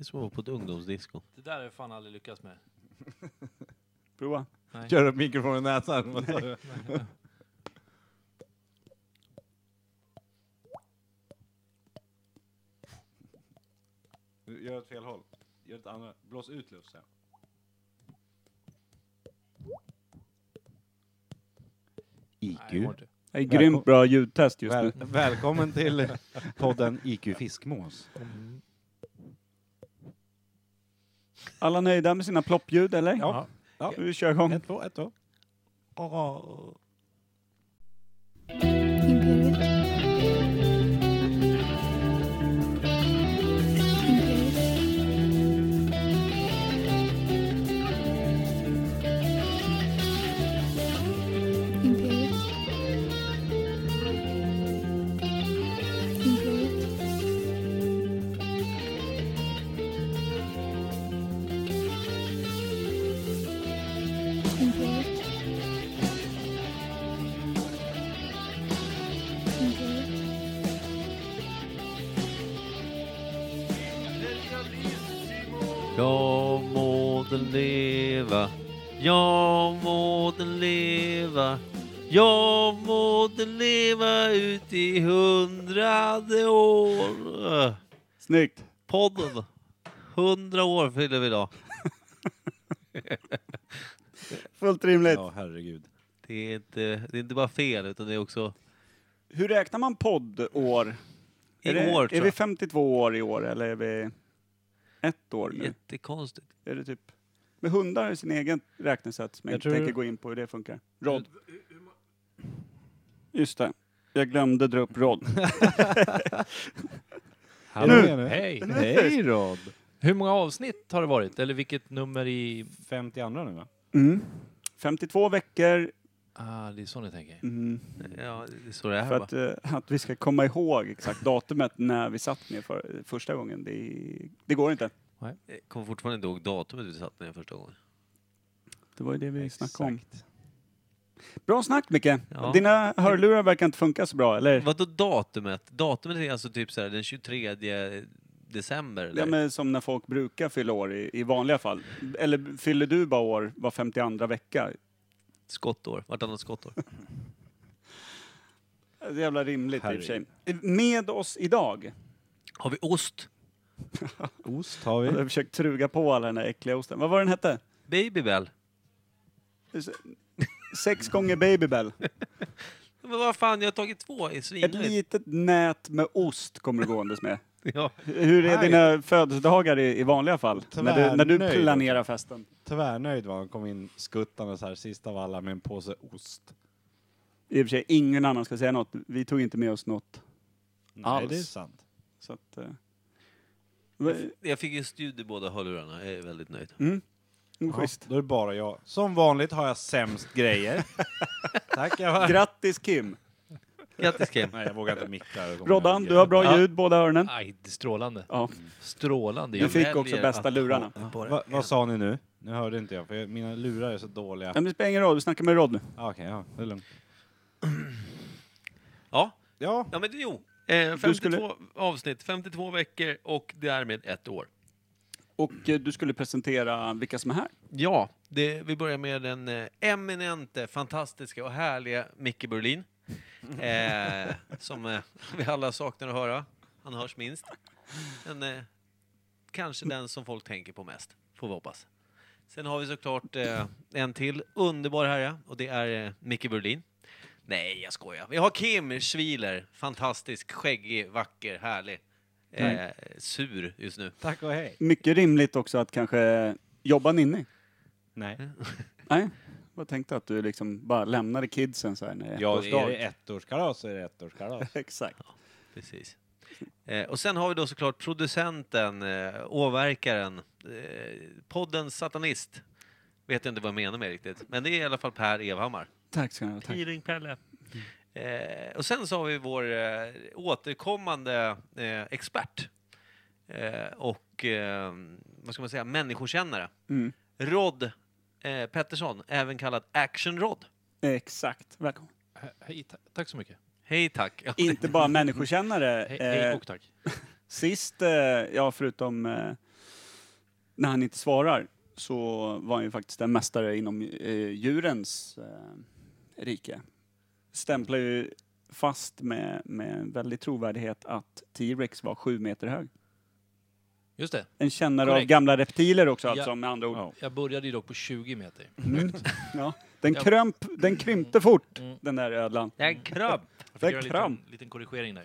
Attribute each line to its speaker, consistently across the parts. Speaker 1: är som att vara på ett ungdomsdisco.
Speaker 2: Det där har jag fan aldrig lyckats med.
Speaker 3: Prova.
Speaker 2: Nej.
Speaker 3: Kör upp mikrofonen i näsan. Vad sa du? Du Gör åt fel håll. Gör åt andra. Blås ut luft sen.
Speaker 2: Nej, det går
Speaker 1: IQ.
Speaker 2: inte.
Speaker 4: Det är grymt bra ljudtest just nu.
Speaker 3: Väl, välkommen till podden IQ Fiskmås.
Speaker 4: Alla nöjda med sina ploppljud eller?
Speaker 3: Ja.
Speaker 4: Ska Vi kör igång.
Speaker 3: Ett, två, ett, två.
Speaker 5: Imperiet. Imperiet. Imperiet. Imperiet. Imperiet. Imperiet.
Speaker 1: Jag må den leva. Jag må den leva. Jag må den leva ut i hundrade år.
Speaker 4: Snyggt.
Speaker 1: Podden. Hundra år fyller vi idag.
Speaker 4: Fullt rimligt.
Speaker 3: Ja, herregud.
Speaker 1: Det är, inte, det är inte bara fel, utan det är också
Speaker 4: Hur räknar man poddår?
Speaker 1: i
Speaker 4: är, det,
Speaker 1: år,
Speaker 4: är
Speaker 1: tror
Speaker 4: vi
Speaker 1: jag.
Speaker 4: 52 år i år eller är vi ett år nu?
Speaker 1: Jättekonstigt.
Speaker 4: Är det typ? Med hundar är sin egen räknesätt som jag,
Speaker 3: Jag
Speaker 4: inte
Speaker 3: tror-
Speaker 4: tänker gå in på hur det funkar. Rod. Just det. Jag glömde dra upp Rod.
Speaker 3: Nu!
Speaker 2: Hej!
Speaker 3: Hej Rod!
Speaker 2: Hur många avsnitt har det varit? Eller vilket nummer i...
Speaker 3: 52 nu va?
Speaker 4: Mm. 52 veckor
Speaker 2: Ah, det är så ni tänker.
Speaker 4: mm,
Speaker 1: Ja, det är så det
Speaker 4: för
Speaker 1: är. va?
Speaker 4: att, eh, att vi ska komma ihåg exakt datumet när vi satt ner för, första gången. Det, det går inte.
Speaker 1: Jag kommer fortfarande inte ihåg datumet vi satt ner första gången.
Speaker 4: Det var ju det vi snackade om. Bra snack Micke!
Speaker 1: Ja.
Speaker 4: Dina hörlurar verkar inte funka så bra, eller?
Speaker 1: Vadå datumet? Datumet är alltså typ så här, den 23 december? Eller?
Speaker 4: Ja, men som när folk brukar fylla år i, i vanliga fall. Eller fyller du bara år var 52 vecka?
Speaker 1: Skottår, vartannat skottår.
Speaker 4: Det är jävla rimligt i och för sig. Med oss idag,
Speaker 1: Har vi ost?
Speaker 3: Ost har
Speaker 4: jag har
Speaker 3: vi.
Speaker 4: försökt truga på alla den här äckliga osten. Vad var den hette?
Speaker 1: Babybel?
Speaker 4: Sex gånger Babybel.
Speaker 1: Men vad fan, jag har tagit två i
Speaker 4: Ett
Speaker 1: svinöjd.
Speaker 4: litet nät med ost kommer du gåendes med.
Speaker 1: Ja.
Speaker 4: Hur är
Speaker 3: Härligt.
Speaker 4: dina födelsedagar i, i vanliga fall? När du, när du
Speaker 3: Tvärnöjd.
Speaker 4: planerar festen?
Speaker 3: Tvärnöjd var han. Kom in skuttande så här sist av alla med en påse ost.
Speaker 4: I och för sig, ingen annan ska säga något. Vi tog inte med oss något.
Speaker 3: Nej,
Speaker 4: Alls.
Speaker 3: det är sant.
Speaker 4: Så att, eh. Va-
Speaker 1: Jag fick en studie i båda hörlurarna, jag är väldigt nöjd.
Speaker 4: Schysst.
Speaker 3: Då är det bara jag. Som vanligt har jag sämst grejer. Tack grabbar.
Speaker 4: Grattis Kim!
Speaker 1: Grattis Kim!
Speaker 3: Nej, jag vågar inte micka. Då kommer
Speaker 4: Roddan,
Speaker 3: jag-
Speaker 4: du har bra
Speaker 2: Ja.
Speaker 4: ljud båda öronen.
Speaker 2: Aj, det är strålande.
Speaker 4: Ja.
Speaker 2: Strålande.
Speaker 4: Du
Speaker 2: Jag
Speaker 4: fick
Speaker 1: väljer
Speaker 4: också bästa
Speaker 1: att-
Speaker 4: lurarna.
Speaker 1: Ja, bara-
Speaker 3: Va, vad sa ni nu? Nu hörde inte jag, för jag, mina lurar är så dåliga.
Speaker 4: Ja, men det spelar ingen roll, du snackar med Rod nu.
Speaker 3: Ah, Okej, ja, det är lugnt.
Speaker 1: Ja,
Speaker 3: Ja,
Speaker 1: ja men jo. Eh, 52
Speaker 4: Du skulle-
Speaker 1: avsnitt, 52 veckor och därmed ett år.
Speaker 4: Och eh, du skulle presentera vilka som är här.
Speaker 1: Ja, det, vi börjar med den eh, eminente, fantastiska och härliga Micke Berlin. Eh, som eh, vi alla saknar att höra. Han hörs minst. Men eh, kanske den som folk tänker på mest, får vi hoppas. Sen har vi såklart eh, en till underbar herre och det är eh, Micke Berlin. Nej, jag skojar. Vi har Kim Schwiler, fantastisk, skäggig, vacker, härlig. Eh, sur just nu.
Speaker 3: tack och hej.
Speaker 4: Mycket rimligt också att kanske jobba ninne.
Speaker 3: Nej.
Speaker 4: Mm. Nej, jag tänkte att du liksom bara lämnade kidsen så här när
Speaker 3: Ja, är
Speaker 4: ettårsdag.
Speaker 3: det ettårskalas så är det ettårskalas.
Speaker 4: Exakt.
Speaker 1: Precis. Eh, och sen har vi då såklart producenten, eh, åverkaren, eh, poddens satanist. Vet jag inte vad jag menar med riktigt, men det är i alla fall Per Evhammar.
Speaker 4: Tack ska ni ha. Tack.
Speaker 1: Peeling-Pelle. Eh, och sen så har vi vår eh, återkommande eh, expert eh, och eh, vad ska man säga, människokännare.
Speaker 4: Mm.
Speaker 1: Rod eh, Pettersson, även kallad Action-Rod.
Speaker 4: Exakt. Välkommen.
Speaker 2: Hej, ta- tack så mycket.
Speaker 1: Hej tack. Ja,
Speaker 4: Inte bara människokännare.
Speaker 2: Hej, hej
Speaker 4: Eh,
Speaker 2: och tack.
Speaker 4: Sist, eh, ja förutom eh, när han inte svarar, så var han ju faktiskt en mästare inom eh, djurens eh, rike. Stämplar ju fast med, med en väldig trovärdighet att T-Rex var sju meter hög.
Speaker 2: Just det.
Speaker 4: En kännare av
Speaker 2: Korrekt.
Speaker 4: gamla reptiler också
Speaker 2: Ja.
Speaker 4: alltså med andra ord.
Speaker 3: Ja.
Speaker 2: Jag började ju dock på 20 meter.
Speaker 4: Mm. Ja. Den,
Speaker 2: Ja.
Speaker 4: krömp, den krympte fort
Speaker 2: Mm.
Speaker 4: den där ödlan.
Speaker 1: Det är en krabb.
Speaker 2: Jag
Speaker 4: Det är
Speaker 2: fick göra en
Speaker 4: kram.
Speaker 2: liten, liten korrigering där.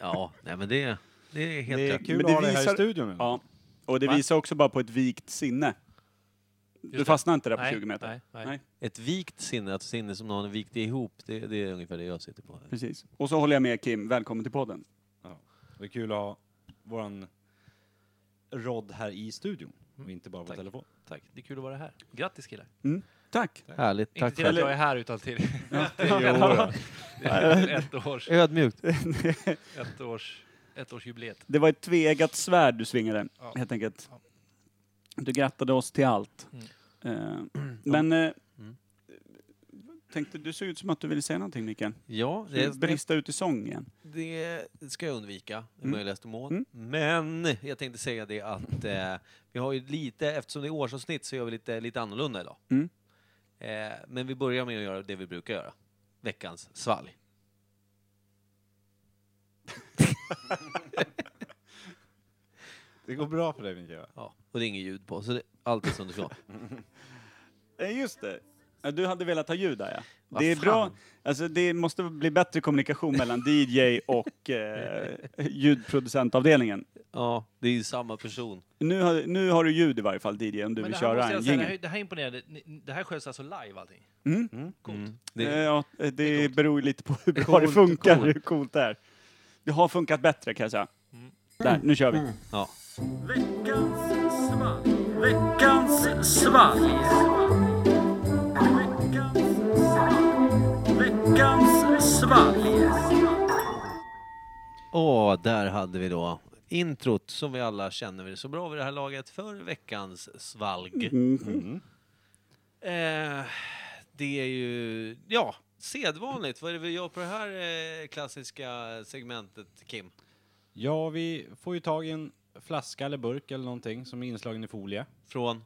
Speaker 1: Ja, nej men det, det är helt
Speaker 3: Det är
Speaker 1: rätt.
Speaker 3: kul
Speaker 4: Men
Speaker 3: att
Speaker 4: det
Speaker 3: ha det här
Speaker 4: visar-
Speaker 3: i studion.
Speaker 4: Ja. Och det
Speaker 1: Va?
Speaker 4: visar också bara på ett vikt sinne.
Speaker 2: det.
Speaker 4: Du fastnar inte där på
Speaker 2: nej,
Speaker 4: 20 meter.
Speaker 2: Nej, nej.
Speaker 4: Nej.
Speaker 1: Ett vikt sinne, alltså sinne som någon vikt ihop, det, det är ungefär det jag sitter på.
Speaker 4: Precis. Och så håller jag med Kim, välkommen till podden.
Speaker 3: Det är kul att ha våran rodd här i studion.
Speaker 4: Mm.
Speaker 3: Och inte bara på
Speaker 2: Tack.
Speaker 3: telefon.
Speaker 2: Tack, det är kul att vara här. Grattis killar.
Speaker 4: Tack!
Speaker 1: Härligt,
Speaker 2: Inte
Speaker 1: tack
Speaker 2: till att
Speaker 1: själv.
Speaker 2: jag är här utan till
Speaker 3: Jo,
Speaker 2: ett års,
Speaker 1: Ödmjukt.
Speaker 2: ett års, ett års jubileet.
Speaker 4: Det var ett tveeggat svärd du svingade,
Speaker 2: Ja.
Speaker 4: helt enkelt.
Speaker 2: Ja.
Speaker 4: Du grattade oss till allt. Eh, men... Eh,
Speaker 1: Mm.
Speaker 4: Tänkte, du såg ut som att du ville säga någonting Mikael.
Speaker 1: Ja,
Speaker 4: Du
Speaker 1: det, det
Speaker 4: brista ut i sång igen.
Speaker 1: Det ska jag undvika i
Speaker 4: Mm.
Speaker 1: möjligaste mån.
Speaker 4: Mm.
Speaker 1: Men jag tänkte säga det att eh, vi har ju lite, eftersom det är årsavsnitt så gör vi lite, lite annorlunda idag.
Speaker 4: Mm.
Speaker 1: Eh, men vi börjar med att göra det vi brukar göra. Veckans svalg.
Speaker 3: det går bra för dig Mikael.
Speaker 1: Ja. Och det är inget ljud på, så det, allt är som det ska.
Speaker 4: Eh, just det. Ja, Du hade velat ha ljud där ja.
Speaker 1: Vad
Speaker 4: det är
Speaker 1: fan.
Speaker 4: bra. Alltså, det måste bli bättre kommunikation mellan DJ och eh, ljudproducentavdelningen.
Speaker 1: Ja, det är ju samma person.
Speaker 4: Nu har, nu har du ljud i varje fall DJ om
Speaker 2: Men
Speaker 4: du vill
Speaker 2: det här
Speaker 4: köra
Speaker 2: måste
Speaker 4: en
Speaker 2: jag säga, det
Speaker 4: jingel.
Speaker 2: här, det här imponerade. Ni- Det här sköts alltså live allting?
Speaker 4: Mm.
Speaker 2: Coolt.
Speaker 1: Det,
Speaker 4: Eh, Ja, eh,
Speaker 2: är
Speaker 4: det
Speaker 2: coolt.
Speaker 4: beror ju lite på hur bra det
Speaker 1: coolt,
Speaker 4: funkar,
Speaker 1: coolt.
Speaker 4: hur coolt det är. Det har funkat bättre kan jag säga. Där, nu kör vi.
Speaker 1: Mm. ja. Och där hade vi då introt som vi alla känner vi så bra vid det här laget för veckans svalg. Eh, det är ju, ja, sedvanligt. Vad är det vi gör på det här eh, klassiska segmentet, Kim?
Speaker 3: Ja, vi får ju tag i en flaska eller burk eller någonting som är inslagen i folie.
Speaker 1: Från?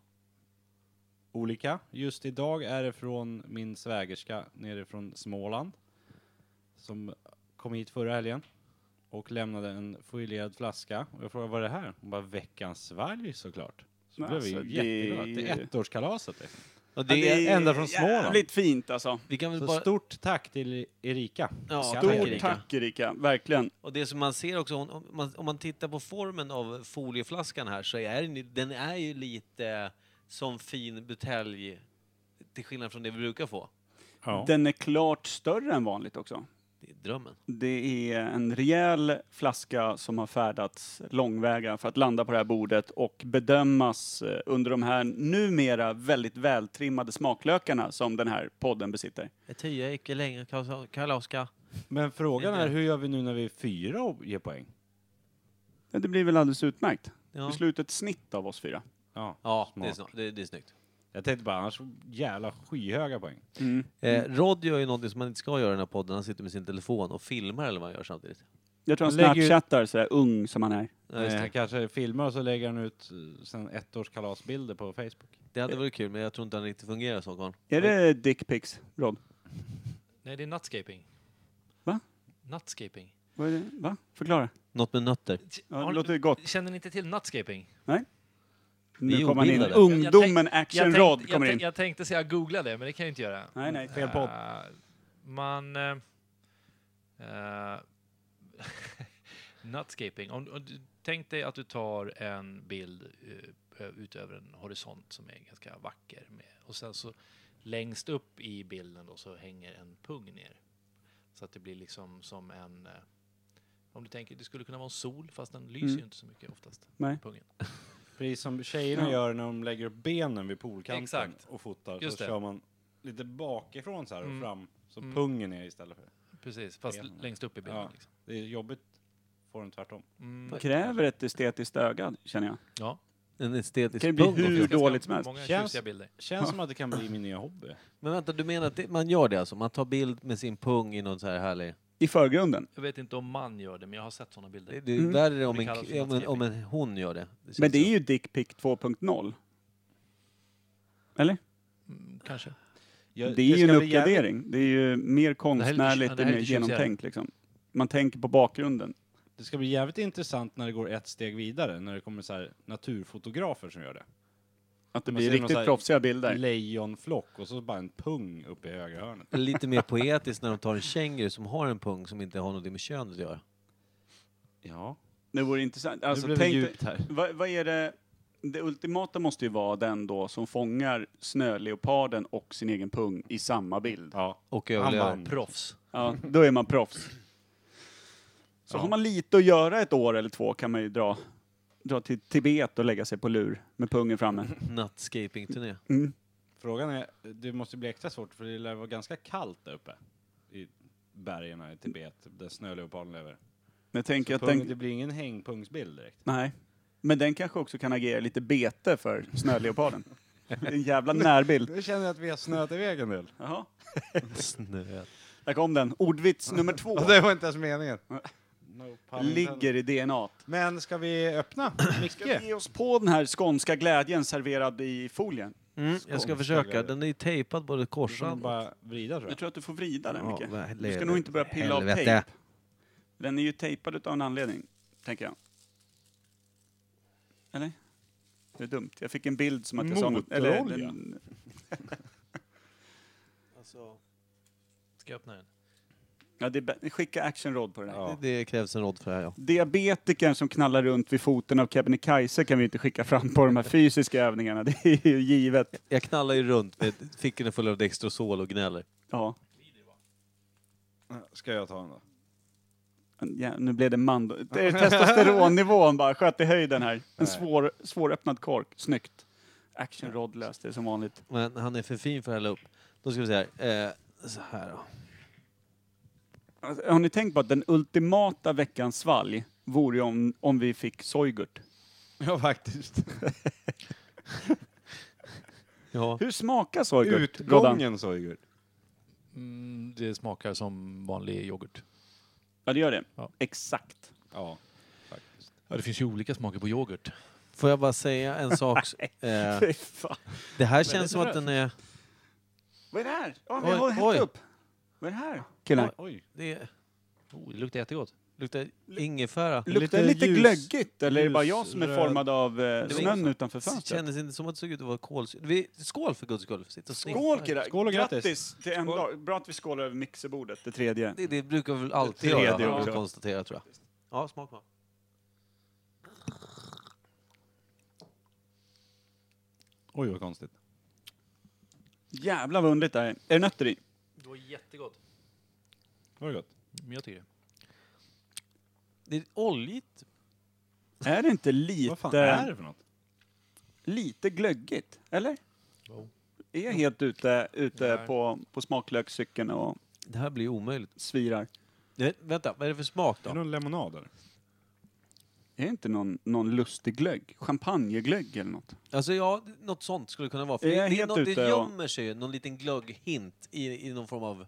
Speaker 3: Olika. Just idag är det från min svägerska nere från Småland. Som kom hit förra helgen. Och lämnade en folierad flaska. Och jag frågade vad är det här? Hon bara veckans svalg såklart. Så
Speaker 4: Men
Speaker 3: blev vi
Speaker 4: alltså,
Speaker 3: ju
Speaker 4: det är
Speaker 3: jätteglada. Det är
Speaker 4: ju-
Speaker 3: ettårskalaset. liksom.
Speaker 1: Och
Speaker 4: Ja,
Speaker 1: det är,
Speaker 3: ända från Småland.
Speaker 4: Jävligt fint alltså.
Speaker 1: vi kan väl
Speaker 3: Så
Speaker 1: bara,
Speaker 3: stort tack till Erika.
Speaker 1: Ja,
Speaker 3: Ska
Speaker 1: stort
Speaker 3: jag
Speaker 4: Stort
Speaker 3: säga.
Speaker 1: Erika.
Speaker 4: tack Erika, verkligen.
Speaker 1: och det som man ser också, hon- om man, om man tittar på formen av folieflaskan här så är den, ju- den är ju lite som fin butelj till skillnad från det vi brukar få.
Speaker 3: Ja.
Speaker 4: Den är klart större än vanligt också.
Speaker 1: Det är drömmen.
Speaker 4: Det är en rejäl flaska som har färdats långväga för att landa på det här bordet och bedömas eh, under de här numera väldigt vältrimmade smaklökarna som den här podden besitter.
Speaker 1: Ett hya gick länge, Karl-Oskar.
Speaker 3: Men frågan
Speaker 1: Inte-
Speaker 3: är hur gör vi nu när vi är fyra och ger poäng?
Speaker 4: Ja, Det blir väl alldeles utmärkt.
Speaker 1: Ja.
Speaker 4: Vi slår ut ett snitt av oss fyra.
Speaker 3: Ja.
Speaker 1: Ja, det är,
Speaker 3: Smart.
Speaker 1: snart, det, det är snyggt.
Speaker 3: Jag tänkte bara annars jävla skyhöga poäng.
Speaker 1: Eh, Rod gör ju någonting som man inte ska göra i den här podden. Han sitter med sin telefon och filmar eller vad han gör samtidigt.
Speaker 4: Jag tror han
Speaker 3: Lägg ut-
Speaker 4: snapchattar sådär ung som han är.
Speaker 1: Ja, just
Speaker 3: Eh,
Speaker 1: det.
Speaker 3: han kanske filmar och så lägger han ut eh, sen ett års kalasbilder på Facebook.
Speaker 1: Det hade varit kul, men jag tror inte han riktigt fungerar som karl.
Speaker 4: Är det dickpics, Rod?
Speaker 2: Nej, det är nutscaping.
Speaker 4: Va?
Speaker 2: Nutscaping.
Speaker 4: Vad är det? Va? Förklara.
Speaker 1: Något med nötter.
Speaker 4: Ja,
Speaker 2: Har
Speaker 4: det
Speaker 2: ni-
Speaker 4: låter gott.
Speaker 2: Känner ni inte till nutscaping?
Speaker 1: Vi
Speaker 4: Nu
Speaker 1: är
Speaker 4: kommer han in.
Speaker 1: obildade.
Speaker 4: Ungdomen
Speaker 2: Jag
Speaker 4: action
Speaker 2: tänkte-
Speaker 4: Rod
Speaker 2: jag
Speaker 4: kommer
Speaker 2: tänk-
Speaker 4: in.
Speaker 2: Jag tänkte säga googla det, men det kan jag inte göra.
Speaker 4: Nej, nej, fel podd.
Speaker 2: Eh, man... eh, eh, nutscaping. Om, om du, tänk dig att du tar en bild eh, utöver en horisont som är ganska vacker. Med, och sen så längst upp i bilden då så hänger en pung ner. Så att det blir liksom som en... eh, om du tänker, det skulle kunna vara en sol fast den lyser
Speaker 4: Mm.
Speaker 2: ju inte så mycket oftast.
Speaker 4: Nej.
Speaker 2: Pungen.
Speaker 3: Precis som tjejerna
Speaker 4: Ja.
Speaker 3: gör när de lägger upp benen vid poolkanten
Speaker 2: Exakt.
Speaker 3: och fotar.
Speaker 2: Just
Speaker 3: så
Speaker 2: det.
Speaker 3: kör man lite bakifrån så här
Speaker 2: Mm.
Speaker 3: och fram. Så
Speaker 2: Mm.
Speaker 3: pungen är istället för.
Speaker 2: Precis, fast
Speaker 3: Benen.
Speaker 2: längst upp i bilden.
Speaker 3: Ja.
Speaker 2: Liksom.
Speaker 3: Det är jobbigt. Får den tvärtom.
Speaker 2: Mm.
Speaker 4: Kräver ett estetiskt öga, känner jag.
Speaker 2: Ja.
Speaker 1: En estetisk
Speaker 4: Kan det bli
Speaker 1: pung.
Speaker 4: hur
Speaker 1: också.
Speaker 2: Ganska
Speaker 4: dåligt som helst.
Speaker 2: Många
Speaker 3: Känns-
Speaker 2: tjusiga bilder.
Speaker 3: Känns som att det kan bli min nya hobby.
Speaker 1: Men vänta, du menar att det, man gör det alltså? Man tar bild med sin pung i någon så här härlig...
Speaker 4: i förgrunden.
Speaker 2: Jag vet inte om man gör det, men jag har sett sådana bilder.
Speaker 1: Det, det
Speaker 4: Mm.
Speaker 1: där är det om,
Speaker 2: Det
Speaker 1: en,
Speaker 2: kallas
Speaker 1: k- om, en,
Speaker 2: landscaping.
Speaker 1: om en hon gör det. det
Speaker 4: Men
Speaker 1: känns
Speaker 4: det
Speaker 1: så.
Speaker 4: är ju Dick Pick 2.0. Eller?
Speaker 2: Mm, kanske.
Speaker 4: det är ju en uppgradering. Det är ju mer
Speaker 2: lite-
Speaker 4: konstnärligt,
Speaker 2: ja, det
Speaker 4: det
Speaker 2: här
Speaker 4: är
Speaker 2: är
Speaker 4: mer
Speaker 2: lite tjusigare.
Speaker 4: genomtänkt liksom. Man tänker på bakgrunden.
Speaker 3: Det ska bli jävligt intressant när det går ett steg vidare, när det kommer så här naturfotografer som gör det.
Speaker 4: Att det
Speaker 3: Man
Speaker 4: blir
Speaker 3: ser någon så
Speaker 4: riktigt
Speaker 3: här-
Speaker 4: proffsiga bilder.
Speaker 3: Lejonflock och så bara en pung uppe i högra hörnet.
Speaker 1: Lite mer poetiskt när de tar en känguru som har en pung som inte har något med könet att göra.
Speaker 3: Ja,
Speaker 4: Det vore intressant.
Speaker 3: nu
Speaker 4: Alltså,
Speaker 3: blev det
Speaker 4: tänk,
Speaker 3: djupt här.
Speaker 4: vad, vad är det? Det ultimata måste ju vara den då som fångar snöleoparden och sin egen pung i samma bild.
Speaker 3: Ja,
Speaker 1: Och
Speaker 3: Han
Speaker 1: överlever.
Speaker 3: vann.
Speaker 2: Proffs.
Speaker 4: Ja, då är man proffs. Så
Speaker 3: Ja.
Speaker 4: har man lite att göra ett år eller två kan man ju dra, dra till Tibet och lägga sig på lur med pungen framme.
Speaker 1: Nutscaping-turné.
Speaker 4: Mm.
Speaker 3: frågan är, det måste bli extra svårt för det lär vara ganska kallt där uppe. I bergen här i Tibet, där snöleoparden lever.
Speaker 4: Men jag tänker
Speaker 3: Så
Speaker 4: att
Speaker 3: pung,
Speaker 4: den,
Speaker 3: det blir ingen hängpungsbild direkt.
Speaker 4: Nej. Men den kanske också kan agera lite bete för snöleoparden. en jävla närbild.
Speaker 3: Nu känner jag att vi har snöat iväg en del.
Speaker 4: Jaha.
Speaker 1: Snö.
Speaker 4: Där kom den. Ordvits nummer två.
Speaker 3: Och det var inte ens meningen. No pun intended.
Speaker 4: Ligger i DNA. t.
Speaker 3: Men ska vi öppna?
Speaker 4: Ska vi
Speaker 3: Micke?
Speaker 4: ge oss på den här skånska glädjen serverad i folien?
Speaker 1: Mm, jag ska
Speaker 3: Skånska
Speaker 1: försöka.
Speaker 3: glädje.
Speaker 1: Den är ju tejpad både
Speaker 3: Du
Speaker 1: kors
Speaker 3: får
Speaker 1: och
Speaker 3: nog
Speaker 1: annat.
Speaker 3: bara vrida tror
Speaker 4: Jag
Speaker 3: jag.
Speaker 4: tror att du får vrida den,
Speaker 1: Ja,
Speaker 4: Micke.
Speaker 1: vad
Speaker 4: Du ska nog inte börja pilla av
Speaker 1: helvete.
Speaker 4: tejp. Den är ju tejpad utav en anledning, tänker jag. Eller? Det är dumt. Jag fick en bild som att jag sa något... Eller,
Speaker 3: Motorolja.
Speaker 4: den, Alltså-
Speaker 2: Ska jag öppna den?
Speaker 4: ja, det är, bä- skicka actionråd på det där.
Speaker 3: Ja.
Speaker 1: Det, det krävs en rodd för det här, ja.
Speaker 4: Diabetikern som knallar runt vid foten av Kebnekaise kan vi inte skicka fram på de här fysiska övningarna. Det är ju givet.
Speaker 1: Jag knallar ju runt med fickorna fulla av Dextrosol och gnäller.
Speaker 4: Ja.
Speaker 3: Ska jag ta den då?
Speaker 4: Ja, nu blev det man då. Det är Testosteronnivån bara sköt i höjden här. En
Speaker 3: Nej.
Speaker 4: svår, svåröppnad kork. Snyggt. Action Rod löste det som vanligt.
Speaker 1: Men han är för fin för att hälla upp. Då ska vi se här. Eh, så här då.
Speaker 4: Alltså, Har ni tänkt på att den ultimata veckans svalg vore ju om, om vi fick sojgurt?
Speaker 3: Ja, faktiskt.
Speaker 1: Ja.
Speaker 4: Hur smakar sojgurt, Roddan?
Speaker 3: Utgången Soygurt.
Speaker 2: Mm, det smakar som vanlig yoghurt.
Speaker 4: Ja, det gör det.
Speaker 2: Ja.
Speaker 4: Exakt.
Speaker 3: Ja, faktiskt.
Speaker 2: Ja, det finns ju olika smaker på yoghurt.
Speaker 1: Får jag bara säga en sak? Eh,
Speaker 4: Fy fan.
Speaker 1: det här känns som
Speaker 2: röd.
Speaker 1: att den är...
Speaker 4: Vad är det här? Ja,
Speaker 1: Oj,
Speaker 4: vi har
Speaker 1: oj.
Speaker 4: hällt upp. Vad är det här? Killar.
Speaker 3: Oj.
Speaker 1: Det är,
Speaker 2: Oh, det luktar jättegott.
Speaker 1: luktar ingefära.
Speaker 4: Luktar det
Speaker 3: Lite
Speaker 4: lite
Speaker 3: ljus-
Speaker 4: glöggigt eller är det bara jag som är
Speaker 3: ljusröd.
Speaker 4: formad av eh,
Speaker 1: var
Speaker 4: snön
Speaker 1: inte
Speaker 4: utanför
Speaker 1: Det
Speaker 4: fönstret?
Speaker 1: kändes inte som att det såg ut att vara kolsyra. Vi- Skål för guds skull! Sitt och sniffa.
Speaker 4: Skål killar!
Speaker 3: Skål och
Speaker 4: grattis.
Speaker 3: grattis.
Speaker 4: till en
Speaker 1: Skål.
Speaker 4: dag. Bra att vi skålar över mixerbordet, det tredje.
Speaker 1: Det, det brukar vi väl alltid
Speaker 4: Tredje
Speaker 1: göra, har
Speaker 4: också.
Speaker 1: vi konstaterat tror jag. Ja, smak på.
Speaker 3: Oj, vad konstigt.
Speaker 4: Jävlar vad underligt det här är. Är det nötter i?
Speaker 2: Det var jättegott.
Speaker 3: Var det gott?
Speaker 2: Men Mm, jag tycker det.
Speaker 1: Det är oljigt.
Speaker 4: Är det inte
Speaker 3: Vad fan är
Speaker 4: lite,
Speaker 3: det för något?
Speaker 4: lite glöggigt? Eller?
Speaker 2: Jo.
Speaker 4: Är jag helt ute, ute
Speaker 2: Nej.
Speaker 4: på, på smaklökscykeln och
Speaker 1: Det här blir omöjligt.
Speaker 4: svirar?
Speaker 1: Nej, vänta, vad är det för smak
Speaker 3: Är det
Speaker 1: då?
Speaker 3: någon lemonad där?
Speaker 4: Är det inte någon, någon lustig glögg? Champagneglögg eller något?
Speaker 1: Alltså ja, något sånt skulle det kunna vara. För
Speaker 4: Är
Speaker 1: det,
Speaker 4: jag
Speaker 1: det, är
Speaker 4: helt
Speaker 1: något,
Speaker 4: ute
Speaker 1: det
Speaker 4: och-
Speaker 1: gömmer sig ju någon liten glögghint i, i någon form av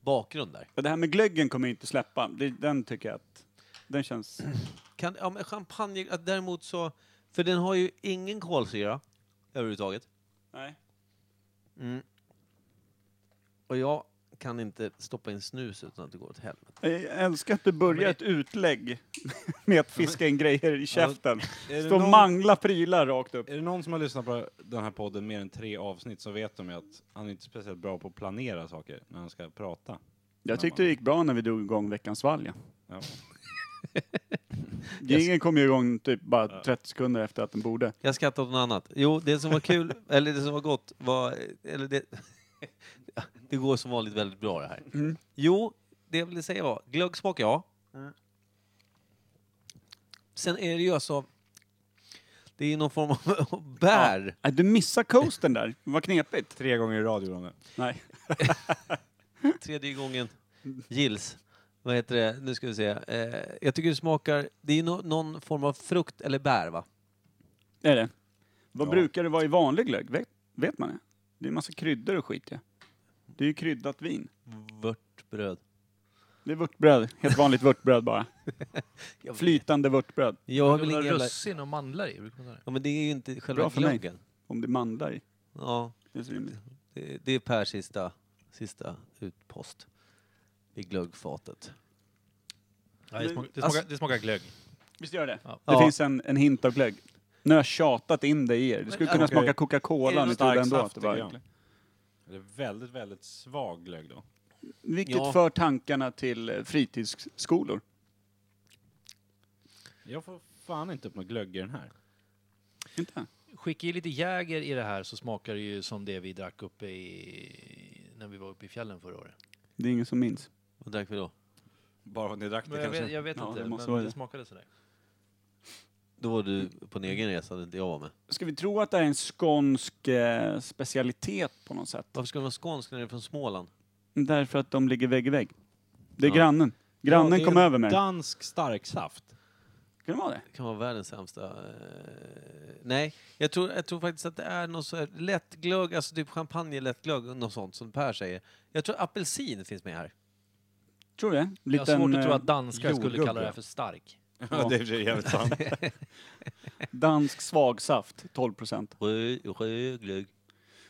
Speaker 1: bakgrund där.
Speaker 4: Ja, Det här med glöggen kommer jag inte släppa. Det, den tycker jag att... Den känns...
Speaker 1: Kan, ja, men champagne, att däremot så... För den har ju ingen kolsyra överhuvudtaget.
Speaker 4: Nej.
Speaker 1: Mm. Och jag kan inte stoppa in snus utan att det går åt helvete.
Speaker 4: Jag älskar att du börjar ett utlägg med att fiska in grejer i käften.
Speaker 3: Är det,
Speaker 4: Stå och
Speaker 3: någon,
Speaker 4: mangla prylar rakt upp.
Speaker 3: är det någon som har lyssnat på den här podden mer än tre avsnitt så vet de ju att han är inte speciellt bra på att planera saker när han ska prata.
Speaker 4: Jag tyckte det gick bra när vi drog igång veckans valja.
Speaker 3: Ja.
Speaker 4: Ingen kom ju igång typ bara 30 sekunder efter att den borde.
Speaker 1: Jag skrattar åt något annat. Jo, det som var kul, eller det som var gott, var... Eller det, det går som vanligt väldigt bra det här.
Speaker 4: Mm.
Speaker 1: Jo, det jag ville säga var glöggsmak, ja. Sen är det ju alltså... Det är ju någon form av bär.
Speaker 4: Ja, Äh, du missade coasten där. Vad knepigt.
Speaker 3: Tre gånger i radio gjorde han det.
Speaker 4: Nej.
Speaker 1: Tredje gången gills. Vad heter det? Nu ska vi se. Eh, jag tycker det smakar... Det är ju nå- någon form av frukt eller bär, va?
Speaker 4: Är det? Vad
Speaker 3: Ja.
Speaker 4: brukar det vara i vanlig glögg? Vet, vet man det? Det är en massa kryddor och skit ja. Det är ju kryddat vin.
Speaker 1: Vörtbröd.
Speaker 4: Det är vörtbröd. Helt vanligt vörtbröd bara.
Speaker 1: Jag vill,
Speaker 4: Flytande vörtbröd.
Speaker 2: Jag
Speaker 1: jag har
Speaker 2: har
Speaker 1: väl ingen jävla...
Speaker 2: russin och mandlar i. brukar man säga.
Speaker 1: Ja, men det är ju inte själva
Speaker 4: Bra för mig.
Speaker 1: glöggen.
Speaker 4: Om det är mandlar i.
Speaker 1: Ja,
Speaker 4: Det är så rimligt.
Speaker 1: det, det är Pers sista, sista utpost. I glöggfatet.
Speaker 2: Ja, det, smakar, det,
Speaker 1: Alltså-
Speaker 2: smakar, det smakar glögg.
Speaker 4: Visst gör det?
Speaker 2: Ja.
Speaker 4: Det
Speaker 1: Ja.
Speaker 4: finns en, en hint av glögg. Nu har jag tjatat in det i er. Det skulle kunna
Speaker 3: okej.
Speaker 4: smaka
Speaker 3: Är det
Speaker 4: Coca-Cola om ni
Speaker 3: något
Speaker 4: trodde
Speaker 3: starkt
Speaker 4: ändå att det
Speaker 3: saftigt
Speaker 4: var...
Speaker 3: grann? Det är väldigt, väldigt svag glögg då.
Speaker 4: Vilket
Speaker 1: Ja.
Speaker 4: för tankarna till eh, fritidsskolor.
Speaker 3: Jag får fan inte upp någon glögg i den här.
Speaker 4: Inte?
Speaker 2: Skicka i lite Jäger i det här så smakar det ju som det vi drack uppe i... När vi var uppe i fjällen förra året.
Speaker 4: Det är ingen som minns.
Speaker 1: Vad drack vi då?
Speaker 3: Bara för att ni drack
Speaker 2: Men
Speaker 3: det
Speaker 2: jag,
Speaker 3: kanske.
Speaker 2: vet, jag vet
Speaker 4: Ja,
Speaker 2: inte,
Speaker 4: det måste
Speaker 2: men
Speaker 4: vara
Speaker 2: det
Speaker 4: det.
Speaker 2: smakade sådär.
Speaker 1: Då var du på en egen resa, där inte jag var med.
Speaker 4: Ska vi tro att det här är en skånsk eh, specialitet på något sätt?
Speaker 1: Varför ska de vara skånsk när det är från Småland?
Speaker 4: Därför att de ligger vägg i vägg. Det är
Speaker 1: Ja.
Speaker 4: grannen. Grannen
Speaker 3: det är
Speaker 4: kom
Speaker 3: en
Speaker 4: över med det.
Speaker 3: Dansk starksaft.
Speaker 4: Kan det vara det?
Speaker 1: Det kan vara världens sämsta... Eh, nej, jag tror, jag tror faktiskt att det är någon så här lättglögg, alltså typ champagne lättglögg, något sånt som Per säger. Jag tror apelsin finns med här.
Speaker 4: Tror du det?
Speaker 2: jag har svårt att tro
Speaker 4: eh,
Speaker 2: att danskar skulle
Speaker 3: jordgubbe.
Speaker 2: kalla det här för stark.
Speaker 4: Ja.
Speaker 3: det är i och för sig jävligt sant.
Speaker 4: Dansk svagsaft, 12 procent.
Speaker 1: Rö, rö, glögg.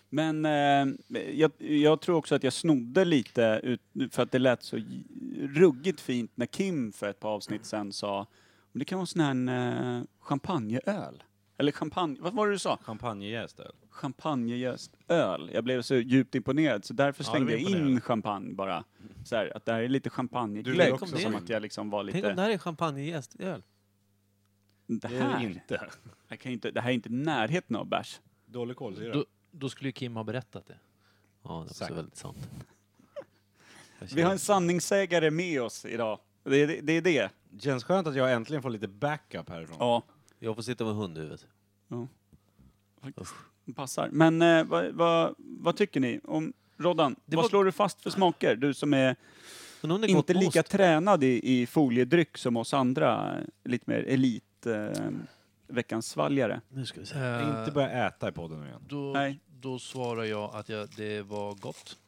Speaker 4: Men eh, jag, jag tror också att jag snodde lite ut, för att det lät så j- ruggigt fint när Kim för ett par avsnitt sen sa "Men det kan vara sån här eh, champagneöl. Eller champagne, vad var det du sa?
Speaker 3: Champagnejäst öl.
Speaker 4: Champagnejäst öl. Jag blev så djupt imponerad så därför
Speaker 2: Ja,
Speaker 4: slängde
Speaker 2: det var
Speaker 4: jag in
Speaker 2: imponerande.
Speaker 4: champagne bara. Så här, att det här är lite
Speaker 3: Du blev
Speaker 4: champagneglägg.
Speaker 3: också
Speaker 4: Som
Speaker 3: så.
Speaker 4: att jag liksom var
Speaker 1: Tänk om det
Speaker 4: lite...
Speaker 1: här är champagnejäst öl.
Speaker 4: Det
Speaker 3: Det är
Speaker 4: här,
Speaker 3: inte.
Speaker 4: jag kan ju inte, det här är inte närheten av bärs.
Speaker 3: Dålig kolsyra.
Speaker 2: Då, då skulle ju Kim ha berättat det.
Speaker 1: Ja, det är också
Speaker 3: Exakt.
Speaker 1: väldigt sant. Jag
Speaker 4: Vi har en sanningssägare med oss idag. Det är det. det, är det.
Speaker 3: Känns skönt att jag äntligen får lite backup härifrån.
Speaker 4: Ja.
Speaker 1: känner- Jag får sitta med hundhuvudet.
Speaker 4: Passar. Men eh, vad, vad, vad tycker ni? Om, Roddan,
Speaker 1: Det
Speaker 4: vad
Speaker 1: var-
Speaker 4: slår du fast för smaker? Du som är
Speaker 1: Men om det är gott
Speaker 4: inte
Speaker 1: med
Speaker 4: lika
Speaker 1: ost.
Speaker 4: tränad i, i foliedryck som oss andra, eh, lite mer elit, eh, veckans svalgare.
Speaker 1: Nu ska vi se.
Speaker 2: Eh,
Speaker 3: Inte börja äta i podden nu igen.
Speaker 2: då,
Speaker 4: Nej.
Speaker 2: då svarar jag att jag, det var gott.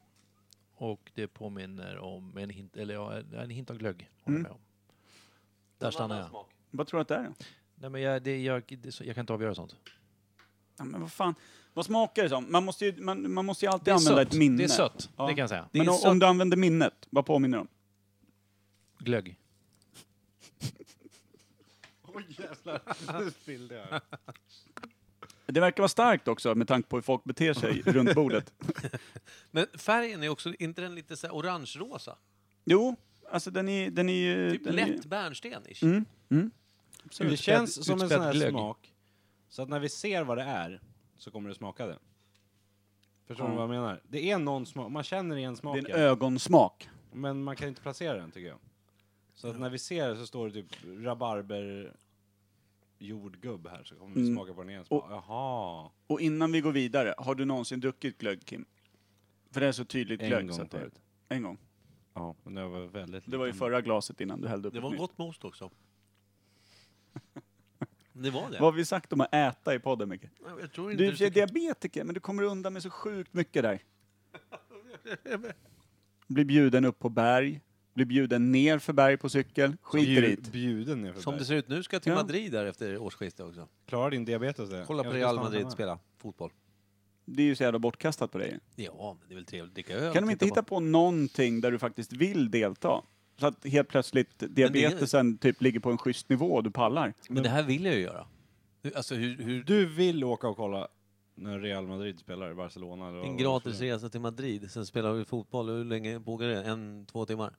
Speaker 2: Och det påminner om en hint, eller ja, en- en hint av glögg. håller jag
Speaker 4: Mm.
Speaker 2: med om. Där stannar jag.
Speaker 4: Vad tror du att det är? då?
Speaker 2: Nej, men jag, det, jag, det, är så- jag kan inte avgöra sånt.
Speaker 4: Ja, men vad fan, vad smakar det som? Man måste ju, man, man måste ju alltid
Speaker 2: Det är
Speaker 4: använda
Speaker 2: sött.
Speaker 4: ett minne.
Speaker 2: Det är sött,
Speaker 4: Ja.
Speaker 2: det kan jag säga.
Speaker 1: Det är
Speaker 4: Men om,
Speaker 1: sött.
Speaker 4: om du använder minnet, vad påminner det om?
Speaker 2: Glögg.
Speaker 3: Oj jävlar, nu spillde jag.
Speaker 4: Det verkar vara starkt också med tanke på hur folk beter sig runt bordet.
Speaker 1: Men färgen är också, inte den lite så här orange-rosa?
Speaker 4: Jo, alltså den är, den är ju...
Speaker 1: Typ
Speaker 4: den är ju-
Speaker 1: lätt bärnstenish.
Speaker 4: Mm, mm.
Speaker 3: Det
Speaker 4: Absolut.
Speaker 3: känns som en sån här
Speaker 2: utspädd glögg.
Speaker 3: smak, så att när vi ser vad det är så kommer det smaka det. Förstår du
Speaker 4: Ja.
Speaker 3: vad jag menar? Det är någon smak, man känner igen
Speaker 4: Det är
Speaker 3: smaken,
Speaker 4: en ögonsmak.
Speaker 3: men man kan inte placera den tycker jag. Så att när vi ser det så står det typ rabarber jordgubb här så kommer vi
Speaker 4: Mm.
Speaker 3: smaka på den igen. Och, Jaha,
Speaker 4: Och innan vi går vidare, har du någonsin druckit glögg, Kim? För det är så tydligt
Speaker 3: en
Speaker 4: glögg. så
Speaker 3: gång
Speaker 4: att det-
Speaker 3: förut.
Speaker 4: En gång.
Speaker 3: Ja, men det var väldigt
Speaker 4: Det var ju
Speaker 3: liten.
Speaker 4: förra glaset innan du hällde upp
Speaker 1: Mm. Det
Speaker 4: ett
Speaker 1: var
Speaker 4: nytt.
Speaker 1: gott med ost också. Det var det.
Speaker 4: Vad har vi sagt om att äta i podden, Micke?
Speaker 1: Jag tror inte
Speaker 4: Du är i och för sig
Speaker 1: tycker-
Speaker 4: diabetiker, men du kommer undan med så sjukt mycket där. Blir bjuden upp på berg, blir bjuden ner för berg på cykel, skiter i
Speaker 3: Bjud,
Speaker 4: det.
Speaker 3: bjuden är för
Speaker 1: Som det
Speaker 3: berg.
Speaker 1: ser ut nu ska jag till
Speaker 4: Ja.
Speaker 1: Madrid där efter årsskiftet också.
Speaker 3: Klarar din diabetes det?
Speaker 1: Kolla på
Speaker 3: Kanske
Speaker 1: Real
Speaker 3: stanna
Speaker 1: Madrid
Speaker 3: hemma.
Speaker 1: spela fotboll.
Speaker 4: Det är ju så jävla bortkastat på dig.
Speaker 1: Ja, men det är väl trevligt att dricka öl.
Speaker 4: Kan de
Speaker 1: och
Speaker 4: inte
Speaker 1: titta
Speaker 4: hitta på någonting där du faktiskt vill delta? Så att helt plötsligt diabetesen typ ligger på en schysst nivå och du pallar.
Speaker 1: Men det här vill jag ju göra. Hur- Alltså hur... hur
Speaker 3: Du vill åka och kolla när Real Madrid spelar i Barcelona? Eller
Speaker 1: en
Speaker 3: vad-
Speaker 1: gratis resa till Madrid, sen spelar vi fotboll. Hur länge pågår det? En, två timmar?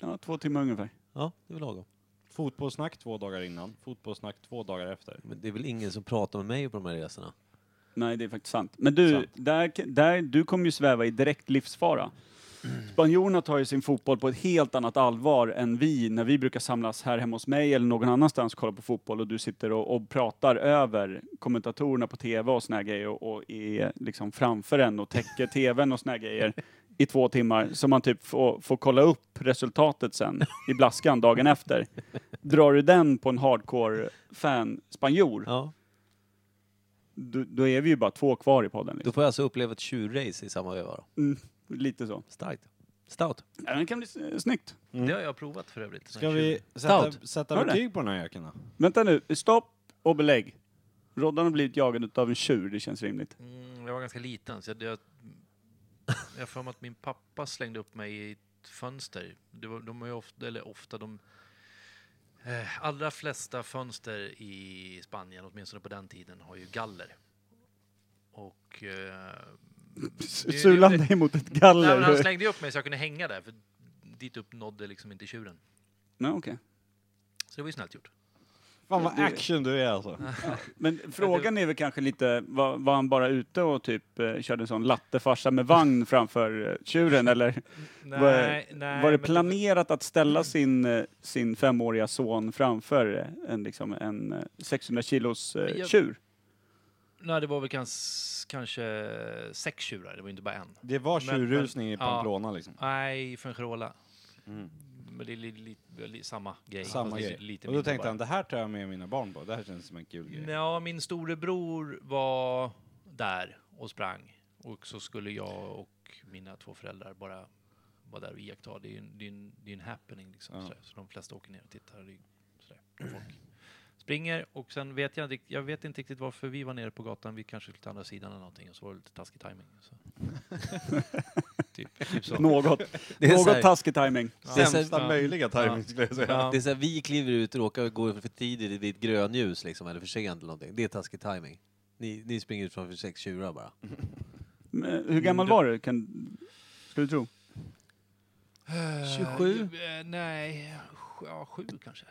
Speaker 4: Ja, två timmar ungefär.
Speaker 1: Ja, det är väl lagom.
Speaker 3: Fotbollssnack två dagar innan, fotbollssnack två dagar efter.
Speaker 1: Men det är väl ingen som pratar med mig på de här resorna?
Speaker 4: Nej, det är faktiskt sant. Men du,
Speaker 3: Sant.
Speaker 4: Där, där, du kommer ju sväva i direkt livsfara. Spanjorerna tar ju sin fotboll på ett helt annat allvar än vi när vi brukar samlas här hemma hos mig eller någon annanstans och kolla på fotboll och du sitter och, och pratar över kommentatorerna på tv och såna här grejer och, och är liksom framför en och täcker tvn och såna här grejer i två timmar så man typ får, får kolla upp resultatet sen i blaskan dagen efter. Drar du den på en hardcore-fan spanjor
Speaker 1: Ja.
Speaker 4: då, då är vi ju bara två kvar i podden.
Speaker 1: Då
Speaker 4: Liksom.
Speaker 1: får jag alltså uppleva ett tjurrace i samma veva då.
Speaker 4: Mm, lite så.
Speaker 1: Starkt. Stout.
Speaker 4: Ja, den kan bli s- snyggt.
Speaker 3: Mm.
Speaker 2: Det har jag provat för övrigt.
Speaker 3: Ska vi sätta,
Speaker 1: Stout.
Speaker 3: sätta
Speaker 4: Hör det?
Speaker 3: betyg på den här jäkeln då?
Speaker 4: Vänta nu, stopp och belägg. Roddan har blivit jagad av en tjur, det känns rimligt.
Speaker 2: Mm, jag var ganska liten, så jag... Jag jag har för mig att min pappa slängde upp mig i ett fönster. Det var, de är ju ofta, eller ofta, de eh, allra flesta fönster i Spanien, åtminstone på den tiden, har ju galler. Och... Eh, det-
Speaker 4: Sulan
Speaker 2: det-
Speaker 4: dig mot ett
Speaker 2: Nej,
Speaker 4: galler.
Speaker 2: men han
Speaker 4: Nej,
Speaker 2: slängde ju upp mig så jag kunde hänga där, för dit upp nådde liksom inte tjuren.
Speaker 4: okej.
Speaker 2: Så det var ju snällt gjort.
Speaker 3: Fan vad
Speaker 4: Det-
Speaker 3: action du är alltså.
Speaker 4: Men frågan är väl kanske lite, var, var han bara ute och typ eh, körde en sån lattefarsa med vagn framför eh, tjuren eller Nej,
Speaker 2: nej,
Speaker 4: var det planerat att ställa sin, eh, sin femåriga son framför eh, en, liksom, en eh, 600 kilos eh,
Speaker 2: Men jag-
Speaker 4: tjur?
Speaker 2: Nej, det var väl kans, kanske sex tjurar, det var ju inte bara en.
Speaker 3: Det var
Speaker 2: Men- men-
Speaker 3: tjurrusning i
Speaker 2: ja.
Speaker 3: Pamplona liksom.
Speaker 2: Nej, Fuengirola.
Speaker 3: Mm.
Speaker 2: Men det är li, li, li, samma grej.
Speaker 3: Samma
Speaker 2: fast lite-
Speaker 3: grej.
Speaker 2: Lite
Speaker 3: Och då
Speaker 2: mindre
Speaker 3: tänkte
Speaker 2: bara.
Speaker 3: han, det här tar jag med mina barn på. Det här känns som en kul grej.
Speaker 2: Ja, min storebror var där och sprang. Och så skulle jag och mina två föräldrar bara vara där och iaktta. Det är ju en, det är en, det är en happening liksom.
Speaker 3: Ja.
Speaker 2: sådär. Så de flesta åker ner och tittar. Och det är sådär. Och folk springer och sen vet jag, inte rikt- jag vet inte riktigt varför vi var nere på gatan. Vi kanske skulle till andra sidan eller någonting. Och så var det lite taskig timing. Så. typ, typ så.
Speaker 4: Något,
Speaker 1: Det är så
Speaker 4: något
Speaker 1: här-
Speaker 4: taskig timing.
Speaker 2: Ja.
Speaker 1: Det är så här-
Speaker 3: Sämsta
Speaker 2: Ja.
Speaker 3: möjliga timing
Speaker 2: Ja.
Speaker 3: skulle jag säga.
Speaker 2: Ja.
Speaker 1: Det är så här, vi kliver ut och råkar gå för tidigt vid ett grönljus liksom, eller för sent eller någonting. Det är taskig timing. Ni, ni springer ut framför sex tjurar bara.
Speaker 4: Men eh, Hur gammal
Speaker 2: Mm,
Speaker 4: var du? Kan, ska du tro?
Speaker 2: Eh,
Speaker 1: 27?
Speaker 2: ju- eh, nej, sj- ja, sju kanske.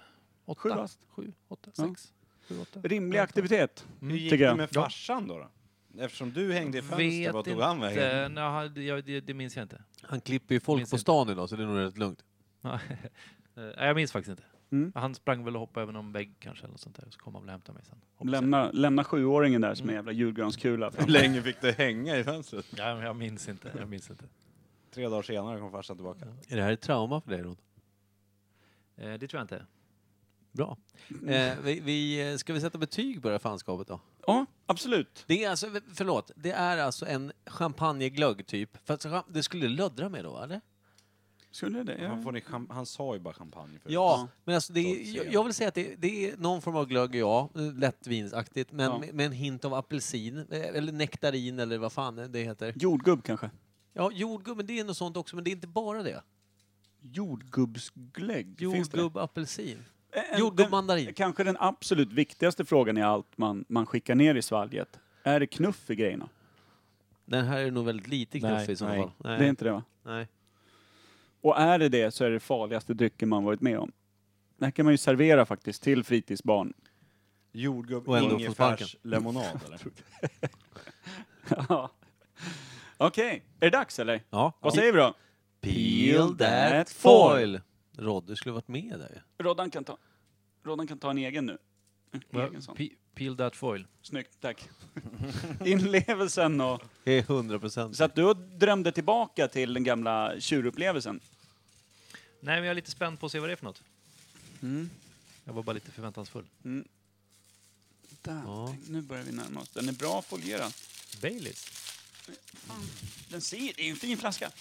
Speaker 4: Sju
Speaker 2: Åtta?
Speaker 4: bast.
Speaker 2: Sju, åtta,
Speaker 4: Ja.
Speaker 2: sex, sju, åtta.
Speaker 4: Rimlig aktivitet.
Speaker 3: Hur gick
Speaker 4: Tycker
Speaker 3: det
Speaker 4: jag.
Speaker 3: med
Speaker 2: Ja.
Speaker 3: farsan då? då? Eftersom du hängde i fönstret,
Speaker 2: Vet
Speaker 3: vad tog han vägen?
Speaker 2: inte. Nej, han- det- jag, det, det minns jag inte.
Speaker 1: Han klipper ju folk
Speaker 2: Minns
Speaker 1: på
Speaker 2: inte.
Speaker 1: stan idag så det är nog rätt lugnt.
Speaker 2: Eh, Nej, jag minns faktiskt inte.
Speaker 4: Mm.
Speaker 2: Han sprang väl och hoppade över någon vägg kanske, eller något sånt där. Så kom han väl och hämtade mig sen. hoppas jag.
Speaker 4: Lämna, lämna sjuåringen där som en
Speaker 2: Mm.
Speaker 4: jävla julgranskula.
Speaker 3: Hur länge fick du hänga i fönstret?
Speaker 2: Ja, men jag minns inte. Jag minns inte.
Speaker 3: Tre dagar senare kom farsan tillbaka.
Speaker 1: Är det här ett trauma för dig Rod?
Speaker 2: Eh, det tror jag inte.
Speaker 1: Bra. Eh, vi, vi, eh, ska vi sätta betyg på det här fanskapet då?
Speaker 4: Ja, absolut.
Speaker 1: Det är alltså, förlåt, det är alltså en champagneglögg typ. Fast det skulle löddra med då, eller?
Speaker 4: Skulle det?
Speaker 3: Han,
Speaker 4: Ja.
Speaker 3: får ni champ- han sa ju bara champagne
Speaker 4: Typ.
Speaker 3: förut.
Speaker 1: Ja, men alltså det är,
Speaker 3: Då ser
Speaker 1: jag- jag vill säga att det, det är någon form av glögg, ja, lättvinsaktigt, men
Speaker 4: Ja.
Speaker 1: med, med en hint av apelsin, eh, eller nektarin eller vad fan det heter.
Speaker 4: Jordgubb kanske?
Speaker 1: Ja, jordgubben, det är något sånt också, men det är inte bara det.
Speaker 4: Jordgubbsglögg? finns det?
Speaker 1: Jordgubb, apelsin.
Speaker 4: En-
Speaker 1: Jordgubb,
Speaker 4: den-
Speaker 1: mandarin.
Speaker 4: Kanske den absolut viktigaste frågan i allt man, man skickar ner i svalget. Är det knuff i grejerna?
Speaker 1: Den här är nog väldigt lite
Speaker 2: Nej,
Speaker 1: knuffig i så
Speaker 4: nej.
Speaker 1: fall. Nej,
Speaker 4: Det är inte det va?
Speaker 1: nej.
Speaker 4: Och är det det så är det farligaste drycken man varit med om. Det här kan man ju servera faktiskt till fritidsbarn.
Speaker 3: Jordgubb,
Speaker 1: Och ändå fått
Speaker 3: ingefärslemonad eller?
Speaker 4: Ja. Okej, är det dags eller?
Speaker 1: Ja.
Speaker 4: Vad säger vi då?
Speaker 1: Peel that foil! Rod, du skulle varit med där ju.
Speaker 4: Roddan kan ta, Roddan kan ta en egen nu. En egen sån.
Speaker 2: Pe- peel that foil.
Speaker 4: Snyggt, tack. Inlevelsen och...
Speaker 1: Det är 100 procent.
Speaker 4: Så att du drömde tillbaka till den gamla tjurupplevelsen.
Speaker 2: Nej, men jag är lite spänd på att se vad det är för något.
Speaker 4: Mm.
Speaker 2: Jag var bara lite förväntansfull.
Speaker 4: Där,
Speaker 1: Ja.
Speaker 4: tänk, nu börjar vi närma oss. Den är bra folierad.
Speaker 2: Baileys?
Speaker 4: Den ser, det är en fin flaska.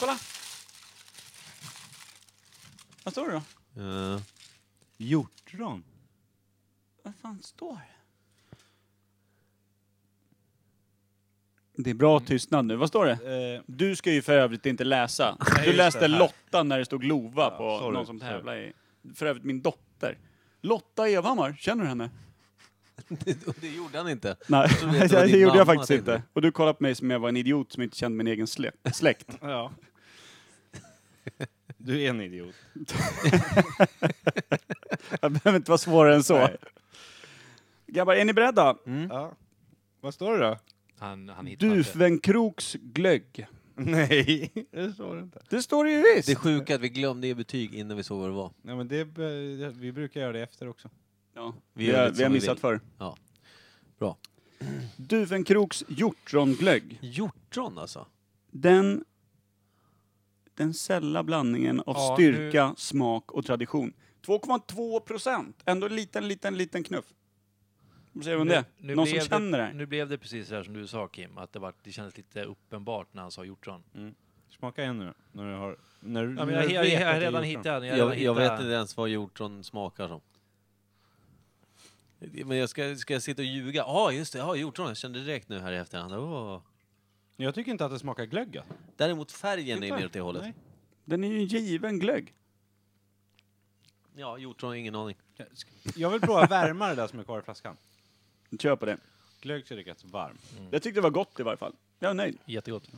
Speaker 4: Kolla! Vad står det då?
Speaker 3: Hjortron.
Speaker 4: Vad fan står det? Det är bra tystnad nu. Vad står det?
Speaker 3: Eh,
Speaker 4: Du ska ju för övrigt inte läsa. Du
Speaker 3: just det,
Speaker 4: läste
Speaker 3: här.
Speaker 4: Lotta när det stod Lova
Speaker 3: Ja,
Speaker 4: på
Speaker 3: sorry,
Speaker 4: någon som
Speaker 3: sorry.
Speaker 4: tävlar i... För övrigt min dotter. Lotta Evhammar, känner du henne?
Speaker 1: det, det gjorde han inte.
Speaker 4: Nej,
Speaker 1: Så vet du vad
Speaker 4: det
Speaker 1: din
Speaker 4: gjorde
Speaker 1: mamma
Speaker 4: jag faktiskt
Speaker 1: tänkte.
Speaker 4: inte. Och du kollade på mig som jag var en idiot som inte kände min egen slä- släkt.
Speaker 3: ja. Du är en idiot.
Speaker 4: Jag behöver inte vara svårare än så.
Speaker 3: Nej.
Speaker 4: Grabbar, är ni beredda?
Speaker 2: Mm.
Speaker 3: Ja. Vad står det då?
Speaker 2: Han, han hittade inte.
Speaker 4: Dufvenkroks glögg.
Speaker 3: Nej, det står det inte.
Speaker 4: Det står det ju visst!
Speaker 1: Det sjuka är att vi glömde ge betyg innan vi såg vad det var.
Speaker 3: Nej men det, be- vi brukar göra det efter också.
Speaker 4: Ja,
Speaker 1: Vi
Speaker 4: vi,
Speaker 1: gör
Speaker 4: har,
Speaker 1: lite
Speaker 4: vi har
Speaker 1: som vi
Speaker 4: missat
Speaker 1: vill.
Speaker 4: förr.
Speaker 1: Ja. Bra.
Speaker 4: Dufvenkroks hjortronglögg.
Speaker 1: Hjortron alltså?
Speaker 4: Den, den sälla blandningen av
Speaker 2: Ja,
Speaker 4: styrka, smak och tradition. 2,2 procent! Ändå en liten, liten, liten knuff. Vad säger du om det? Någon som
Speaker 2: blev
Speaker 4: känner det här?
Speaker 2: Nu blev det precis det här som du sa Kim, att det, var, det kändes lite uppenbart när han sa hjortron.
Speaker 3: smaka igen nu. När du har... När, du-
Speaker 2: Ja, men
Speaker 3: när
Speaker 2: jag,
Speaker 3: du
Speaker 2: jag,
Speaker 3: vet
Speaker 2: jag,
Speaker 3: att
Speaker 2: har
Speaker 3: det är
Speaker 2: redan
Speaker 3: hjortron.
Speaker 2: hittat den. har
Speaker 1: Jag,
Speaker 2: redan
Speaker 1: jag vet
Speaker 2: hittat-
Speaker 1: inte ens vad hjortron smakar som. Men jag ska, ska jag sitta och ljuga? Ja, ah, just det. Ja, hjortron. Jag kände direkt nu här i efterhand. Åh.
Speaker 3: Jag tycker inte att det smakar glögg. alltså.
Speaker 1: Däremot färgen är
Speaker 3: Titta.
Speaker 1: mer åt det hållet.
Speaker 3: Nej.
Speaker 4: Den är ju en given glögg.
Speaker 1: Ja, hjortron, ingen aning.
Speaker 3: Jag vill prova att värma det där som är kvar i flaskan.
Speaker 4: Kör på det.
Speaker 3: Glögg ska drickas varm.
Speaker 4: Jag tyckte det var gott i varje fall. Jag är nöjd.
Speaker 2: Jättegott.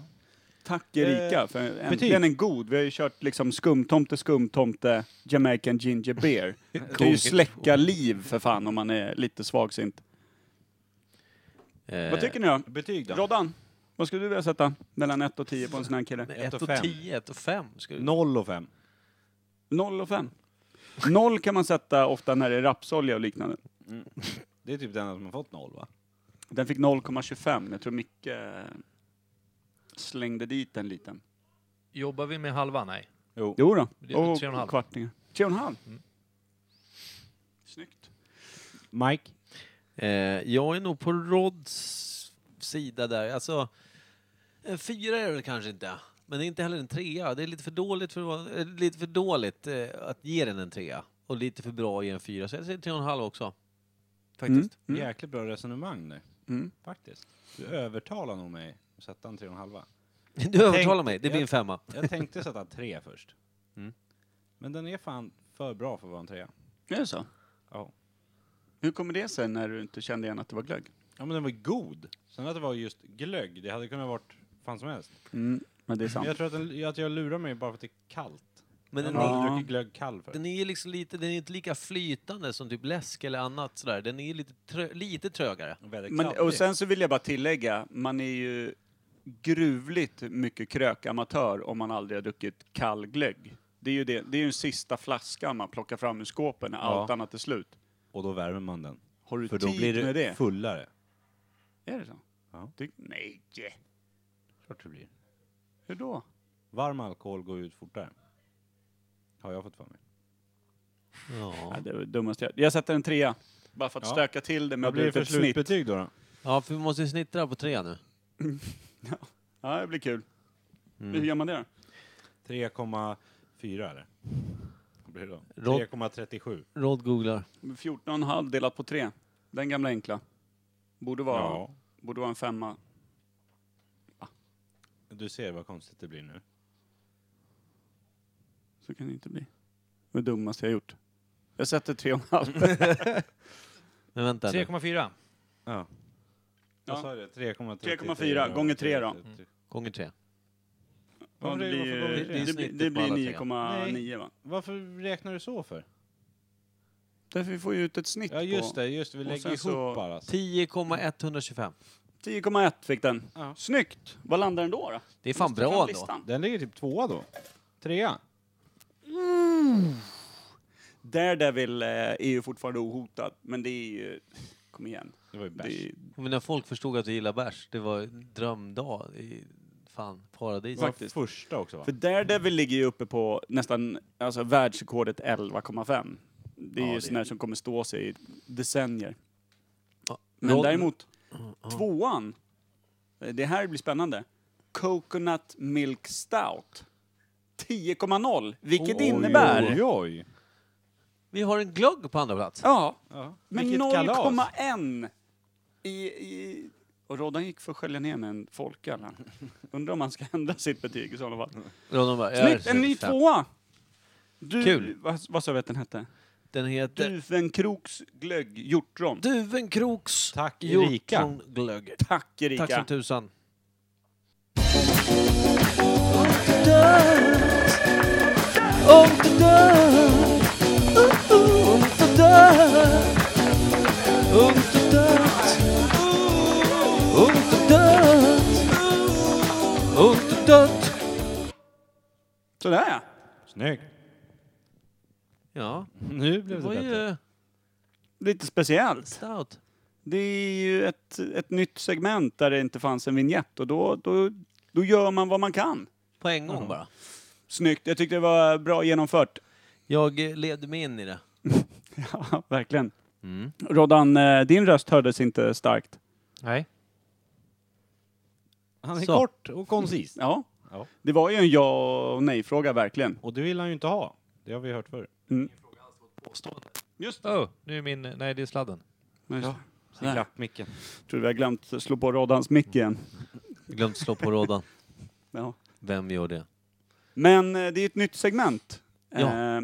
Speaker 4: Tack Erika
Speaker 3: Eh,
Speaker 4: för
Speaker 3: betyg.
Speaker 4: äntligen en god. Vi har ju kört liksom skumtomte, skumtomte, Jamaican ginger beer. Det är ju släcka liv för fan om man är lite svagsint.
Speaker 1: Eh,
Speaker 4: Vad tycker ni då?
Speaker 3: Betyg då?
Speaker 4: Roddan, vad skulle du vilja sätta mellan 1 och 10 på en sån här kille?
Speaker 1: men
Speaker 3: Ett
Speaker 1: Eh, ett
Speaker 3: och
Speaker 1: och
Speaker 3: fem.
Speaker 1: 10, ett och 5.
Speaker 3: 0 och 5.
Speaker 4: 0 och 5. 0 kan man sätta ofta när det är rapsolja och liknande.
Speaker 3: Det är typ den som har fått 0 va?
Speaker 4: Den fick 0,25. Jag tror Micke eh, slängde dit en liten.
Speaker 2: Jobbar vi med halva? Nej.
Speaker 3: Jo.
Speaker 4: Jo då.
Speaker 2: Det är
Speaker 4: och,
Speaker 2: tre och en halv.
Speaker 4: kvartningar. 3,5.
Speaker 2: Mm.
Speaker 4: Snyggt.
Speaker 3: Mike?
Speaker 1: Eh, jag är nog på Rods sida där. Alltså, en fyra är det kanske inte. Men det är inte heller en trea. Det är lite för dåligt, för, att vara- eh, lite för dåligt eh, att ge den en trea. Och lite för bra att ge en fyra. Så jag säger tre och en halv också.
Speaker 3: Mm.
Speaker 1: Faktiskt.
Speaker 4: Mm.
Speaker 3: Jäkligt bra resonemang nu.
Speaker 4: Mm.
Speaker 3: Faktiskt. Du övertalar nog mig att sätta en 3,5.
Speaker 1: Du övertalar mig. Det
Speaker 3: jag-
Speaker 1: blir en femma.
Speaker 3: Jag tänkte sätta en 3 först.
Speaker 1: Mm.
Speaker 3: Men den är fan för bra för att vara en 3.
Speaker 4: Är det så?
Speaker 3: Ja.
Speaker 4: Hur kommer det sig när du inte kände igen att det var glögg?
Speaker 3: ja men den var god. Sen att det var just glögg, det hade kunnat varit fan som helst.
Speaker 4: Mm, Men det är
Speaker 3: Men
Speaker 4: sant.
Speaker 3: jag tror att, den, att jag lurar mig bara för att det är kallt.
Speaker 1: Men den
Speaker 3: jag har
Speaker 1: är,
Speaker 4: Ja.
Speaker 3: aldrig druckit glögg kall förut.
Speaker 1: den är ju liksom lite, den är inte lika flytande som typ läsk eller annat sådär. Den är ju lite, trö, lite trögare.
Speaker 3: Väldigt
Speaker 4: Men,
Speaker 3: kall.
Speaker 4: och sen så vill jag bara tillägga, man är ju gruvligt mycket krökamatör om man aldrig har druckit kall glögg. Det är ju det, det är ju den sista flaskan man plockar fram ur skåpen när allt
Speaker 3: Ja.
Speaker 4: annat är slut.
Speaker 3: Och då värmer man den.
Speaker 4: Har du
Speaker 3: För
Speaker 4: tid
Speaker 3: då blir
Speaker 4: med
Speaker 3: det
Speaker 4: det?
Speaker 3: fullare.
Speaker 4: Är det så?
Speaker 3: Ja.
Speaker 4: Det, nej!
Speaker 3: Klart det blir.
Speaker 4: Hur då?
Speaker 3: Varm alkohol går ut fortare. Har jag fått för mig.
Speaker 1: Ja.
Speaker 4: Ja, det var det dummaste jag... Jag sätter en trea. Bara för att
Speaker 3: Ja.
Speaker 4: stöka till det med
Speaker 3: Vad
Speaker 4: att
Speaker 3: blir det
Speaker 4: bli
Speaker 3: för
Speaker 4: ett snitt.
Speaker 3: slutbetyg då? då?
Speaker 1: ja, för vi måste ju snittra på tre nu.
Speaker 4: Ja, det blir kul.
Speaker 3: Mm.
Speaker 4: Hur gör man det då?
Speaker 3: 3,4 eller? Vad blir det då?
Speaker 1: Rod-
Speaker 3: 3,37.
Speaker 1: Rod googlar.
Speaker 4: 14,5 delat på 3. Den gamla enkla. Borde vara,
Speaker 3: Ja.
Speaker 4: borde vara en femma.
Speaker 3: Du ser vad konstigt det blir nu.
Speaker 4: Så kan det inte bli. Det var det dummaste jag gjort. Jag sätter
Speaker 3: Mm.
Speaker 4: 3,5.
Speaker 1: Men vänta nu.
Speaker 2: 3,4.
Speaker 3: Ja.
Speaker 4: Ja.
Speaker 3: Vad sa du? 3,34.
Speaker 4: 3,4 gånger tre då.
Speaker 1: Gånger tre.
Speaker 4: Ja, det, blir,
Speaker 3: Mm. Varför-
Speaker 4: det,
Speaker 3: varför-
Speaker 4: blir- det, blir- det blir 9,9 va?
Speaker 3: Varför räknar du så för?
Speaker 4: Därför vi får ju ut ett snitt
Speaker 3: Ja just
Speaker 4: på...
Speaker 3: det, just det. Vi
Speaker 4: Och
Speaker 3: lägger
Speaker 4: sen
Speaker 3: ihop
Speaker 4: så-
Speaker 3: bara.
Speaker 1: 10,125.
Speaker 4: 10,1 fick den.
Speaker 3: Ja.
Speaker 4: Snyggt! Vad landar den då? då?
Speaker 1: Det är fan
Speaker 4: Måste ta
Speaker 1: bra
Speaker 4: fram
Speaker 1: ändå.
Speaker 4: listan.
Speaker 3: Den ligger typ tvåa då. Trea.
Speaker 4: Daredevil eh, är ju fortfarande ohotad, men det är ju... Kom igen.
Speaker 3: Det var ju bäst.
Speaker 4: Det är,
Speaker 1: Men när folk förstod att vi gillar bärs, det var en drömdag i fan
Speaker 3: Det
Speaker 1: paradis.
Speaker 3: var
Speaker 4: faktiskt.
Speaker 3: första också va?
Speaker 4: För Daredevil ligger ju uppe på nästan alltså, världsrekordet 11,5. Det är
Speaker 3: Ja,
Speaker 4: ju
Speaker 3: det-
Speaker 4: sån här som kommer stå sig i decennier.
Speaker 1: Ja,
Speaker 4: Men
Speaker 1: Ron-
Speaker 4: däremot, tvåan. eh, Det här blir spännande. Coconut Milk Stout. 10,0, vilket
Speaker 3: Oj,
Speaker 4: innebär...
Speaker 3: Oj, oj.
Speaker 1: Vi har en glögg på andra plats.
Speaker 4: Ja,
Speaker 3: Ja.
Speaker 4: men
Speaker 3: Vilket kalas.
Speaker 4: 0,1 i, i... Och Roddan gick för att skölja ner med en folköl. här. Undrar om han ska ändra sitt betyg i sådana fall.
Speaker 1: Ronald bara, jag
Speaker 4: Snyggt, en ny
Speaker 1: ser fram.
Speaker 4: tvåa! Du,
Speaker 1: Kul.
Speaker 4: Vad, vad sa vi att den hette?
Speaker 1: Den
Speaker 4: Mm.
Speaker 1: heter
Speaker 4: Duvenkroks glögg hjortron.
Speaker 1: Duvenkroks
Speaker 3: Tack, Erika.
Speaker 1: hjortronglögg.
Speaker 4: Tack Erika.
Speaker 1: Tack som tusan.
Speaker 4: Sådär ja.
Speaker 3: Snyggt.
Speaker 1: Ja,
Speaker 3: Nu
Speaker 1: det
Speaker 3: blev det,
Speaker 1: var
Speaker 3: bättre.
Speaker 1: ju
Speaker 4: Lite speciellt.
Speaker 1: stout.
Speaker 4: Det är ju ett, ett nytt segment där det inte fanns en vignett och då, då, då gör man vad man kan.
Speaker 1: På en gång bara.
Speaker 4: Snyggt, jag tyckte det var bra genomfört.
Speaker 1: Jag eh, ledde mig in i det.
Speaker 4: Ja, verkligen. Roddan, eh, din röst hördes inte starkt.
Speaker 2: Nej.
Speaker 3: Han är
Speaker 1: Så.
Speaker 3: kort och koncis.
Speaker 4: Ja,
Speaker 3: Ja.
Speaker 4: Det var ju en ja och nej-fråga verkligen.
Speaker 3: Och det vill han ju inte ha. Det har vi hört förr.
Speaker 4: Just
Speaker 2: Oh, nu är min... Nej, det är sladden.
Speaker 4: Ja.
Speaker 3: Klapp micken.
Speaker 4: Tror vi har glömt slå på Roddans mick igen.
Speaker 1: Glömt slå på rådan.
Speaker 4: Ja.
Speaker 1: Vem gör det?
Speaker 4: Men eh, det är ett nytt segment.
Speaker 1: Ja.
Speaker 4: Eh, eh,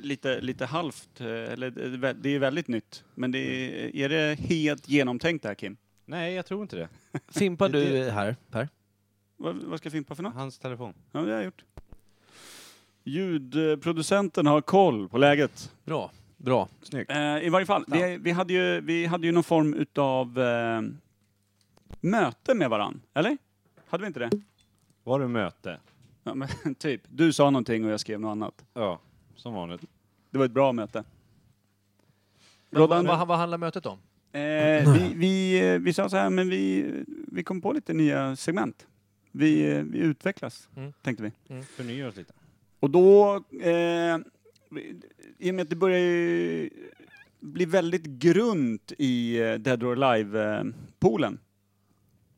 Speaker 4: lite, lite halvt, eh, eller det är vä- det är väldigt nytt. Men det
Speaker 2: Mm.
Speaker 4: är, är det helt genomtänkt det här Kim?
Speaker 3: Nej, jag tror inte det.
Speaker 1: Fimpar
Speaker 3: Det-
Speaker 1: du här, Per?
Speaker 4: Vad, vad ska jag Fimpa för något?
Speaker 3: Hans telefon.
Speaker 4: Ja, det har jag gjort. Ljudproducenten har koll på läget.
Speaker 1: Bra. Bra.
Speaker 3: Snyggt.
Speaker 4: Eh, I varje fall, vi, vi, hade ju, vi hade ju någon form utav eh, möte med varann, eller? Hade vi inte det?
Speaker 3: Var det möte?
Speaker 4: Ja, men, typ, du sa någonting och jag skrev något annat.
Speaker 3: Ja, som vanligt.
Speaker 4: Det var ett bra möte.
Speaker 2: Men
Speaker 4: Rodan-
Speaker 2: vad, vad, vad handlar mötet om?
Speaker 4: Eh, vi, vi, eh, vi sa så här, men vi, vi kom på lite nya segment. Vi, eh, vi utvecklas,
Speaker 2: Mm.
Speaker 4: tänkte vi.
Speaker 3: Förnya oss lite.
Speaker 4: Och då, eh, vi- i och med att det börjar ju bli väldigt grunt i eh, Dead or Alive-poolen.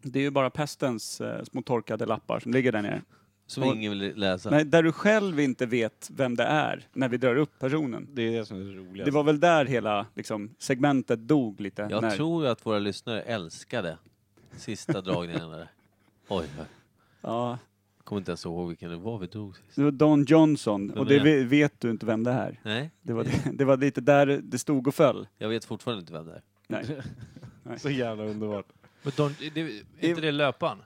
Speaker 4: Det är ju bara pestens eh, små torkade lappar som ligger där nere.
Speaker 1: Som
Speaker 4: Och-
Speaker 1: ingen vill läsa.
Speaker 4: Nej, där du själv inte vet vem det är när vi drar upp personen.
Speaker 3: Det är det som är det roliga.
Speaker 4: Det var väl där hela liksom, segmentet dog lite.
Speaker 1: Jag
Speaker 4: när-
Speaker 1: tror att våra lyssnare älskade sista dragningen där. Oj, jag
Speaker 4: ja,
Speaker 1: kommer inte ens ihåg vilken det var vi drog sist.
Speaker 4: det var Don Johnson,
Speaker 1: Vem
Speaker 4: och
Speaker 1: är
Speaker 4: det
Speaker 1: det?
Speaker 4: ve- vet du inte vem det är.
Speaker 1: Nej,
Speaker 4: Det var, det var lite där det stod och föll.
Speaker 1: jag vet fortfarande inte vem det är.
Speaker 4: Nej.
Speaker 3: Så jävla underbart.
Speaker 2: Men Don, det, är inte det löparen?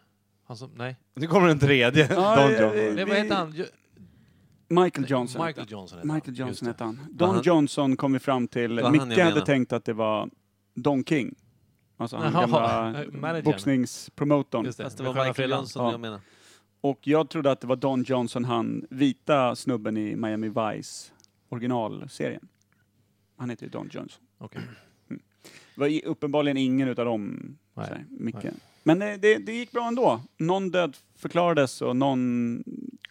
Speaker 2: Han som, nej.
Speaker 3: Nu kommer den tredje.
Speaker 4: Ja,
Speaker 3: Don
Speaker 4: ja, ja.
Speaker 3: John.
Speaker 2: nej vad heter han? Jo-
Speaker 4: Michael Johnson.
Speaker 2: Michael Johnson heter
Speaker 4: Michael
Speaker 2: han.
Speaker 4: Johnson
Speaker 2: Just det.
Speaker 4: hette han. Don
Speaker 1: han-
Speaker 4: Johnson kom vi fram till.
Speaker 1: han jag
Speaker 4: Micke hade
Speaker 1: menar.
Speaker 4: tänkt att det var Don King. Alltså han
Speaker 2: Jaha,
Speaker 4: gamla
Speaker 2: managern.
Speaker 4: boxningspromotorn.
Speaker 2: Just det.
Speaker 1: Fast det
Speaker 2: med
Speaker 1: var
Speaker 2: Stjärnan
Speaker 1: Michael
Speaker 2: Frillan.
Speaker 1: Johnson
Speaker 4: Ja.
Speaker 1: jag menar.
Speaker 4: Och jag trodde att det var Don Johnson, han vita snubben i Miami Vice originalserien. Han heter ju Don Johnson.
Speaker 2: Okej.
Speaker 4: Mm. Det var i- uppenbarligen ingen utav dem,
Speaker 2: Nej.
Speaker 4: såhär, Micke.
Speaker 2: Nej.
Speaker 4: Men eh, det, det gick bra ändå. Någon död förklarades och någon...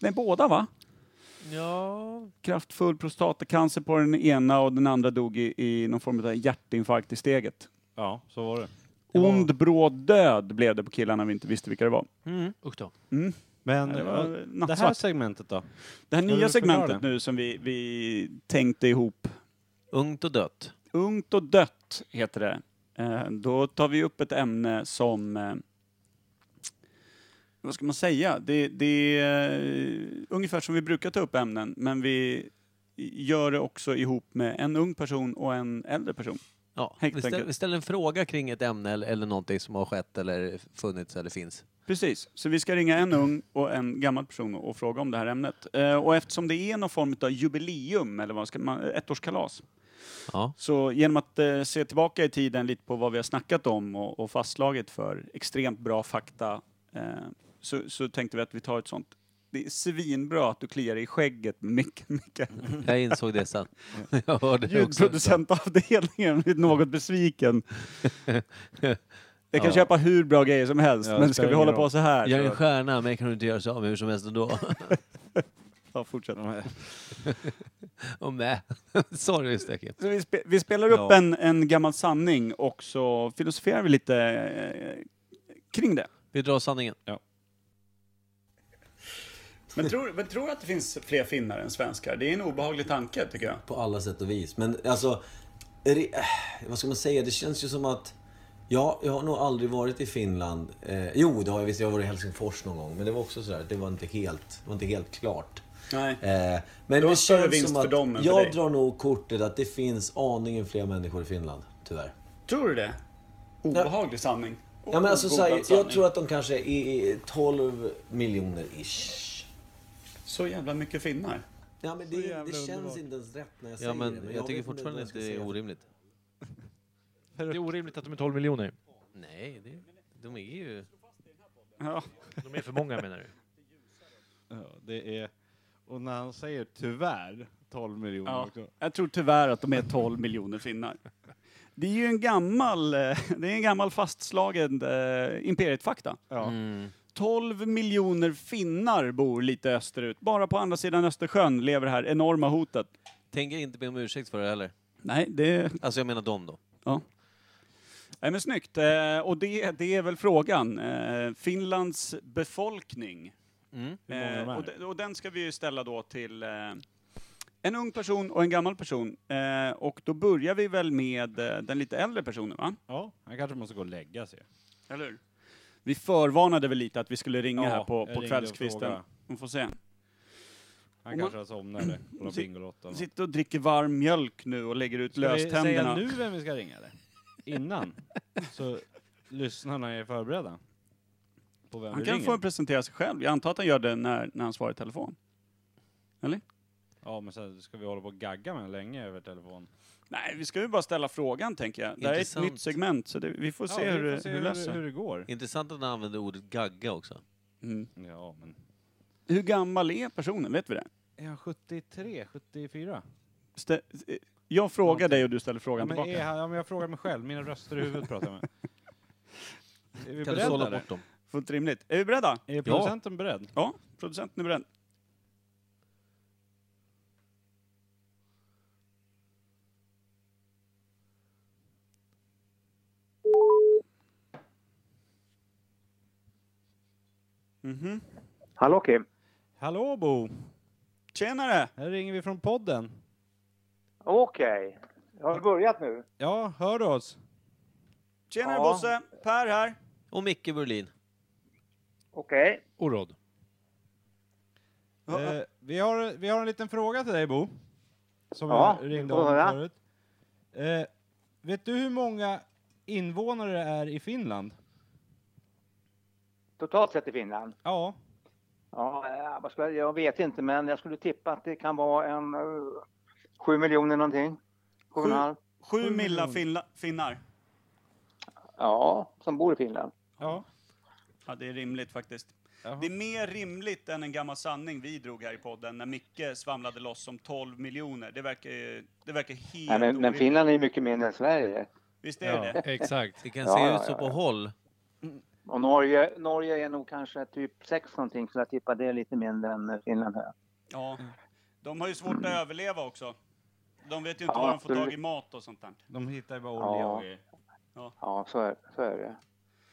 Speaker 4: Nej, båda va?
Speaker 1: Ja,
Speaker 4: kraftfull prostatacancer på den ena och den andra dog i, i någon form av hjärtinfarkt i steget.
Speaker 3: Ja, så var det.
Speaker 2: Det var-
Speaker 4: Ond, bråd död blev det på killarna vi inte visste vilka det var.
Speaker 2: Usch då.
Speaker 4: Mm.
Speaker 3: Men eh, det,
Speaker 4: Ja, Det, var
Speaker 3: det
Speaker 4: nattsvart.
Speaker 3: här segmentet då?
Speaker 4: det här
Speaker 3: Ska
Speaker 4: nya
Speaker 3: du förklara
Speaker 4: segmentet
Speaker 3: det?
Speaker 4: nu som vi, vi tänkte ihop,
Speaker 1: ungt och dött.
Speaker 4: Ungt och dött heter det. Eh, då tar vi upp ett ämne som, eh, vad ska man säga, det, det är eh, ungefär som vi brukar ta upp ämnen, men vi gör det också ihop med en ung person och en äldre person.
Speaker 1: Ja,
Speaker 4: Helt
Speaker 1: vi, ställer,
Speaker 4: enkelt.
Speaker 1: vi ställer en fråga kring ett ämne eller, eller någonting som har skett eller funnits eller finns.
Speaker 4: Precis, så vi ska ringa en ung och en gammal person och och fråga om det här ämnet. Eh, Och eftersom det är någon form av jubileum, eller vad ska man, ettårskalas,
Speaker 1: Ja.
Speaker 4: så genom att eh, se tillbaka i tiden lite på vad vi har snackat om och, och fastslagit för extremt bra fakta, eh, så, så tänkte vi att vi tar ett sånt. Det är svinbra att du kliar i skägget med Micke- Micke.
Speaker 1: Jag insåg det sen. Jag hörde det också.
Speaker 4: Ljudproducentavdelningen blir något besviken. Jag kan
Speaker 1: Ja.
Speaker 4: köpa hur bra grejer som helst,
Speaker 3: Ja, det
Speaker 4: men ska
Speaker 3: spelar
Speaker 4: vi
Speaker 3: ingen
Speaker 4: hålla
Speaker 3: roll.
Speaker 4: på så här?
Speaker 1: Jag är en
Speaker 4: Så,
Speaker 1: stjärna, men jag kan inte göra sig av med hur som helst ändå.
Speaker 4: ja, fortsätt.
Speaker 1: Och med. Sorry, Stökigt.
Speaker 4: Så vi, spe, vi spelar upp
Speaker 1: Ja.
Speaker 4: en, en gammal sanning och så filosoferar vi lite eh, kring det.
Speaker 1: Vi drar sanningen.
Speaker 4: Men tror, men tror du att det finns fler finnar än svenskar? Det är en obehaglig tanke tycker jag.
Speaker 6: på alla sätt och vis. Men alltså, re, äh, vad ska man säga? Det känns ju som att... Ja, jag har nog aldrig varit i Finland. Eh, jo, det har jag visst. Jag har varit i Helsingfors någon gång. Men det var också sådär, det var inte helt, det var inte helt klart.
Speaker 4: Nej.
Speaker 6: Eh, men
Speaker 4: Det
Speaker 6: det,
Speaker 4: var större
Speaker 6: känns
Speaker 4: vinst
Speaker 6: som
Speaker 4: för
Speaker 6: att
Speaker 4: dem än för
Speaker 6: jag
Speaker 4: dig.
Speaker 6: drar nog kortet att det finns aningen fler människor i Finland, tyvärr.
Speaker 4: Tror du det? Obehaglig sanning.
Speaker 6: Ja, men alltså,
Speaker 4: Ogodad
Speaker 6: så här, jag
Speaker 4: sanning.
Speaker 6: tror att de kanske är 12 miljoner-ish.
Speaker 4: Så jävla mycket finnar.
Speaker 6: Ja, men
Speaker 4: Så jävla
Speaker 6: det, det känns
Speaker 4: underbart.
Speaker 6: inte ens rätt när jag säger
Speaker 1: Ja,
Speaker 6: det. men
Speaker 1: men jag tycker
Speaker 6: vet inte vad
Speaker 1: fortfarande
Speaker 6: jag
Speaker 1: inte
Speaker 6: ska
Speaker 1: det är
Speaker 6: säga.
Speaker 1: orimligt.
Speaker 2: Det är orimligt att de är 12 miljoner.
Speaker 1: Nej, det, de är ju...
Speaker 4: Ja.
Speaker 2: De är för många menar du?
Speaker 3: Ja, det är... Och när han säger tyvärr 12 miljoner
Speaker 4: Ja.
Speaker 3: också.
Speaker 4: Jag tror tyvärr att de är 12 miljoner finnar. Det är ju en gammal, eh, det är en gammal fastslagen eh, Imperiet-fakta.
Speaker 3: Ja.
Speaker 4: 12 miljoner finnar bor lite österut. Bara på andra sidan Östersjön lever det här enorma hotet.
Speaker 1: Tänker inte be om ursäkt för det heller.
Speaker 4: Nej, det...
Speaker 1: Alltså jag menar dem då.
Speaker 4: Ja. Nej, men snyggt. Eh, och det, det är väl frågan. Eh, Finlands befolkning
Speaker 1: Mm.
Speaker 3: Hur många de
Speaker 4: Eh,
Speaker 3: är?
Speaker 4: och, de- och den ska vi ju ställa då till eh, en ung person och en gammal person. Eh, och då börjar vi väl med eh, den lite äldre personen, va?
Speaker 3: Ja, han kanske måste gå och lägga sig.
Speaker 4: Eller hur? Vi förvarnade väl lite att vi skulle ringa
Speaker 3: Ja,
Speaker 4: här på,
Speaker 3: jag
Speaker 4: på
Speaker 3: ringde och
Speaker 4: kvällskvisten.
Speaker 3: frågade.
Speaker 4: Vi får se.
Speaker 3: Han
Speaker 4: Om
Speaker 3: kanske har somnat eller kollat
Speaker 4: Si-
Speaker 3: Bingolotto. eller något.
Speaker 4: Sitter och dricker varm mjölk nu och lägger ut
Speaker 3: Ska vi säga
Speaker 4: löständerna.
Speaker 3: nu vem vi ska ringa eller? Innan? Så lyssnarna är förberedda. På vem
Speaker 4: Han
Speaker 3: vi
Speaker 4: kan
Speaker 3: ringer.
Speaker 4: få presentera sig själv. Jag antar att han gör det när, när han svarar i telefon.
Speaker 3: Ja men sen ska vi hålla på och gagga med länge över telefon.
Speaker 4: Nej, vi ska ju bara ställa frågan tänker jag. Det här är ett
Speaker 1: Intressant.
Speaker 4: nytt segment så det, vi får se
Speaker 3: ja,
Speaker 4: hur,
Speaker 3: vi
Speaker 4: det-
Speaker 3: får se
Speaker 4: hur det
Speaker 3: hur,
Speaker 4: löser.
Speaker 3: hur det går.
Speaker 1: Intressant att han använder ordet gagga också.
Speaker 4: Mm.
Speaker 3: Ja men.
Speaker 4: Hur gammal är personen? Vet vi det?
Speaker 3: Är han 73, 74?
Speaker 4: Stä- eh, jag frågar dig och du ställer
Speaker 3: Ja,
Speaker 4: frågan
Speaker 3: men,
Speaker 4: tillbaka.
Speaker 3: är han, ja, men jag frågar mig själv, mina röster i huvudet pratar jag med. Är vi
Speaker 1: Kan du
Speaker 3: beredda
Speaker 1: sålla
Speaker 3: eller?
Speaker 1: bort dem?
Speaker 4: Fullt rimligt. Är vi beredda?
Speaker 3: Är producenten beredd?
Speaker 4: Ja, producenten är beredd. Mhm.
Speaker 7: Hallå Kim.
Speaker 3: Hallå Bo!
Speaker 4: Tjenare!
Speaker 3: Här ringer vi från podden.
Speaker 7: Okej. Har du börjat nu?
Speaker 3: Ja, hör du oss?
Speaker 4: Tjenare
Speaker 7: Ja.
Speaker 4: Bosse! Per här.
Speaker 1: Och Micke Berlin.
Speaker 7: Okej.
Speaker 2: Och Rod.
Speaker 4: Ja.
Speaker 3: Eh, vi, har, vi har en liten fråga till dig Bo. Som
Speaker 7: Ja,
Speaker 3: jag ringde
Speaker 7: får
Speaker 3: om
Speaker 7: höra.
Speaker 3: förut. Eh, vet du hur många invånare det är i Finland?
Speaker 7: Totalt sett i Finland?
Speaker 3: Ja,
Speaker 7: Ja, eh, vad ska jag- jag vet inte men jag skulle tippa att det kan vara en eh, sju miljoner någonting. Sju och en
Speaker 4: Sju?
Speaker 7: halv.
Speaker 4: Sju milla finla- finnar.
Speaker 7: Ja, som bor i Finland.
Speaker 3: ja.
Speaker 4: Ja, det är rimligt faktiskt.
Speaker 3: Jaha.
Speaker 4: Det är mer rimligt än en gammal sanning vi drog här i podden när Micke svamlade loss om 12 miljoner. Det verkar, ju- det verkar helt
Speaker 7: Nej, men, men
Speaker 4: orimligt.
Speaker 7: Finland är ju mycket mindre än Sverige.
Speaker 4: Visst är det det?
Speaker 2: Exakt.
Speaker 1: Det kan
Speaker 7: Ja,
Speaker 1: se
Speaker 7: ja,
Speaker 1: ut så
Speaker 7: ja,
Speaker 1: på
Speaker 7: ja.
Speaker 1: håll.
Speaker 7: Och Norge, Norge är nog kanske typ sex någonting så jag tippar det är lite mindre än eh, Finland här.
Speaker 4: Ja. De har ju svårt att överleva också. De vet ju inte
Speaker 7: Ja,
Speaker 4: var de får
Speaker 7: absolut.
Speaker 4: tag i mat och sånt där.
Speaker 3: de hittar ju bara olja
Speaker 7: Ja.
Speaker 3: och grejer.
Speaker 7: Ja, så är, så är det.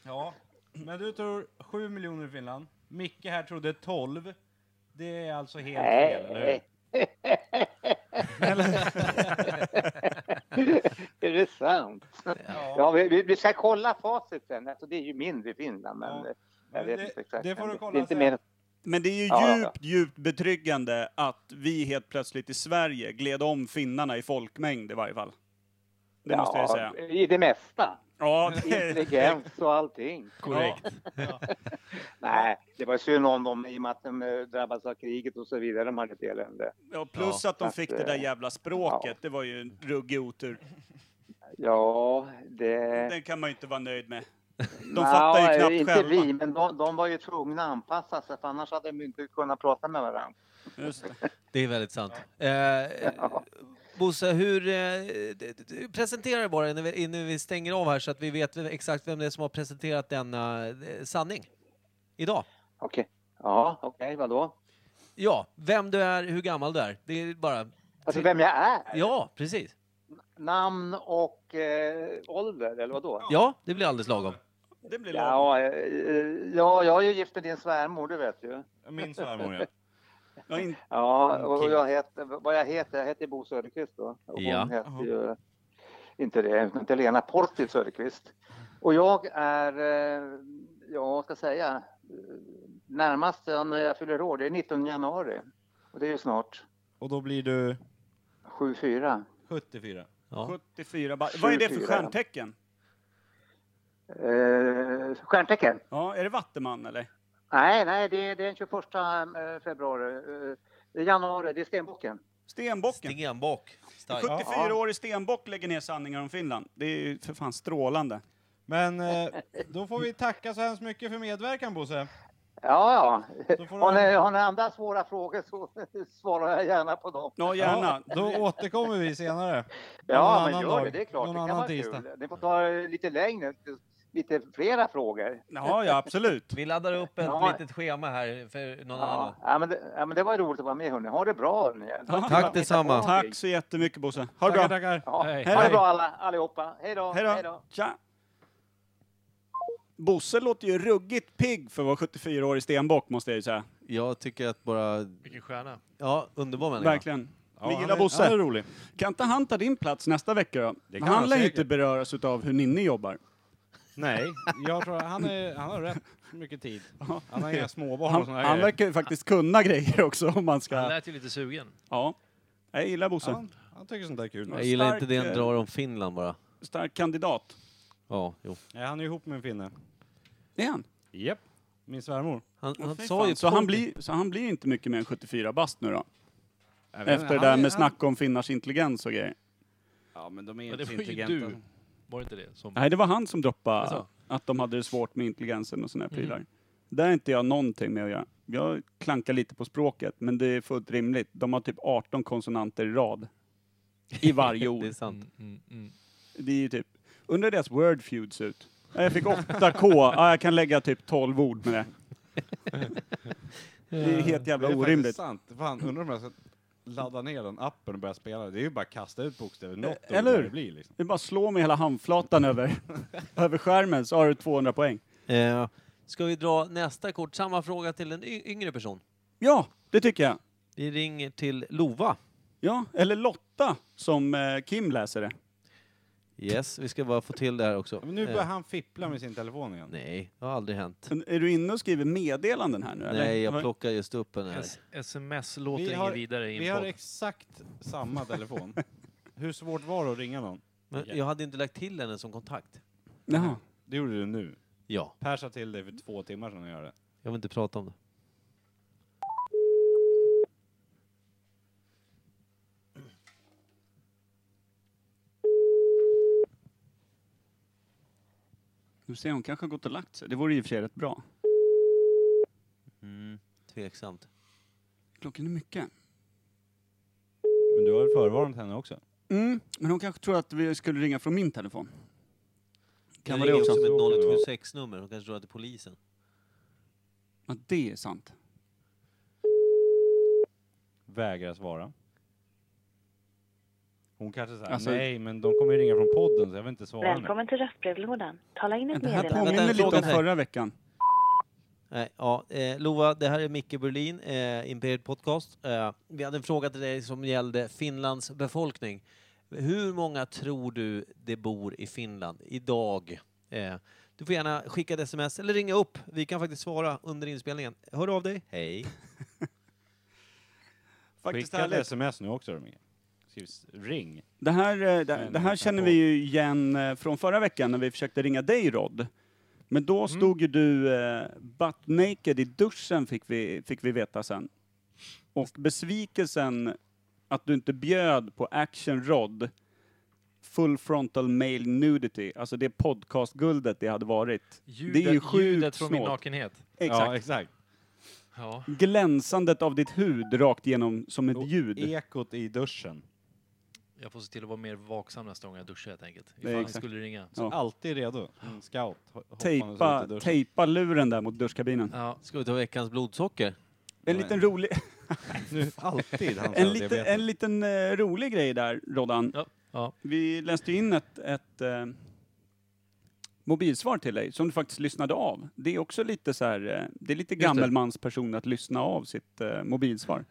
Speaker 3: Ja, men du tror 7 miljoner i Finland. Micke här trodde 12. Det är alltså helt fel, eller hur?
Speaker 7: Nej. är det sant? Ja, vi, vi- vi ska kolla facit sen. Alltså, det är ju mindre i Finland, men
Speaker 3: Ja,
Speaker 7: eh, jag
Speaker 3: men
Speaker 7: vet
Speaker 3: det-
Speaker 7: inte exakt.
Speaker 3: det får
Speaker 7: Men
Speaker 3: du
Speaker 7: det
Speaker 3: kolla
Speaker 7: är inte
Speaker 3: sen.
Speaker 7: mer...
Speaker 4: Men det är ju
Speaker 7: Ja, ja, ja.
Speaker 4: djupt, djupt betryggande att vi helt plötsligt i Sverige gled om finnarna i folkmängd i varje fall. Det måste jag säga.
Speaker 7: I det mesta.
Speaker 4: Ja, det,
Speaker 7: Intelligens och allting.
Speaker 2: Korrekt.
Speaker 7: Nej, det var synd om dem i och med att de eh, drabbades av kriget och så vidare. De hade ett elände.
Speaker 4: ja, plus att de
Speaker 7: att,
Speaker 4: fick det där
Speaker 7: eh,
Speaker 4: jävla språket. Det var ju en ruggig otur.
Speaker 7: Ja, det...
Speaker 4: Den kan man ju inte vara nöjd med. De
Speaker 7: Nja,
Speaker 4: fattar ju knappt
Speaker 7: inte
Speaker 4: själva.
Speaker 7: vi, men de, de var ju tvungna att anpassa sig för annars hade de inte kunnat prata med varandra.
Speaker 4: Just det.
Speaker 1: Det är väldigt sant. Eh, Bosse, hur... Eh, d- d- d- presentera det bara innan vi, innan vi stänger av här så att vi vet exakt vem det är som har presenterat denna eh, sanning. Idag.
Speaker 7: Okej. Ja, okej, vadå?
Speaker 1: Ja, vem du är, hur gammal du är. Det är bara...
Speaker 7: Alltså vem jag är?
Speaker 1: Ja, precis.
Speaker 7: Namn och eh, ålder, eller vadå?
Speaker 1: Ja, det blir alldeles lagom.
Speaker 4: Det blir lagom.
Speaker 7: Ja, eh, eh, ja, jag är ju gift med din svärmor, det vet du.
Speaker 3: Min svärmor, ja.
Speaker 4: Ja, in,
Speaker 7: Ja, och
Speaker 1: Okej.
Speaker 7: jag heter, vad jag heter, jag heter Bo Söderqvist då. Och hon
Speaker 1: Ja.
Speaker 7: heter ju, inte det, utan heter Lena Porti Söderqvist. Och jag är, eh, ja, vad ska jag säga, eh, närmast när jag fyller år, det är 19 januari. Och det är ju snart
Speaker 3: Och då blir du
Speaker 7: 7-4.
Speaker 3: 74.
Speaker 1: Ja.
Speaker 4: 74 bara. Vad är det för
Speaker 7: 74.
Speaker 4: stjärntecken?
Speaker 7: Eh, stjärntecken?
Speaker 4: Ja, är det Vattenman eller?
Speaker 7: Nej, nej, det är det är den 21 februari. eh, det är Januari, det är stenbocken.
Speaker 4: Stenbocken.
Speaker 1: Stenbock. Starkt.
Speaker 4: 74 år i stenbock lägger ner sanningar om Finland. Det är ju för fan strålande.
Speaker 3: Men eh, då får vi tacka så hemskt mycket för medverkan Bosse.
Speaker 7: Ja, ja.
Speaker 3: Då får
Speaker 7: Har
Speaker 3: du-
Speaker 7: ni, har ni andra svåra frågor så svarar jag gärna på dem.
Speaker 4: Ja, gärna.
Speaker 3: Ja, då återkommer vi senare.
Speaker 7: Ja,
Speaker 3: Någon
Speaker 7: men
Speaker 3: annan
Speaker 7: gör det.
Speaker 3: dag.
Speaker 7: Det är klart.
Speaker 3: Någon
Speaker 7: det kan
Speaker 3: annan
Speaker 7: vara
Speaker 3: tisdag.
Speaker 7: kul. Ni får ta eh, lite längre, lite flera frågor.
Speaker 4: Ja, ja, absolut.
Speaker 1: Vi laddar upp ett
Speaker 7: Ja.
Speaker 1: litet schema här för någon annan
Speaker 7: Ja, ja, men det, ja, men det var roligt att vara med hörni. Ha det bra hörni.
Speaker 4: Ja.
Speaker 1: Tack detsamma.
Speaker 4: Tack så jättemycket Bosse. Ha det
Speaker 3: Tackar,
Speaker 4: bra.
Speaker 3: tackar.
Speaker 7: Ja,
Speaker 2: Hej.
Speaker 7: ha
Speaker 4: Hej.
Speaker 7: det bra alla, allihopa. Hej då.
Speaker 4: Hej då. Tja. Bosse låter ju ruggigt pigg för att vara 74-årig stenbock, måste jag ju säga.
Speaker 1: Jag tycker att bara...
Speaker 2: Vilken stjärna.
Speaker 1: Ja, underbar människa.
Speaker 4: Verkligen.
Speaker 3: Ja,
Speaker 4: Vi
Speaker 3: han
Speaker 4: gillar
Speaker 3: är-
Speaker 4: Bosse.
Speaker 3: Han är rolig.
Speaker 4: Kan inte han ta din plats nästa vecka då?
Speaker 3: Det kan
Speaker 4: han
Speaker 3: han
Speaker 4: lär ju
Speaker 3: säkert.
Speaker 4: inte beröras av hur Ninni jobbar.
Speaker 3: Nej, jag tror han, är, han har rätt mycket tid. Han har inga småbarn och
Speaker 4: Han,
Speaker 3: såna här
Speaker 4: han
Speaker 3: grejer.
Speaker 4: verkar ju faktiskt kunna grejer också om man
Speaker 2: Han
Speaker 4: ska...
Speaker 2: lät ju lite sugen.
Speaker 4: Ja. Jag gillar Bosse.
Speaker 3: han, han tycker sånt där är kul.
Speaker 1: Jag gillar
Speaker 4: Stark,
Speaker 1: inte det han
Speaker 4: eh,
Speaker 1: drar om Finland bara.
Speaker 4: Stark kandidat.
Speaker 1: Ja, jo.
Speaker 3: Nej, han är ihop med en finne.
Speaker 4: Det är han.
Speaker 3: Japp. Min svärmor.
Speaker 1: Han,
Speaker 4: Åh,
Speaker 1: han
Speaker 4: fy
Speaker 1: sa
Speaker 4: fan.
Speaker 1: ju...
Speaker 4: så, han
Speaker 1: Poldi-
Speaker 4: blir, så han blir inte mycket mer än 74 bast nu då?
Speaker 3: Jag vet inte,
Speaker 4: Efter det
Speaker 3: han
Speaker 4: där
Speaker 3: är-
Speaker 4: med
Speaker 3: han-
Speaker 4: snack om finnars intelligens och grejer.
Speaker 3: Ja, men de är
Speaker 2: Men det
Speaker 3: inte så
Speaker 2: var ju
Speaker 3: intelligenta.
Speaker 2: du. Var det inte det? Som...
Speaker 4: alltså. Nej, det var han som droppade
Speaker 2: Alltså.
Speaker 4: att de hade det svårt med intelligensen och såna
Speaker 3: Mm.
Speaker 4: här prylar. Där är inte jag någonting med att göra. Jag klankar lite på språket, men det är fullt rimligt. De har typ 18 konsonanter i rad. I varje ord.
Speaker 1: Det är sant.
Speaker 2: Mm, mm, mm.
Speaker 4: Det är ju typ... Undrar hur deras word feuds ut. Ja, Jag fick 8K. Ja, jag kan lägga typ 12 ord med det. Det är helt
Speaker 3: Men
Speaker 4: jävla
Speaker 3: det är faktiskt
Speaker 4: orimligt.
Speaker 3: sant. Fan, undrar om jag ska ladda ner den appen och börja spela. det. Det är ju bara att kasta ut bokstäver. Något
Speaker 4: Eh, eller
Speaker 3: ord
Speaker 4: hur?
Speaker 3: det blir liksom.
Speaker 4: Det är bara att slå med hela handflatan över, över skärmen så har du 200 poäng.
Speaker 1: Eh, ska vi dra nästa kort? Samma fråga till en y- yngre person.
Speaker 4: Ja, det tycker jag.
Speaker 1: Vi ringer till Lova.
Speaker 4: Ja, eller Lotta som eh, Kim läser det.
Speaker 1: Yes, vi ska bara få till det här också.
Speaker 3: Men nu
Speaker 1: Eh,
Speaker 3: börjar han fippla med sin telefon igen.
Speaker 1: Nej, det har aldrig hänt.
Speaker 4: Men Är du inne och skriver meddelanden här nu eller?
Speaker 1: Nej, jag
Speaker 4: Vad-
Speaker 1: plockar just upp den här.
Speaker 2: S- Sms låter
Speaker 3: Vi
Speaker 2: inget
Speaker 3: har-
Speaker 2: vidare i
Speaker 3: Vi
Speaker 2: en
Speaker 3: har
Speaker 2: podd.
Speaker 3: exakt samma telefon. Hur svårt var det att ringa någon?
Speaker 1: Men jag hade inte lagt till henne som kontakt.
Speaker 4: Jaha.
Speaker 3: Det gjorde du nu.
Speaker 1: Ja.
Speaker 3: Per sa till dig för två timmar sedan att göra det.
Speaker 1: Jag vill inte prata om det.
Speaker 4: Nu ser jag, hon kanske har gått och lagt sig. Det vore i och för sig rätt bra.
Speaker 1: Mm, tveksamt.
Speaker 4: Klockan är mycket.
Speaker 3: Men du har ju förvarnat henne också.
Speaker 4: Mm, men hon kanske tror att vi skulle ringa från min telefon. Kan
Speaker 1: Kan
Speaker 4: vara
Speaker 1: jag
Speaker 4: det
Speaker 1: ringer
Speaker 4: också.
Speaker 1: också med
Speaker 3: Så kan det vara.
Speaker 1: ett 026-nummer. De kanske tror att det är polisen.
Speaker 4: Ja, det är sant.
Speaker 3: Vägrar svara. Hon kanske säger
Speaker 4: Alltså-
Speaker 3: nej, men de kommer ju ringa från podden så jag vill inte svara nu.
Speaker 8: Välkommen till röstbrevlådan. Tala in ett
Speaker 4: Det här
Speaker 8: meddelande.
Speaker 1: Vänta,
Speaker 4: påminner
Speaker 1: en
Speaker 4: lite
Speaker 1: fråga
Speaker 4: om
Speaker 1: till.
Speaker 4: förra veckan.
Speaker 1: Nej, ja, eh, Lova, det här är Micke Berlin, eh, Imperiet Podcast. Eh, vi hade en fråga till dig som gällde Finlands befolkning. Hur många tror du det bor i Finland idag? Eh, du får gärna skicka ett sms eller ringa upp. Vi kan faktiskt svara under inspelningen. Hör av dig. Hej.
Speaker 4: Faktiskt
Speaker 3: Skicka ett
Speaker 4: härligt.
Speaker 3: sms nu också då, Micke. Skrivs ring.
Speaker 4: Det här, eh, det, det här känner vi ju igen eh, från förra veckan när vi försökte ringa dig Rod. Men då stod ju du eh, butt naked i duschen fick vi, fick vi veta sen. Och besvikelsen att du inte bjöd på Action Rod Full Frontal Male Nudity, alltså det podcastguldet det hade varit.
Speaker 2: Ljudet,
Speaker 4: det är ju sjukt
Speaker 2: ljudet från min
Speaker 4: snålt.
Speaker 2: nakenhet.
Speaker 4: Exakt.
Speaker 3: Ja, exakt.
Speaker 2: Ja.
Speaker 4: Glänsandet av ditt hud rakt igenom som ett
Speaker 3: Och
Speaker 4: ljud.
Speaker 3: Ekot i duschen.
Speaker 2: Jag får se till att vara mer vaksam nästa gång jag duschar helt enkelt.
Speaker 4: är
Speaker 2: Ifall han
Speaker 4: exakt.
Speaker 2: skulle ringa.
Speaker 4: Ja.
Speaker 3: Alltid redo. En scout. ho- hoppandes ut i
Speaker 4: Tejpa,
Speaker 3: duschen.
Speaker 4: tejpa luren där mot duschkabinen.
Speaker 2: Ja.
Speaker 1: Ska vi ta veckans blodsocker?
Speaker 4: En liten rolig...
Speaker 3: Nu, alltid han
Speaker 4: En,
Speaker 3: säger
Speaker 4: lite,
Speaker 3: diabetes.
Speaker 4: en liten eh, rolig grej där, Roddan.
Speaker 2: Ja. Ja.
Speaker 4: Vi läste ju in ett, ett eh, mobilsvar till dig som du faktiskt lyssnade av. Det är också lite så här, eh, det är lite
Speaker 1: Just det.
Speaker 4: gammelmansperson att lyssna av sitt eh, mobilsvar.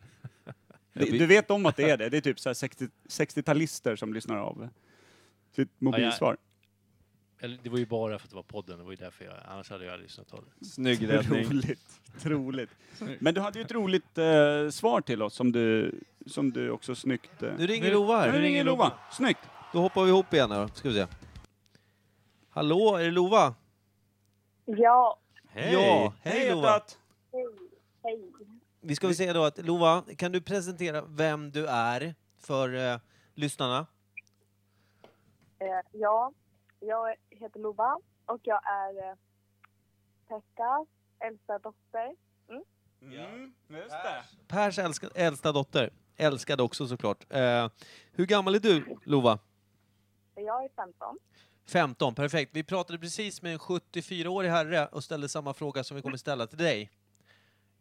Speaker 4: Det, du vet om att det är det. Det är typ så här 60 60-talister som lyssnar av sitt mobilsvar.
Speaker 2: Eller, det var ju bara för att det var podden. Det var ju därför jag, annars hade jag aldrig lyssnat på det.
Speaker 3: Snygg räddning.
Speaker 4: Roligt. Troligt. Men du hade ju ett roligt eh, svar till oss som du, som du också snyggt... Eh.
Speaker 1: Nu ringer
Speaker 2: Nu-
Speaker 1: Lova här.
Speaker 4: Nu ringer Lova. Snyggt.
Speaker 1: Då hoppar vi ihop igen här då. Ska vi se. Hallå, är det Lova?
Speaker 8: Ja,
Speaker 3: Hej!
Speaker 1: Ja, hej Lova.
Speaker 4: hjärtat.
Speaker 8: hej.
Speaker 1: Vi ska väl säga då att Lova, kan du presentera vem du är för eh, lyssnarna?
Speaker 8: Eh, ja, jag heter Lova och jag är eh, Pekkas äldsta dotter.
Speaker 4: Mm, just det.
Speaker 1: Pers älska, äldsta dotter. Älskad också såklart. Eh, hur gammal är du, Lova?
Speaker 8: Jag är 15.
Speaker 1: 15, perfekt. Vi pratade precis med en 74-årig herre och ställde samma fråga som vi kommer ställa till dig.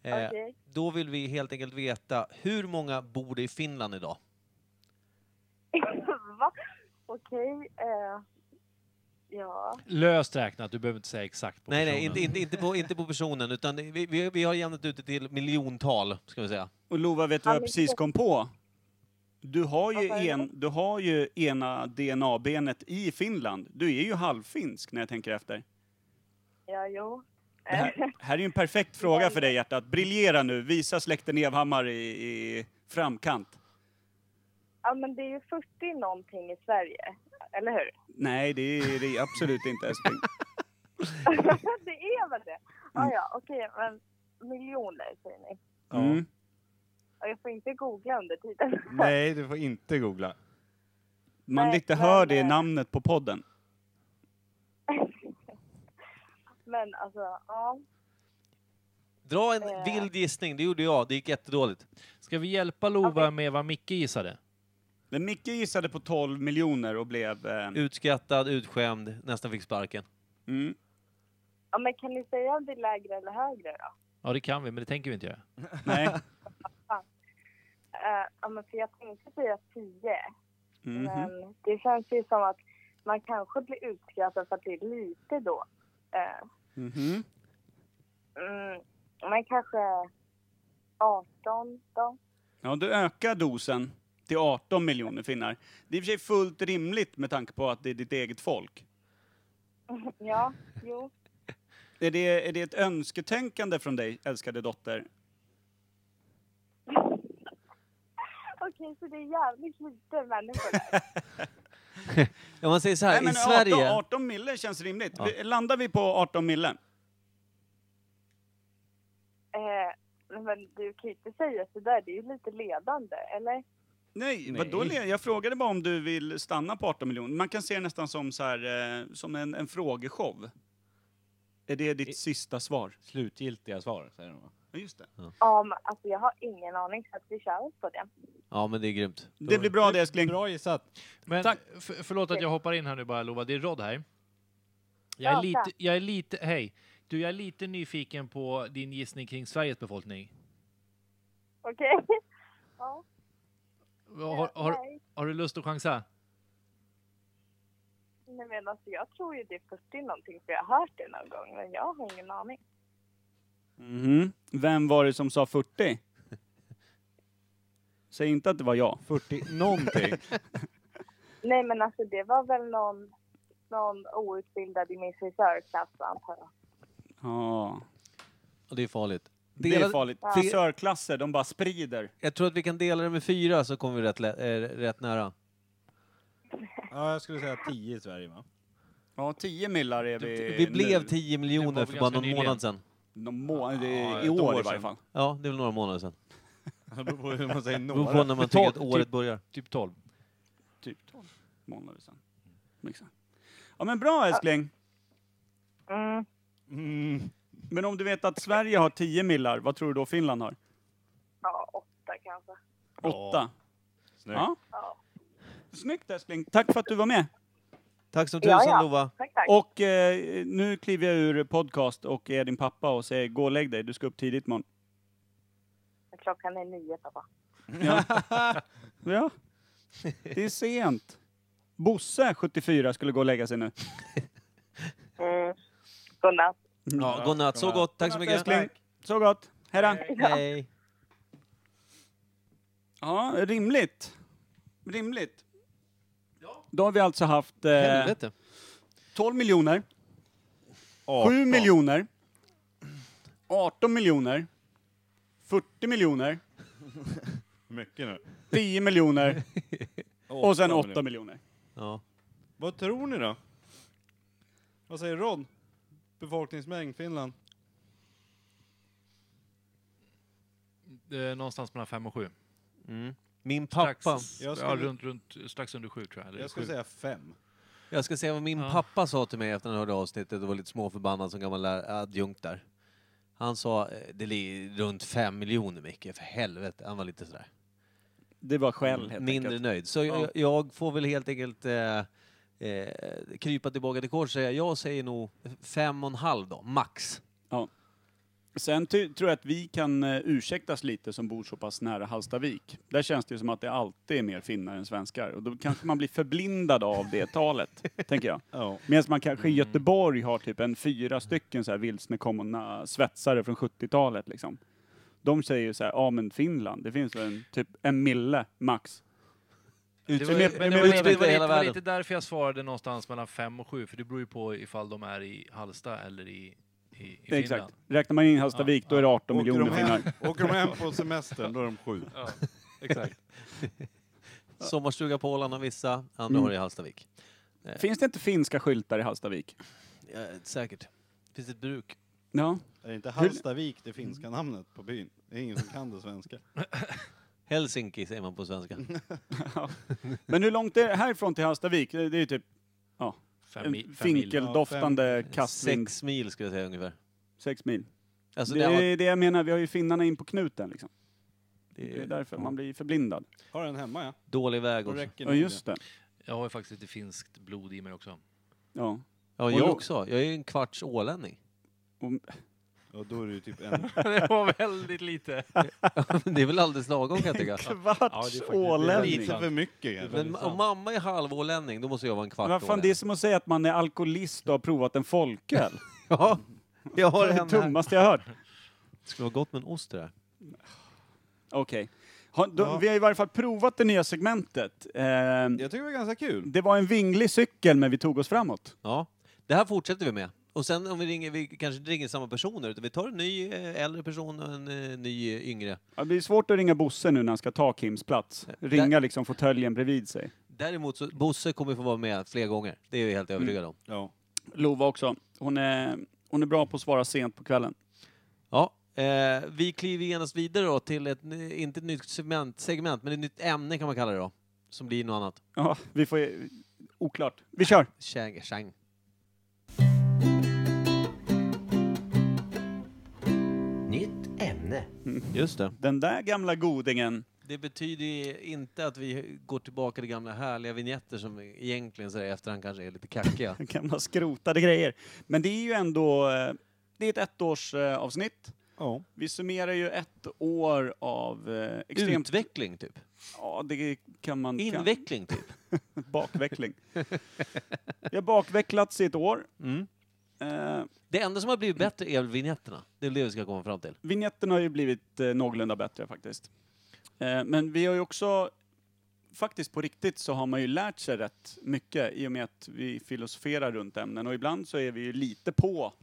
Speaker 1: Eh,
Speaker 8: Okej.
Speaker 1: då vill vi helt enkelt veta, hur många bor det i Finland idag?
Speaker 8: Va? Okej. Eh, Ja.
Speaker 2: Löst räknat, du behöver inte säga exakt på
Speaker 1: Nej, nej,
Speaker 2: personen.
Speaker 1: inte, inte, inte, på, inte på personen, utan det- vi, vi, vi har jämnat ut det till miljontal, ska vi säga.
Speaker 4: Och Lova, vet du vad jag precis kom på? Du har ju,
Speaker 8: Vad sa du?
Speaker 4: en, du har ju ena DNA-benet i Finland. Du är ju halvfinsk när jag tänker efter.
Speaker 8: Ja, jo. Eh,
Speaker 4: Det här, här är ju en perfekt fråga för dig hjärtat. Briljera nu, visa släkten Evhammar i, i framkant.
Speaker 8: Ja, men det är ju 40 någonting i Sverige, eller hur?
Speaker 4: Nej, det är det är absolut inte älskling.
Speaker 8: det är väl det? Ja, ja, okej, men miljoner säger ni.
Speaker 4: Mm.
Speaker 8: Och jag får inte googla under tiden.
Speaker 3: Nej, du får inte googla.
Speaker 4: Man
Speaker 8: Nej,
Speaker 4: lite hör
Speaker 8: men,
Speaker 4: det i
Speaker 8: eh,
Speaker 4: namnet på podden.
Speaker 8: Men alltså, ja.
Speaker 1: Dra en
Speaker 8: Eh.
Speaker 1: vild gissning, det gjorde jag, det gick jättedåligt.
Speaker 2: Ska vi hjälpa Lova
Speaker 8: Okej.
Speaker 2: med vad Micke gissade?
Speaker 4: Men Micke gissade på 12 miljoner och blev... Eh,
Speaker 1: Mm. Utskrattad, utskämd, nästan fick sparken.
Speaker 4: mm.
Speaker 8: ja men kan ni säga om det är lägre eller högre då?
Speaker 2: Ja, det kan vi, men det tänker vi inte göra.
Speaker 4: Nej.
Speaker 8: Eh, ja, men för jag tänkte säga 10.
Speaker 4: Mhm.
Speaker 8: Men det känns ju som att man kanske blir utskrattad för att det är lite då. Eh,
Speaker 4: Mhm.
Speaker 8: mm, men kanske 18 då?
Speaker 4: Ja, du ökar dosen till 18 miljoner finnar. Det är i och för sig fullt rimligt med tanke på att det är ditt eget folk.
Speaker 8: Ja, jo.
Speaker 4: Är det, är det ett önsketänkande från dig, älskade dotter?
Speaker 8: Okej, så det är jävligt lite människor där.
Speaker 1: Om man säger så här,
Speaker 4: men
Speaker 1: i Sverige...
Speaker 4: 18, 18 mille känns rimligt. Vi- Landar vi på 18 mille?
Speaker 8: Eh, men du kan ju inte säga sådär, det är ju lite ledande, eller?
Speaker 2: Nej.
Speaker 4: Nej, vadå? le- Jag frågade bara om du vill stanna på 18 miljoner. Man kan se det nästan som, så här, eh, som en, en frågeshow. Är det ditt sista svar?
Speaker 3: Slutgiltiga svar, säger de. va?
Speaker 4: Ja, just det.
Speaker 8: Ja, men alltså jag har ingen aning så att vi kör på det.
Speaker 1: Ja, men det är grymt.
Speaker 4: Det blir bra det, älskling.
Speaker 3: Bra gissat.
Speaker 2: Men
Speaker 4: Tack.
Speaker 2: f- förlåt att jag hoppar in här nu bara Lova, det är Rod här. Jag är
Speaker 8: Ja,
Speaker 2: lite,
Speaker 8: tack.
Speaker 2: jag är lite, hej. Du, jag är lite nyfiken på din gissning kring Sveriges befolkning.
Speaker 8: Okej? Ja,
Speaker 2: Har, har,
Speaker 8: nej.
Speaker 2: har du lust att chansa?
Speaker 8: Nej, men alltså jag tror ju det är 40 någonting för jag har hört det någon gång, men jag har ingen aning.
Speaker 4: Mhm. Vem var det som sa 40? Säg inte att det var jag.
Speaker 3: 40 någonting.
Speaker 8: Nej, men alltså det var väl någon, någon outbildad i min frisörklass antar jag.
Speaker 4: Ja,
Speaker 1: Och det är farligt.
Speaker 4: det är
Speaker 1: Delad-
Speaker 4: farligt.
Speaker 8: Ja.
Speaker 4: Frisörklasser, de bara sprider.
Speaker 1: Jag tror att vi kan dela det med fyra så kommer vi rätt, lä- eh, rätt nära.
Speaker 3: Ja, jag skulle säga 10 i Sverige va?
Speaker 4: Ja, 10 millar är vi
Speaker 1: Vi blev
Speaker 4: nu.
Speaker 1: 10
Speaker 2: Det
Speaker 1: miljoner
Speaker 2: var
Speaker 1: för bara
Speaker 2: ganska
Speaker 1: någon
Speaker 2: nyligen.
Speaker 1: månad sedan.
Speaker 4: Någon månad, det
Speaker 3: Ja,
Speaker 4: är
Speaker 3: ett
Speaker 4: i år,
Speaker 3: år
Speaker 4: i varje
Speaker 3: sedan.
Speaker 4: fall.
Speaker 1: Ja, det är väl några månader sedan.
Speaker 3: Det beror på hur man säger
Speaker 1: Det beror på
Speaker 3: några.
Speaker 1: när man tycker att
Speaker 2: Tolv,
Speaker 1: året
Speaker 2: typ.
Speaker 1: börjar.
Speaker 2: Typ 12.
Speaker 4: Typ 12 månader sedan. Exakt. Ja men bra älskling.
Speaker 8: Mm.
Speaker 3: Mm.
Speaker 4: Men om du vet att Sverige har 10 millar, vad tror du då Finland har?
Speaker 8: Ja, åtta kanske.
Speaker 4: 8.
Speaker 3: Snyggt.
Speaker 4: Ja.
Speaker 8: Ja.
Speaker 4: Snyggt älskling. Tack för att du var med.
Speaker 1: Tack som tusan
Speaker 8: Ja, ja.
Speaker 1: Lova.
Speaker 8: Tack, tack.
Speaker 4: Och eh, nu kliver jag ur podcast och är din pappa och säger gå och lägg dig, du ska upp tidigt imorgon.
Speaker 8: Klockan är nio, pappa.
Speaker 4: Ja, det är sent. Bosse, 74, skulle gå och lägga sig nu.
Speaker 8: Mm. Godnatt.
Speaker 1: Ja, godnatt. Så
Speaker 3: godnatt.
Speaker 1: gott. Tack så mycket.
Speaker 4: Älskling, så gott. Hej då.
Speaker 1: Hej.
Speaker 4: Ja, rimligt. Rimligt. Då har vi alltså haft eh,
Speaker 1: Helvete.
Speaker 4: 12 miljoner, 7
Speaker 3: Arton.
Speaker 4: miljoner, 18 miljoner, 40 miljoner,
Speaker 3: Mycket nu.
Speaker 4: 10 miljoner och sen 8
Speaker 3: miljoner.
Speaker 4: miljoner.
Speaker 1: Ja.
Speaker 3: Vad tror ni då? Vad säger Ron? Befolkningsmängd Finland?
Speaker 2: Eh, någonstans mellan 5 och 7.
Speaker 1: Mm. Min pappa.
Speaker 2: Strax,
Speaker 3: Jag
Speaker 2: ja,
Speaker 3: skulle-
Speaker 2: runt, runt, strax under 7 tror jag. Eller
Speaker 3: Jag skulle
Speaker 2: sju.
Speaker 3: säga fem.
Speaker 1: Jag ska säga vad min
Speaker 2: Ja.
Speaker 1: pappa sa till mig efter han hörde avsnittet och var lite småförbannad som gammal lär- adjunkt där. Han sa, eh, det ligger runt fem miljoner Micke, för helvete. Han var lite sådär.
Speaker 4: Det var skäll helt
Speaker 1: Mm, mindre
Speaker 4: enkelt.
Speaker 1: nöjd. Så jag, jag får väl helt enkelt eh, eh, krypa tillbaka till kors och säga, jag säger nog fem och en halv då, max.
Speaker 4: Ja. Sen ty- tror jag att vi kan eh, ursäktas lite som bor så pass nära Hallstavik. Där känns det ju som att det alltid är mer finnar än svenskar och då kanske man blir förblindad av det talet, tänker jag.
Speaker 3: Ja.
Speaker 4: Medan man kanske i
Speaker 2: Mm.
Speaker 4: Göteborg har typ en fyra stycken så här vilsnekomna svetsare från 70-talet liksom. De säger ju så här, ja men Finland, det finns väl en, typ en mille max.
Speaker 2: Det var,
Speaker 6: Utspritt
Speaker 2: men det var, det var,
Speaker 6: utspritt över
Speaker 2: lite- det var, lite-
Speaker 6: hela
Speaker 2: det var
Speaker 6: världen.
Speaker 2: lite därför jag svarade någonstans mellan 5 och 7, för det beror ju på ifall de är i Halsta eller i, i, i Finland.
Speaker 4: Exakt. Räknar man in Hallstavik då är det 18
Speaker 3: Åker
Speaker 4: miljoner
Speaker 3: de, hem,
Speaker 4: finnar.
Speaker 3: åker de hem på semestern, då är de sju.
Speaker 2: Ja, exakt.
Speaker 1: Sommarstuga på Åland har vissa, andra
Speaker 4: Mm.
Speaker 1: har det i Hallstavik.
Speaker 4: Finns det inte finska skyltar i Hallstavik?
Speaker 1: Ja, säkert. Finns det ett bruk?
Speaker 4: Ja.
Speaker 3: Är inte Hallstavik det finska namnet på byn? Det är ingen som kan det svenska.
Speaker 1: Helsinki säger man på svenska.
Speaker 4: Mm, Men hur långt är det härifrån till Hallstavik? Det det är ju typ
Speaker 2: Fem,
Speaker 4: en
Speaker 2: mi- fem mil.
Speaker 4: finkeldoftande kastning.
Speaker 1: Sex mil skulle jag säga ungefär.
Speaker 4: Sex mil.
Speaker 1: Alltså,
Speaker 4: det
Speaker 1: det har-
Speaker 4: är det jag menar, vi har ju finnarna in på knuten liksom. Det är
Speaker 1: är-
Speaker 4: därför man blir förblindad.
Speaker 3: Har den hemma ja.
Speaker 1: Dålig väg
Speaker 3: Då
Speaker 1: också.
Speaker 3: räcker
Speaker 4: Ja,
Speaker 3: nog
Speaker 4: just det.
Speaker 2: Jag har ju faktiskt lite finskt blod i mig också.
Speaker 4: Ja.
Speaker 1: Ja,
Speaker 4: Och
Speaker 1: jag
Speaker 4: då-
Speaker 1: också. Jag är ju en kvarts ålänning.
Speaker 3: det. Och då är det ju typ en...
Speaker 2: Det var väldigt lite.
Speaker 1: det är väl alldeles lagom kan jag tycka.
Speaker 4: Kvarts
Speaker 2: faktiskt-
Speaker 4: ålänning!
Speaker 3: Lite för mycket
Speaker 1: Men
Speaker 3: kanske.
Speaker 1: om mamma är halvålänning, då måste jag vara en kvart
Speaker 4: Vad fan, det är som att säga att man är alkoholist och har provat en folköl.
Speaker 1: Ja, jag
Speaker 4: Det
Speaker 1: har
Speaker 4: är det
Speaker 1: en här.
Speaker 4: dummaste jag hört.
Speaker 1: Skulle vara gott med en ost det där.
Speaker 4: Okej. Ha, då,
Speaker 3: Ja.
Speaker 4: Vi har i varje fall provat det nya segmentet. Eh,
Speaker 3: Jag tycker det var ganska kul.
Speaker 4: det var en vinglig cykel, men vi tog oss framåt.
Speaker 1: Ja, det här fortsätter vi med. Och sen om vi ringer, vi kanske inte ringer samma personer, utan vi tar en ny eh, äldre person och en eh, ny eh, yngre.
Speaker 4: Ja, Det blir svårt att ringa Bosse nu när han ska ta Kims plats. Ringa liksom fåtöljen bredvid sig.
Speaker 1: Däremot så, Bosse kommer få vara med fler gånger. Det är jag helt övertygad om.
Speaker 3: Ja.
Speaker 4: Lova också. Hon är, hon är bra på att svara sent på kvällen.
Speaker 1: Ja, eh, vi kliver genast vidare då till ett, ny- inte ett nytt segment, segment, men ett nytt ämne kan man kalla det då. Som blir något annat.
Speaker 4: Ja, vi får... Oklart. Vi kör!
Speaker 1: Chang, chang.
Speaker 9: Nytt ämne.
Speaker 1: Just det.
Speaker 4: Den där gamla godingen.
Speaker 1: Det betyder ju inte att vi går tillbaka till gamla härliga vignetter som egentligen så här i efterhand kanske är lite kackiga.
Speaker 4: Gamla skrotade grejer. Men det är ju ändå... eh, Det är ett ettårsavsnitt.
Speaker 3: ja.
Speaker 4: Vi summerar ju ett år av eh, extremt... Mm.
Speaker 1: Utveckling typ.
Speaker 4: Ja, det kan man... kan-
Speaker 1: Inveckling typ.
Speaker 4: Bakveckling. Vi har bakvecklats i ett år.
Speaker 1: Mm.
Speaker 4: Eh,
Speaker 1: Det enda som har blivit bättre är väl vinjetterna. Det är det vi ska komma fram till.
Speaker 4: vignetten har ju blivit eh, någorlunda bättre faktiskt. Eh, men vi har ju också... Faktiskt på riktigt så har man ju lärt sig rätt mycket i och med att vi filosoferar runt ämnen och ibland så är vi ju lite på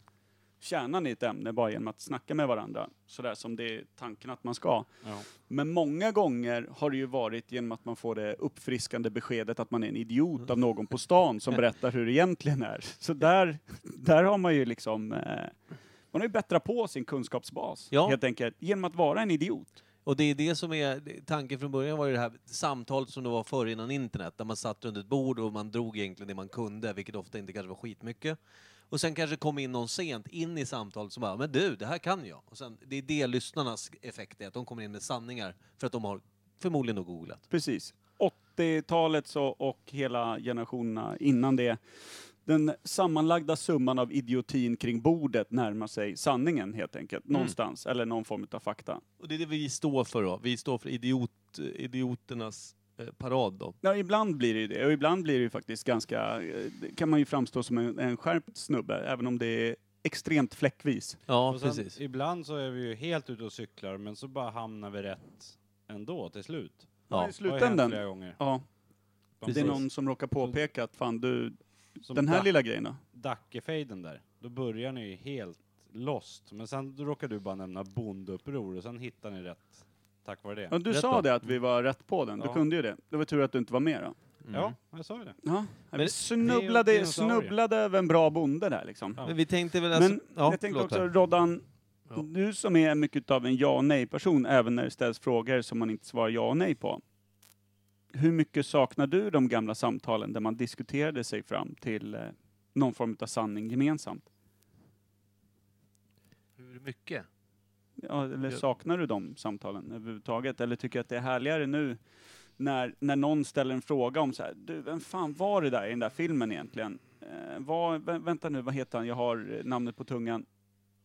Speaker 4: kärnan i ett ämne bara genom att snacka med varandra. Sådär som det är tanken att man ska.
Speaker 3: Ja.
Speaker 4: Men många gånger har det ju varit genom att man får det uppfriskande beskedet att man är en idiot av någon på stan som berättar hur det egentligen är. Så där, där har man ju liksom... Eh, man har ju bättrat på sin kunskapsbas
Speaker 1: Ja.
Speaker 4: helt enkelt genom att vara en idiot.
Speaker 1: Och det är det som är tanken från början var ju det här samtalet som det var förr innan internet där man satt runt ett bord och man drog egentligen det man kunde, vilket ofta inte kanske var skitmycket. Och sen kanske kom in någon sent in i samtalet som bara ”men du, det här kan jag”. Och sen, det är det lyssnarnas effekt är, att de kommer in med sanningar för att de har förmodligen nog googlat.
Speaker 4: Precis. 80-talet så och hela generationerna innan det. Den sammanlagda summan av idiotin kring bordet närmar sig sanningen helt enkelt. Någonstans, eller någon form av fakta.
Speaker 1: Och det är det vi står för då. Vi står för idiot, idioternas eh, parad då.
Speaker 4: Ja, ibland blir det ju det. Och ibland blir det ju faktiskt ganska... eh, kan man ju framstå som en, en skärpt snubbe, även om det är extremt fläckvis.
Speaker 1: Ja,
Speaker 3: Och sen,
Speaker 1: precis.
Speaker 3: Ibland så är vi ju helt ute och cyklar men så bara hamnar vi rätt ändå till slut.
Speaker 1: Ja,
Speaker 4: Ja, I
Speaker 3: Det har ju hänt
Speaker 4: slutändan.
Speaker 3: flera gånger.
Speaker 4: Ja, det är
Speaker 1: Precis.
Speaker 4: någon som råkar påpeka att fan du,
Speaker 3: Som
Speaker 4: den här
Speaker 3: Dac-
Speaker 4: lilla grejen då?
Speaker 3: Dackefejden där. Då börjar ni ju helt lost. Men sen då råkar du bara nämna bondeuppror och sen hittar ni rätt tack vare det.
Speaker 4: Ja, du
Speaker 1: Rätt
Speaker 4: sa
Speaker 1: då.
Speaker 4: det att vi var rätt på den, du
Speaker 3: Ja.
Speaker 4: kunde ju det. Det var tur att du inte var med då.
Speaker 3: Ja, jag sa ju det.
Speaker 4: Ja,
Speaker 1: det-
Speaker 4: vi
Speaker 3: det är
Speaker 4: snubblade,
Speaker 3: ju dinosaurier.
Speaker 4: snubblade över en bra bonde där liksom.
Speaker 3: Ja.
Speaker 1: Men vi tänkte väl alltså...
Speaker 4: Men
Speaker 1: ja,
Speaker 4: jag tänkte
Speaker 1: förlåt
Speaker 4: också,
Speaker 1: här.
Speaker 4: Roddan,
Speaker 2: Ja.
Speaker 4: du som är mycket av en ja och nej-person, även när det ställs frågor som man inte svarar ja och nej på. Hur mycket saknar du de gamla samtalen där man diskuterade sig fram till eh, någon form av sanning gemensamt?
Speaker 2: Hur mycket?
Speaker 4: Ja, eller
Speaker 2: Ja.
Speaker 4: saknar du de samtalen överhuvudtaget? Eller tycker du att det är härligare nu när, när någon ställer en fråga om så här, du, vem fan var det där i den där filmen egentligen? Eh, vad, vä- vänta nu, vad heter han? Jag har eh, namnet på tungan.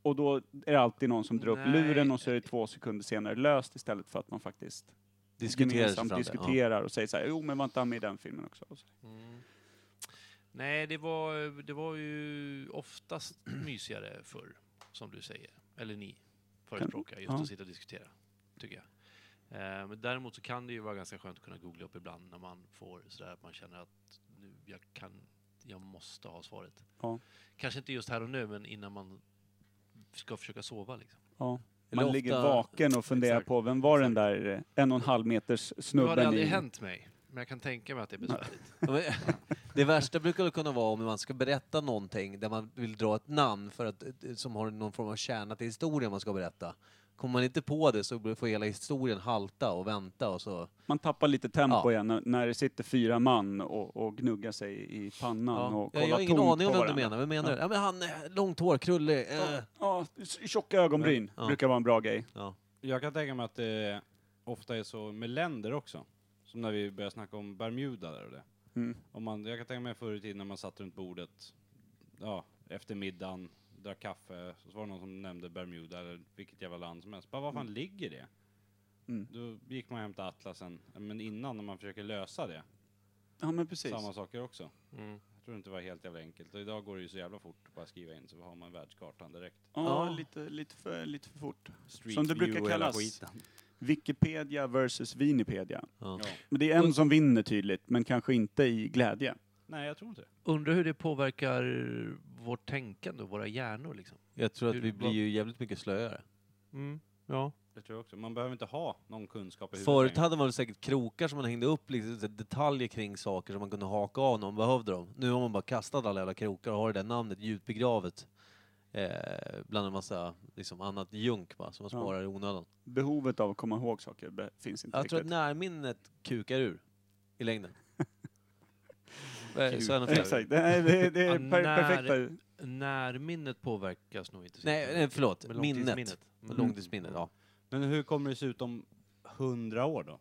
Speaker 4: Och då är det alltid någon som drar upp
Speaker 10: Nej.
Speaker 4: luren och så är det två sekunder senare löst istället för att man faktiskt
Speaker 1: Diskuterar sig fram
Speaker 4: gemensamt
Speaker 1: det,
Speaker 4: diskuterar och säger så här, jo men var inte han med i den filmen också? Och så.
Speaker 2: Mm. Nej, det var, det var ju oftast mysigare förr, som du säger. Eller ni förespråkar, just
Speaker 4: Ja.
Speaker 2: att sitta och diskutera, tycker jag. Eh, Men däremot så kan det ju vara ganska skönt att kunna googla upp ibland när man får sådär att man känner att nu, jag kan, jag måste ha svaret.
Speaker 4: Ja.
Speaker 2: Kanske inte just här och nu, men innan man ska försöka sova liksom.
Speaker 4: Ja.
Speaker 1: Eller
Speaker 4: Man
Speaker 1: ofta-
Speaker 4: ligger vaken och funderar
Speaker 2: Exakt.
Speaker 4: på vem var den där eh, en och en halv meters
Speaker 2: Nu har det
Speaker 4: snubben
Speaker 2: aldrig
Speaker 4: i...
Speaker 2: hänt mig, men jag kan tänka mig att det är besvärligt.
Speaker 1: Ja, men, Det värsta brukar väl kunna vara om man ska berätta någonting där man vill dra ett namn för att, eh, som har någon form av kärna till historien man ska berätta. Kommer man inte på det så får hela historien halta och vänta och så.
Speaker 4: Man tappar lite tempo
Speaker 1: Ja.
Speaker 4: igen när, när det sitter fyra man och, och gnuggar sig i pannan
Speaker 1: Ja.
Speaker 4: och kollar
Speaker 1: Jag har ingen
Speaker 4: tomt
Speaker 1: aning om
Speaker 4: på
Speaker 1: vem du
Speaker 4: varandra.
Speaker 1: menar. Vem menar du? Ja, men han, eh, långt hår, krullig. eh.
Speaker 4: Ja, s- tjocka ögonbryn
Speaker 1: Ja.
Speaker 4: brukar vara en bra grej.
Speaker 3: Jag kan tänka mig att det ofta är så med länder också. Som när vi började snacka om Bermuda där och det.
Speaker 4: Mm.
Speaker 3: Om man, jag kan tänka mig förr i tiden när man satt runt bordet, ja, efter middagen, drack kaffe, så var det någon som nämnde Bermuda eller vilket jävla land som helst. Bara, var fan ligger det?
Speaker 4: Mm.
Speaker 3: Då gick man hem till atlasen, men innan när man försöker lösa det,
Speaker 4: Ja, men precis.
Speaker 3: samma saker också.
Speaker 2: Mm.
Speaker 3: Jag tror inte det var helt jävla enkelt. Och idag går det ju så jävla fort att bara skriva in så har man världskartan direkt.
Speaker 4: Ja,
Speaker 1: Ja.
Speaker 4: Lite, lite, för, lite för fort.
Speaker 3: Street
Speaker 4: Som det
Speaker 3: view
Speaker 4: brukar
Speaker 3: och hela
Speaker 4: kallas.
Speaker 3: skiten.
Speaker 4: Wikipedia versus Winipedia.
Speaker 1: Ja.
Speaker 3: Ja.
Speaker 4: Men det är en som vinner tydligt, men kanske inte i glädje.
Speaker 3: Nej, jag tror inte det.
Speaker 2: Undrar hur det påverkar vårt tänkande och våra hjärnor liksom.
Speaker 1: Jag tror att vi
Speaker 2: Hur-
Speaker 1: blir ju jävligt mycket slöare.
Speaker 2: Mm. Ja.
Speaker 3: Det tror jag också. Man behöver inte ha någon kunskap i huvudet
Speaker 1: Förut
Speaker 3: längre.
Speaker 1: hade man väl säkert krokar som man hängde upp liksom, så här detaljer kring saker som man kunde haka av när man behövde dem. Nu har man bara kastat alla jävla krokar och har det där namnet djupt begravet. Eh, bland en massa liksom, annat junk bara, som man
Speaker 4: Ja.
Speaker 1: sparar i onödan.
Speaker 4: Behovet av att komma ihåg saker be- finns inte
Speaker 1: Jag tror att
Speaker 4: riktigt.
Speaker 1: närminnet kukar ur i längden. Eh, så är det fel.
Speaker 4: Exakt, det är, det är, det
Speaker 2: Ja,
Speaker 4: är per,
Speaker 2: när-
Speaker 4: perfekta.
Speaker 2: Närminnet påverkas nog inte. så
Speaker 1: Nej,
Speaker 2: mycket.
Speaker 1: nej, förlåt.
Speaker 2: Men
Speaker 1: Minnet.
Speaker 2: långtidsminnet. Mm.
Speaker 1: Långtidsminnet, ja.
Speaker 3: Men hur kommer det se ut om hundra år då?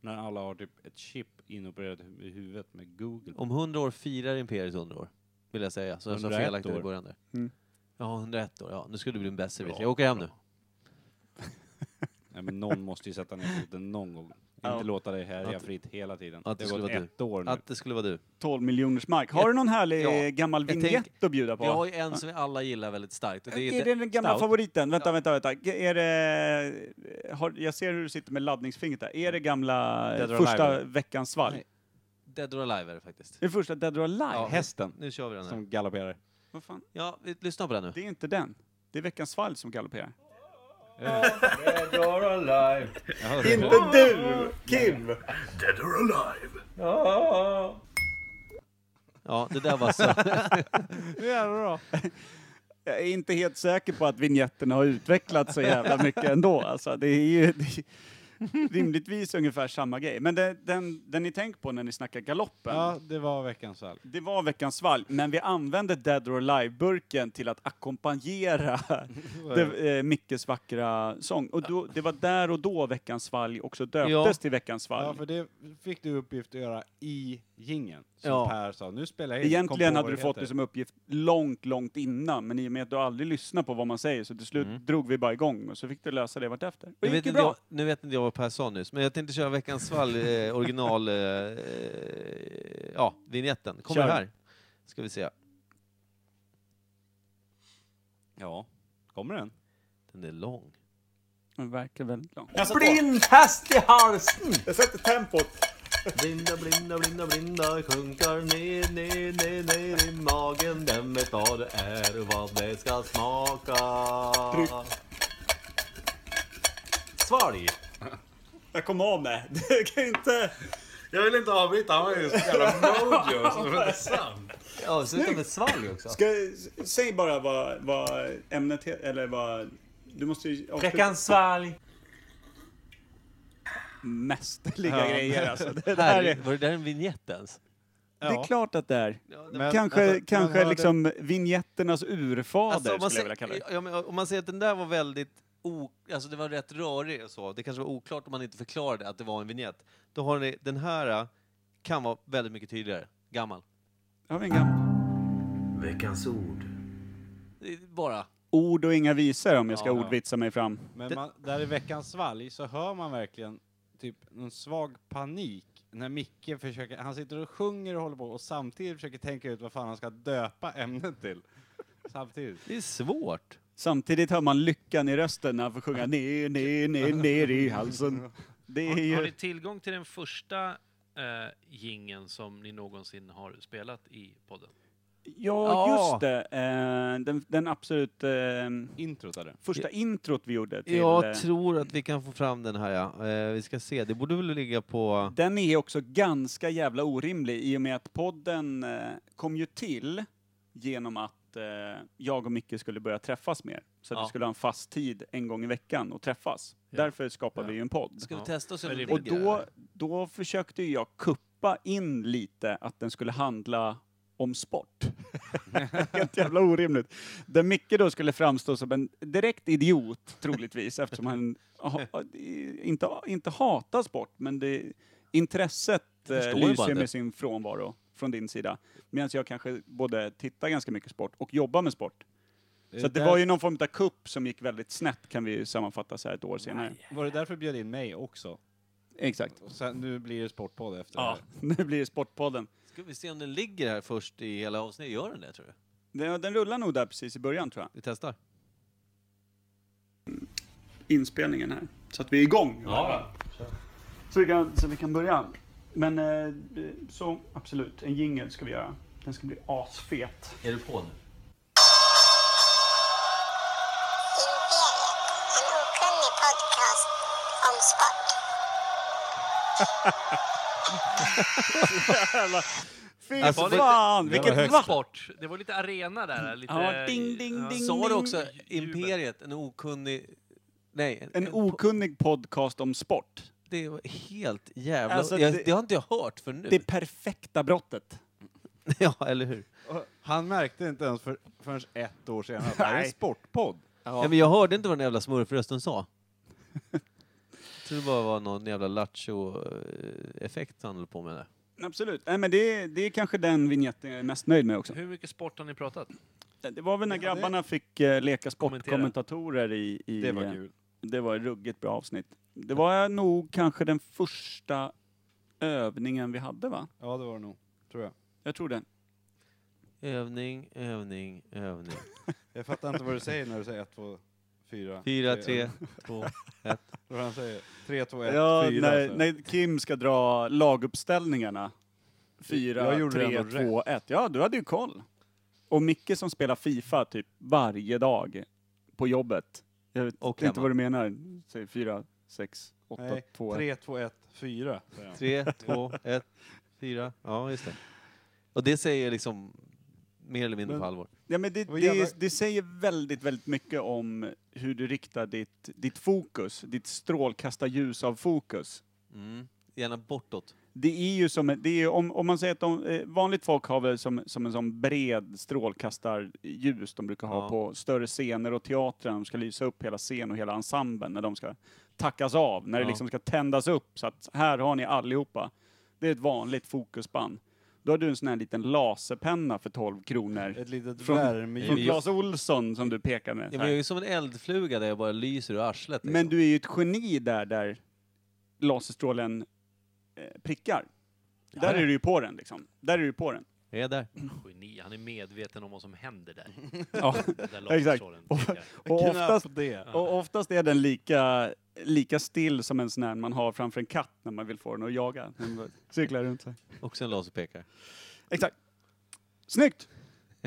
Speaker 3: När alla har typ ett chip inopererat hu- i huvudet med Google.
Speaker 1: Om 100 år firar Imperiet 100 år, vill jag säga. Så jag sa
Speaker 3: 101
Speaker 1: fel i
Speaker 3: år.
Speaker 1: början där.
Speaker 4: Mm.
Speaker 1: Ja, 101 år. Ja, nu ska du bli en besserwisser.
Speaker 2: Bra,
Speaker 1: Jag åker hem nu.
Speaker 3: Nej, men någon måste ju sätta ner foten någon gång.
Speaker 4: Ja.
Speaker 3: Inte låta dig härja
Speaker 1: Att-
Speaker 3: fritt hela tiden.
Speaker 1: att det
Speaker 3: det har
Speaker 1: skulle
Speaker 3: gått
Speaker 1: vara
Speaker 3: ett år nu.
Speaker 1: Att det skulle vara du.
Speaker 4: 12 miljoners mark. Har du någon härlig
Speaker 1: Ja,
Speaker 4: eh, gammal
Speaker 1: jag
Speaker 4: vignett att bjuda på?
Speaker 1: Vi har ju en som vi alla gillar väldigt starkt. Och det är
Speaker 4: är det den gamla
Speaker 1: Stout.
Speaker 4: favoriten? Vänta, vänta, vänta. G- Är det... eh, Har, jag ser hur du sitter med laddningsfingret där. Är det gamla
Speaker 3: Dead or
Speaker 4: första
Speaker 3: Alive.
Speaker 4: veckans valp?
Speaker 1: Nej. Dead or Alive är det faktiskt.
Speaker 4: Det är första Dead or Alive?
Speaker 1: Ja.
Speaker 3: Hästen
Speaker 1: Nu kör vi den här.
Speaker 3: som galopperar.
Speaker 4: Vad fan?
Speaker 1: Ja, vi, lyssna på den nu.
Speaker 4: Det är inte den. Det är veckans valp som galopperar.
Speaker 11: Inte du, Kim!
Speaker 1: Ja, det där var så.
Speaker 4: Jag är inte helt säker på att vignetten har utvecklats så jävla mycket ändå. Alltså, det är ju det är rimligtvis ungefär samma grej. Men det, den, den ni tänker på när ni snackar galoppen,
Speaker 3: Ja, det var veckans valp.
Speaker 4: det var veckans valp, men vi använde Dead or Alive-burken till att ackompanjera det, eh, Mickes vackra sång. Och då, det var där och då veckans valg också döptes
Speaker 1: Ja.
Speaker 4: till veckans
Speaker 3: Ja,
Speaker 4: valg.
Speaker 3: för det fick du uppgift att göra i gingen. Som
Speaker 1: Ja.
Speaker 3: Per sa, nu spelar jag in. kom på
Speaker 4: Egentligen
Speaker 3: vad
Speaker 4: hade du fått
Speaker 3: heter.
Speaker 4: det som uppgift långt, långt innan, men i och med att du aldrig lyssnar på vad man säger så till slut drog vi bara igång och så fick du lösa det vartefter. Och det
Speaker 1: Nu vet,
Speaker 4: gick ju
Speaker 1: inte
Speaker 4: bra.
Speaker 1: jag, nu vet inte jag vad Per sa nyss, men jag tänkte köra veckans svall, eh, original... Eh, eh, ja, vignetten. Kommer
Speaker 4: Kör.
Speaker 1: här. Ska vi se.
Speaker 3: Ja, kommer den?
Speaker 1: Den är lång.
Speaker 4: Den verkar väldigt lång.
Speaker 11: Alltså, Blind häst i halsen!
Speaker 4: Alltså, Jag sätter tempot.
Speaker 7: Blinda, blinda, blinda, blinda sjunkar ner, ner, ner, ner i magen. Vem vet vad det är och vad det ska smaka?
Speaker 11: Svalg!
Speaker 4: Jag kom av med. Du kan ju inte...
Speaker 12: Jag vill inte avbryta, han var ju så jävla mojo så det var inte sant.
Speaker 11: Ja, så utan ett svalg också.
Speaker 4: Ska, säg bara vad, vad ämnet heter, eller vad... Du måste ju avsluta.
Speaker 11: Veckans svalg!
Speaker 4: Mästerliga grejer alltså. Det, där
Speaker 1: Här,
Speaker 4: är,
Speaker 1: Var det där en vignett ens?
Speaker 4: det är klart att det är.
Speaker 3: Men,
Speaker 4: kanske
Speaker 3: alltså, man
Speaker 4: kanske
Speaker 3: hörde-
Speaker 4: liksom vinjetternas urfader
Speaker 1: Alltså, om, man
Speaker 4: skulle jag vilja
Speaker 1: ser,
Speaker 4: kalla det.
Speaker 1: ja, men, om man säger att den där var väldigt... O, alltså det var rätt rörig och så. Det kanske var oklart om man inte förklarade att det var en vignett. Då har ni, den här eh, kan vara väldigt mycket tydligare. Gammal.
Speaker 4: Har vi en gammal?
Speaker 7: Veckans ord.
Speaker 1: Det är Bara.
Speaker 4: ord och inga visor om jag ska
Speaker 3: Ja, ja.
Speaker 4: ordvitsa mig fram.
Speaker 3: Men man, där i veckans svalg så hör man verkligen typ någon svag panik när Micke försöker, han sitter och sjunger och håller på och samtidigt försöker tänka ut vad fan han ska döpa ämnet till. Samtidigt.
Speaker 1: Det är svårt.
Speaker 4: Samtidigt hör man lyckan i rösten när han får sjunga ner, ner, ner, ner i halsen. Det är
Speaker 2: Har, har ni
Speaker 4: ju...
Speaker 2: tillgång till den första eh, gingen som ni någonsin har spelat i podden?
Speaker 4: Ja, just det. Eh, den, den absolut... Eh,
Speaker 3: introt, eller?
Speaker 4: Första introt vi gjorde till... eh,
Speaker 1: Jag tror att vi kan få fram den här, ja. Eh, vi ska se. Det borde väl ligga på...
Speaker 4: Den är också ganska jävla orimlig i och med att podden eh, kom ju till genom att eh, jag och Micke skulle börja träffas mer. Så att
Speaker 13: Ja.
Speaker 4: vi skulle ha en fast tid en gång i veckan och träffas. Därför skapade vi ju en podd.
Speaker 13: Ska vi Ja. testa och se om den
Speaker 4: Och
Speaker 13: ligger
Speaker 4: då,
Speaker 13: där?
Speaker 4: då försökte ju jag kuppa in lite att den skulle handla om sport. Helt jävla orimligt. Där Micke då skulle framstå som en direkt idiot, troligtvis, eftersom han ha, inte, inte hatar sport, men det, intresset
Speaker 13: Jag
Speaker 4: eh,
Speaker 13: förstår ju bara
Speaker 4: lyser
Speaker 13: inte.
Speaker 4: med sin frånvaro från din sida. Medan jag kanske både tittar ganska mycket sport och jobbar med sport.
Speaker 3: Det
Speaker 4: Så att det
Speaker 3: där-
Speaker 4: var ju någon form av kupp som gick väldigt snett, kan vi ju sammanfatta så här ett år senare.
Speaker 3: Var det därför du bjöd in mig också?
Speaker 4: Exakt.
Speaker 3: Och sen, nu blir det sportpodd efter
Speaker 4: Ja,
Speaker 3: det här.
Speaker 4: Eh, nu blir det Sportpodden.
Speaker 13: Ska vi se om den ligger här först i hela avsnittet? Gör den det, tror du?
Speaker 4: Den, den rullar nog där precis i början tror jag.
Speaker 1: Vi testar.
Speaker 4: Inspelningen här. Så att vi är igång. Så vi kan, så vi kan börja. Men eh, så absolut, en jingel ska vi göra. Den ska bli asfet.
Speaker 6: Är du på nu?
Speaker 14: okunnig podcast om sport.
Speaker 4: Fy
Speaker 2: Det var lite-
Speaker 4: fan,
Speaker 2: det
Speaker 4: vilket
Speaker 2: var hög
Speaker 4: vatt-
Speaker 2: sport. Det var lite arena där.
Speaker 13: Mm.
Speaker 2: Lite, ja.
Speaker 13: Sa du också Imperiet, en okunnig... Nej,
Speaker 4: En okunnig podcast om sport.
Speaker 13: det var helt jävla...
Speaker 4: Alltså,
Speaker 13: jag,
Speaker 4: det-
Speaker 13: det, har inte jag hört för nu.
Speaker 4: Det perfekta brottet.
Speaker 1: ja, eller hur?
Speaker 3: Och Han märkte inte ens för, förrän ett år senare att det här är en
Speaker 1: Nej.
Speaker 3: sportpodd.
Speaker 1: Ja. men jag hörde inte vad den jävla smurfrösten sa. Jag tror det bara var någon jävla lattjo-effekt han höll på med där.
Speaker 4: Absolut. Nej, men det, är- det är kanske den vignetten jag är mest nöjd med också.
Speaker 2: Hur mycket sport har ni pratat?
Speaker 4: Det var väl när grabbarna fick eh, leka sportkommentatorer i, i...
Speaker 2: Det var
Speaker 4: eh,
Speaker 2: kul.
Speaker 4: Det var ett ruggigt bra avsnitt. Det var nog kanske den första övningen vi hade, va?
Speaker 3: Ja, det var det nog. Tror jag.
Speaker 4: Jag tror det.
Speaker 1: Övning, övning, övning.
Speaker 3: Jag fattar inte vad du säger när du säger 1, 2, 4.
Speaker 1: Fyra, tre, två, ett.
Speaker 3: Vad han säger? 3, 2, 1,
Speaker 4: ja,
Speaker 3: 4.
Speaker 4: när, när Kim ska dra laguppställningarna.
Speaker 3: Jag
Speaker 4: fyra
Speaker 3: gjorde det
Speaker 4: tre
Speaker 3: ändå
Speaker 4: två ett Ja, du hade ju koll. Och Micke som spelar Fifa typ varje dag på jobbet. Jag vet inte
Speaker 3: hemma.
Speaker 4: vad du menar. Säg fyra sex åtta
Speaker 3: Nej,
Speaker 4: två ett
Speaker 3: 3, 2, 1, 4.
Speaker 1: Tre, två, ett, fyra. Ja, just det. Och det säger jag liksom mer eller mindre
Speaker 4: Men-
Speaker 1: på allvar.
Speaker 4: Ja, men det,
Speaker 1: Vad
Speaker 4: det,
Speaker 1: jävlar-
Speaker 4: det säger väldigt, väldigt mycket om hur du riktar ditt, ditt fokus, ditt strålkastarljus av fokus.
Speaker 1: Mm. Gärna bortåt.
Speaker 4: Det är ju som, ett- det är, ju- om, om man säger att de, eh, vanligt folk har väl som, som en sån bred strålkastarljus de brukar ha
Speaker 1: Ja.
Speaker 4: på större scener och teatrar. De ska lysa upp hela scen och hela ensemblen när de ska tackas av, när det
Speaker 1: Ja.
Speaker 4: liksom ska tändas upp så att här har ni allihopa. Det är ett vanligt fokusspann. Då har du en sån här liten laserpenna för 12 kronor.
Speaker 3: Ett litet
Speaker 4: från,
Speaker 3: värmeljus.
Speaker 4: från Clas Olsson som du pekar med.
Speaker 1: Ja, men jag är ju som en eldfluga där jag bara lyser ur arslet. Liksom.
Speaker 4: Men du är ju ett geni där, där laserstrålen eh, prickar. Där är du ju på den liksom. Där är du på den.
Speaker 1: Jag är där.
Speaker 2: Geni, han är medveten om vad som händer där.
Speaker 4: Ja,
Speaker 2: där
Speaker 4: exakt.
Speaker 2: laserstrålen
Speaker 4: Och,
Speaker 2: pekar.
Speaker 4: och, oftast,
Speaker 3: det.
Speaker 4: och oftast är den lika, lika still som en sån här man har framför en katt när man vill få den att jaga. Den bara cyklar runt sig.
Speaker 1: Också en laserpekare.
Speaker 4: Exakt. Snyggt!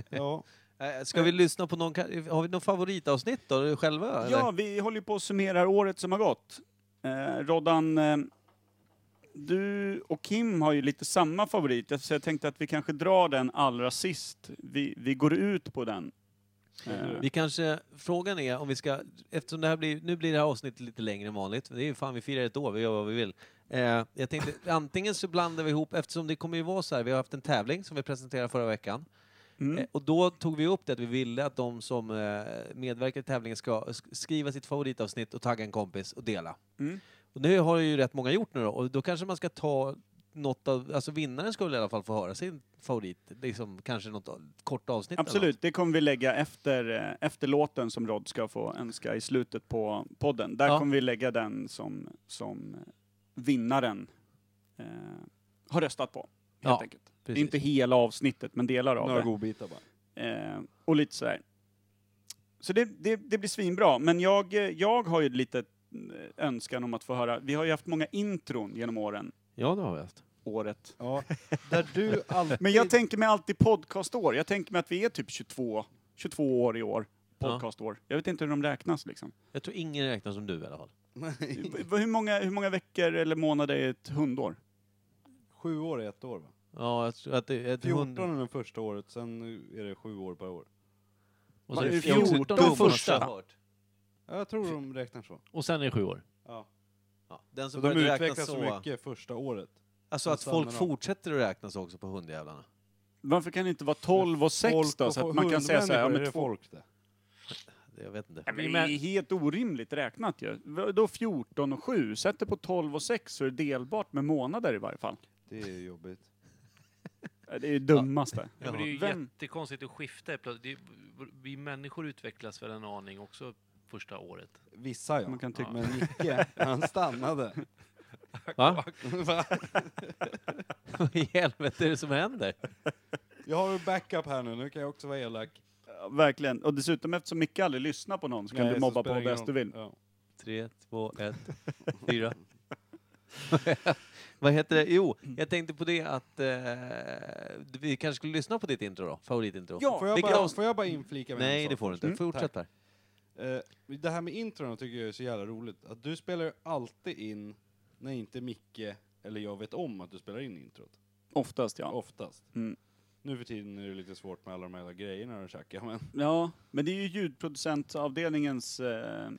Speaker 3: Ja.
Speaker 1: Äh, Ska vi lyssna på någon... Har vi någon favoritavsnitt då, själva? eller?
Speaker 4: Ja, vi håller ju på och summerar året som har gått. Eh, Roddan, eh, du och Kim har ju lite samma favorit, så jag tänkte att vi kanske drar den allra sist. Vi, vi går ut på den. Eh,
Speaker 1: Vi kanske, frågan är om vi ska, eftersom det här blir, nu blir det här avsnittet lite längre än vanligt, det är ju fan vi firar ett år, vi gör vad vi vill. Eh, jag tänkte, antingen så blandar vi ihop, eftersom det kommer ju vara så här, vi har haft en tävling som vi presenterade förra veckan.
Speaker 4: Mm.
Speaker 1: Eh, och då tog vi upp det att vi ville att de som eh, medverkar i tävlingen ska sk- skriva sitt favoritavsnitt och tagga en kompis och dela.
Speaker 4: Mm.
Speaker 1: Och nu har ju rätt många gjort nu då, och då kanske man ska ta något av, alltså vinnaren skulle i alla fall få höra sin favorit. Liksom, kanske något av- kort avsnitt. eller något.
Speaker 4: Absolut, det kommer vi lägga efter, eh, efter låten som Rod ska få önska i slutet på podden. Där
Speaker 1: Ja.
Speaker 4: kommer vi lägga den som, som vinnaren eh, har röstat på, helt
Speaker 1: Ja,
Speaker 4: enkelt.
Speaker 1: precis.
Speaker 4: Inte hela avsnittet, men delar av
Speaker 3: Några
Speaker 4: det.
Speaker 3: godbitar bara.
Speaker 4: Eh, och lite sådär. Så det, det, det blir svinbra. Men jag, eh, jag har ju lite eh, önskan om att få höra, vi har ju haft många intron genom åren.
Speaker 1: Ja, det har vi haft.
Speaker 4: Året.
Speaker 3: Ja, där du alltid...
Speaker 4: Men jag tänker mig alltid podcastår. Jag tänker mig att vi är typ 22, 22 år i år. Podcastår. Jag vet inte hur de räknas liksom.
Speaker 1: Jag tror ingen räknar som du i alla fall.
Speaker 4: V- Hur många, hur många veckor eller månader är ett hundår?
Speaker 3: Sju år är ett år va?
Speaker 1: Ja, jag tror att det är ett
Speaker 3: 14
Speaker 1: hund...
Speaker 3: är det första året, sen är det sju år per år.
Speaker 1: Och så är
Speaker 4: Vad
Speaker 1: det
Speaker 4: är det,
Speaker 1: 14
Speaker 4: 14
Speaker 1: första.
Speaker 4: första?
Speaker 1: Hört.
Speaker 3: Ja, jag tror de räknar så.
Speaker 2: Och sen är det sju år.
Speaker 3: Ja.
Speaker 1: Ja, den som
Speaker 3: de
Speaker 1: började räkna
Speaker 3: utvecklas
Speaker 1: så.
Speaker 3: så mycket första året.
Speaker 1: Alltså
Speaker 3: Men
Speaker 1: att
Speaker 3: sen
Speaker 1: folk
Speaker 3: med dem.
Speaker 1: fortsätter att räknas också på hundjävlarna.
Speaker 4: Varför kan det inte vara 12 och 6
Speaker 3: Folk
Speaker 4: då?
Speaker 3: och
Speaker 4: Så
Speaker 3: få-
Speaker 4: att man kan säga så här, ja,
Speaker 3: hundmänniskor,
Speaker 4: men
Speaker 3: är det
Speaker 4: två-
Speaker 3: folk det?
Speaker 1: Det- Jag vet inte.
Speaker 4: Nej, men Det är helt orimligt räknat ju. V- Då 14 och 7, sätt det på 12 och 6 så är det delbart med månader i varje fall.
Speaker 3: Det är jobbigt.
Speaker 4: Eh, Det är det dummaste.
Speaker 2: Ja, men det är ju
Speaker 4: Vem-
Speaker 2: jättekonstigt att skifta plötsligt. Det är- Vi människor utvecklas väl en aning också första året.
Speaker 3: Vissa ja.
Speaker 4: Man kan tycka-
Speaker 3: Men Nicke, han stannade.
Speaker 1: Va?
Speaker 3: Va?
Speaker 1: Vad i helvete är det som händer?
Speaker 3: Jag har en backup här nu, nu kan jag också vara elak.
Speaker 4: Ja, Verkligen. Och dessutom eftersom Micke aldrig lyssnar på någon så kan
Speaker 3: Nej,
Speaker 4: du
Speaker 3: så
Speaker 4: mobba
Speaker 3: spelar
Speaker 4: på
Speaker 3: det ingen
Speaker 4: bäst du
Speaker 3: roll.
Speaker 4: vill.
Speaker 3: Ja.
Speaker 1: Tre, två, ett, fyra. Vad heter det? Jo, jag tänkte på det att eh, vi kanske skulle lyssna på ditt intro då, favoritintro.
Speaker 4: Ja,
Speaker 3: Får, jag
Speaker 1: Vilket
Speaker 3: bara,
Speaker 1: avsnitt?
Speaker 3: får jag bara inflika med en
Speaker 1: Nej,
Speaker 3: sak
Speaker 1: det får du inte.
Speaker 3: först?
Speaker 1: Fortsätt
Speaker 3: Tack.
Speaker 1: Per.
Speaker 3: Eh, det här med introna tycker jag är så jävla roligt. Att du spelar ju alltid in när inte Micke eller jag vet om att du spelar in introt.
Speaker 4: Oftast ja.
Speaker 3: Oftast.
Speaker 4: Mm.
Speaker 3: Nu för tiden är det lite svårt med alla de här grejerna och tjacka, men
Speaker 4: Ja, men det är ju ljudproducentavdelningens eh,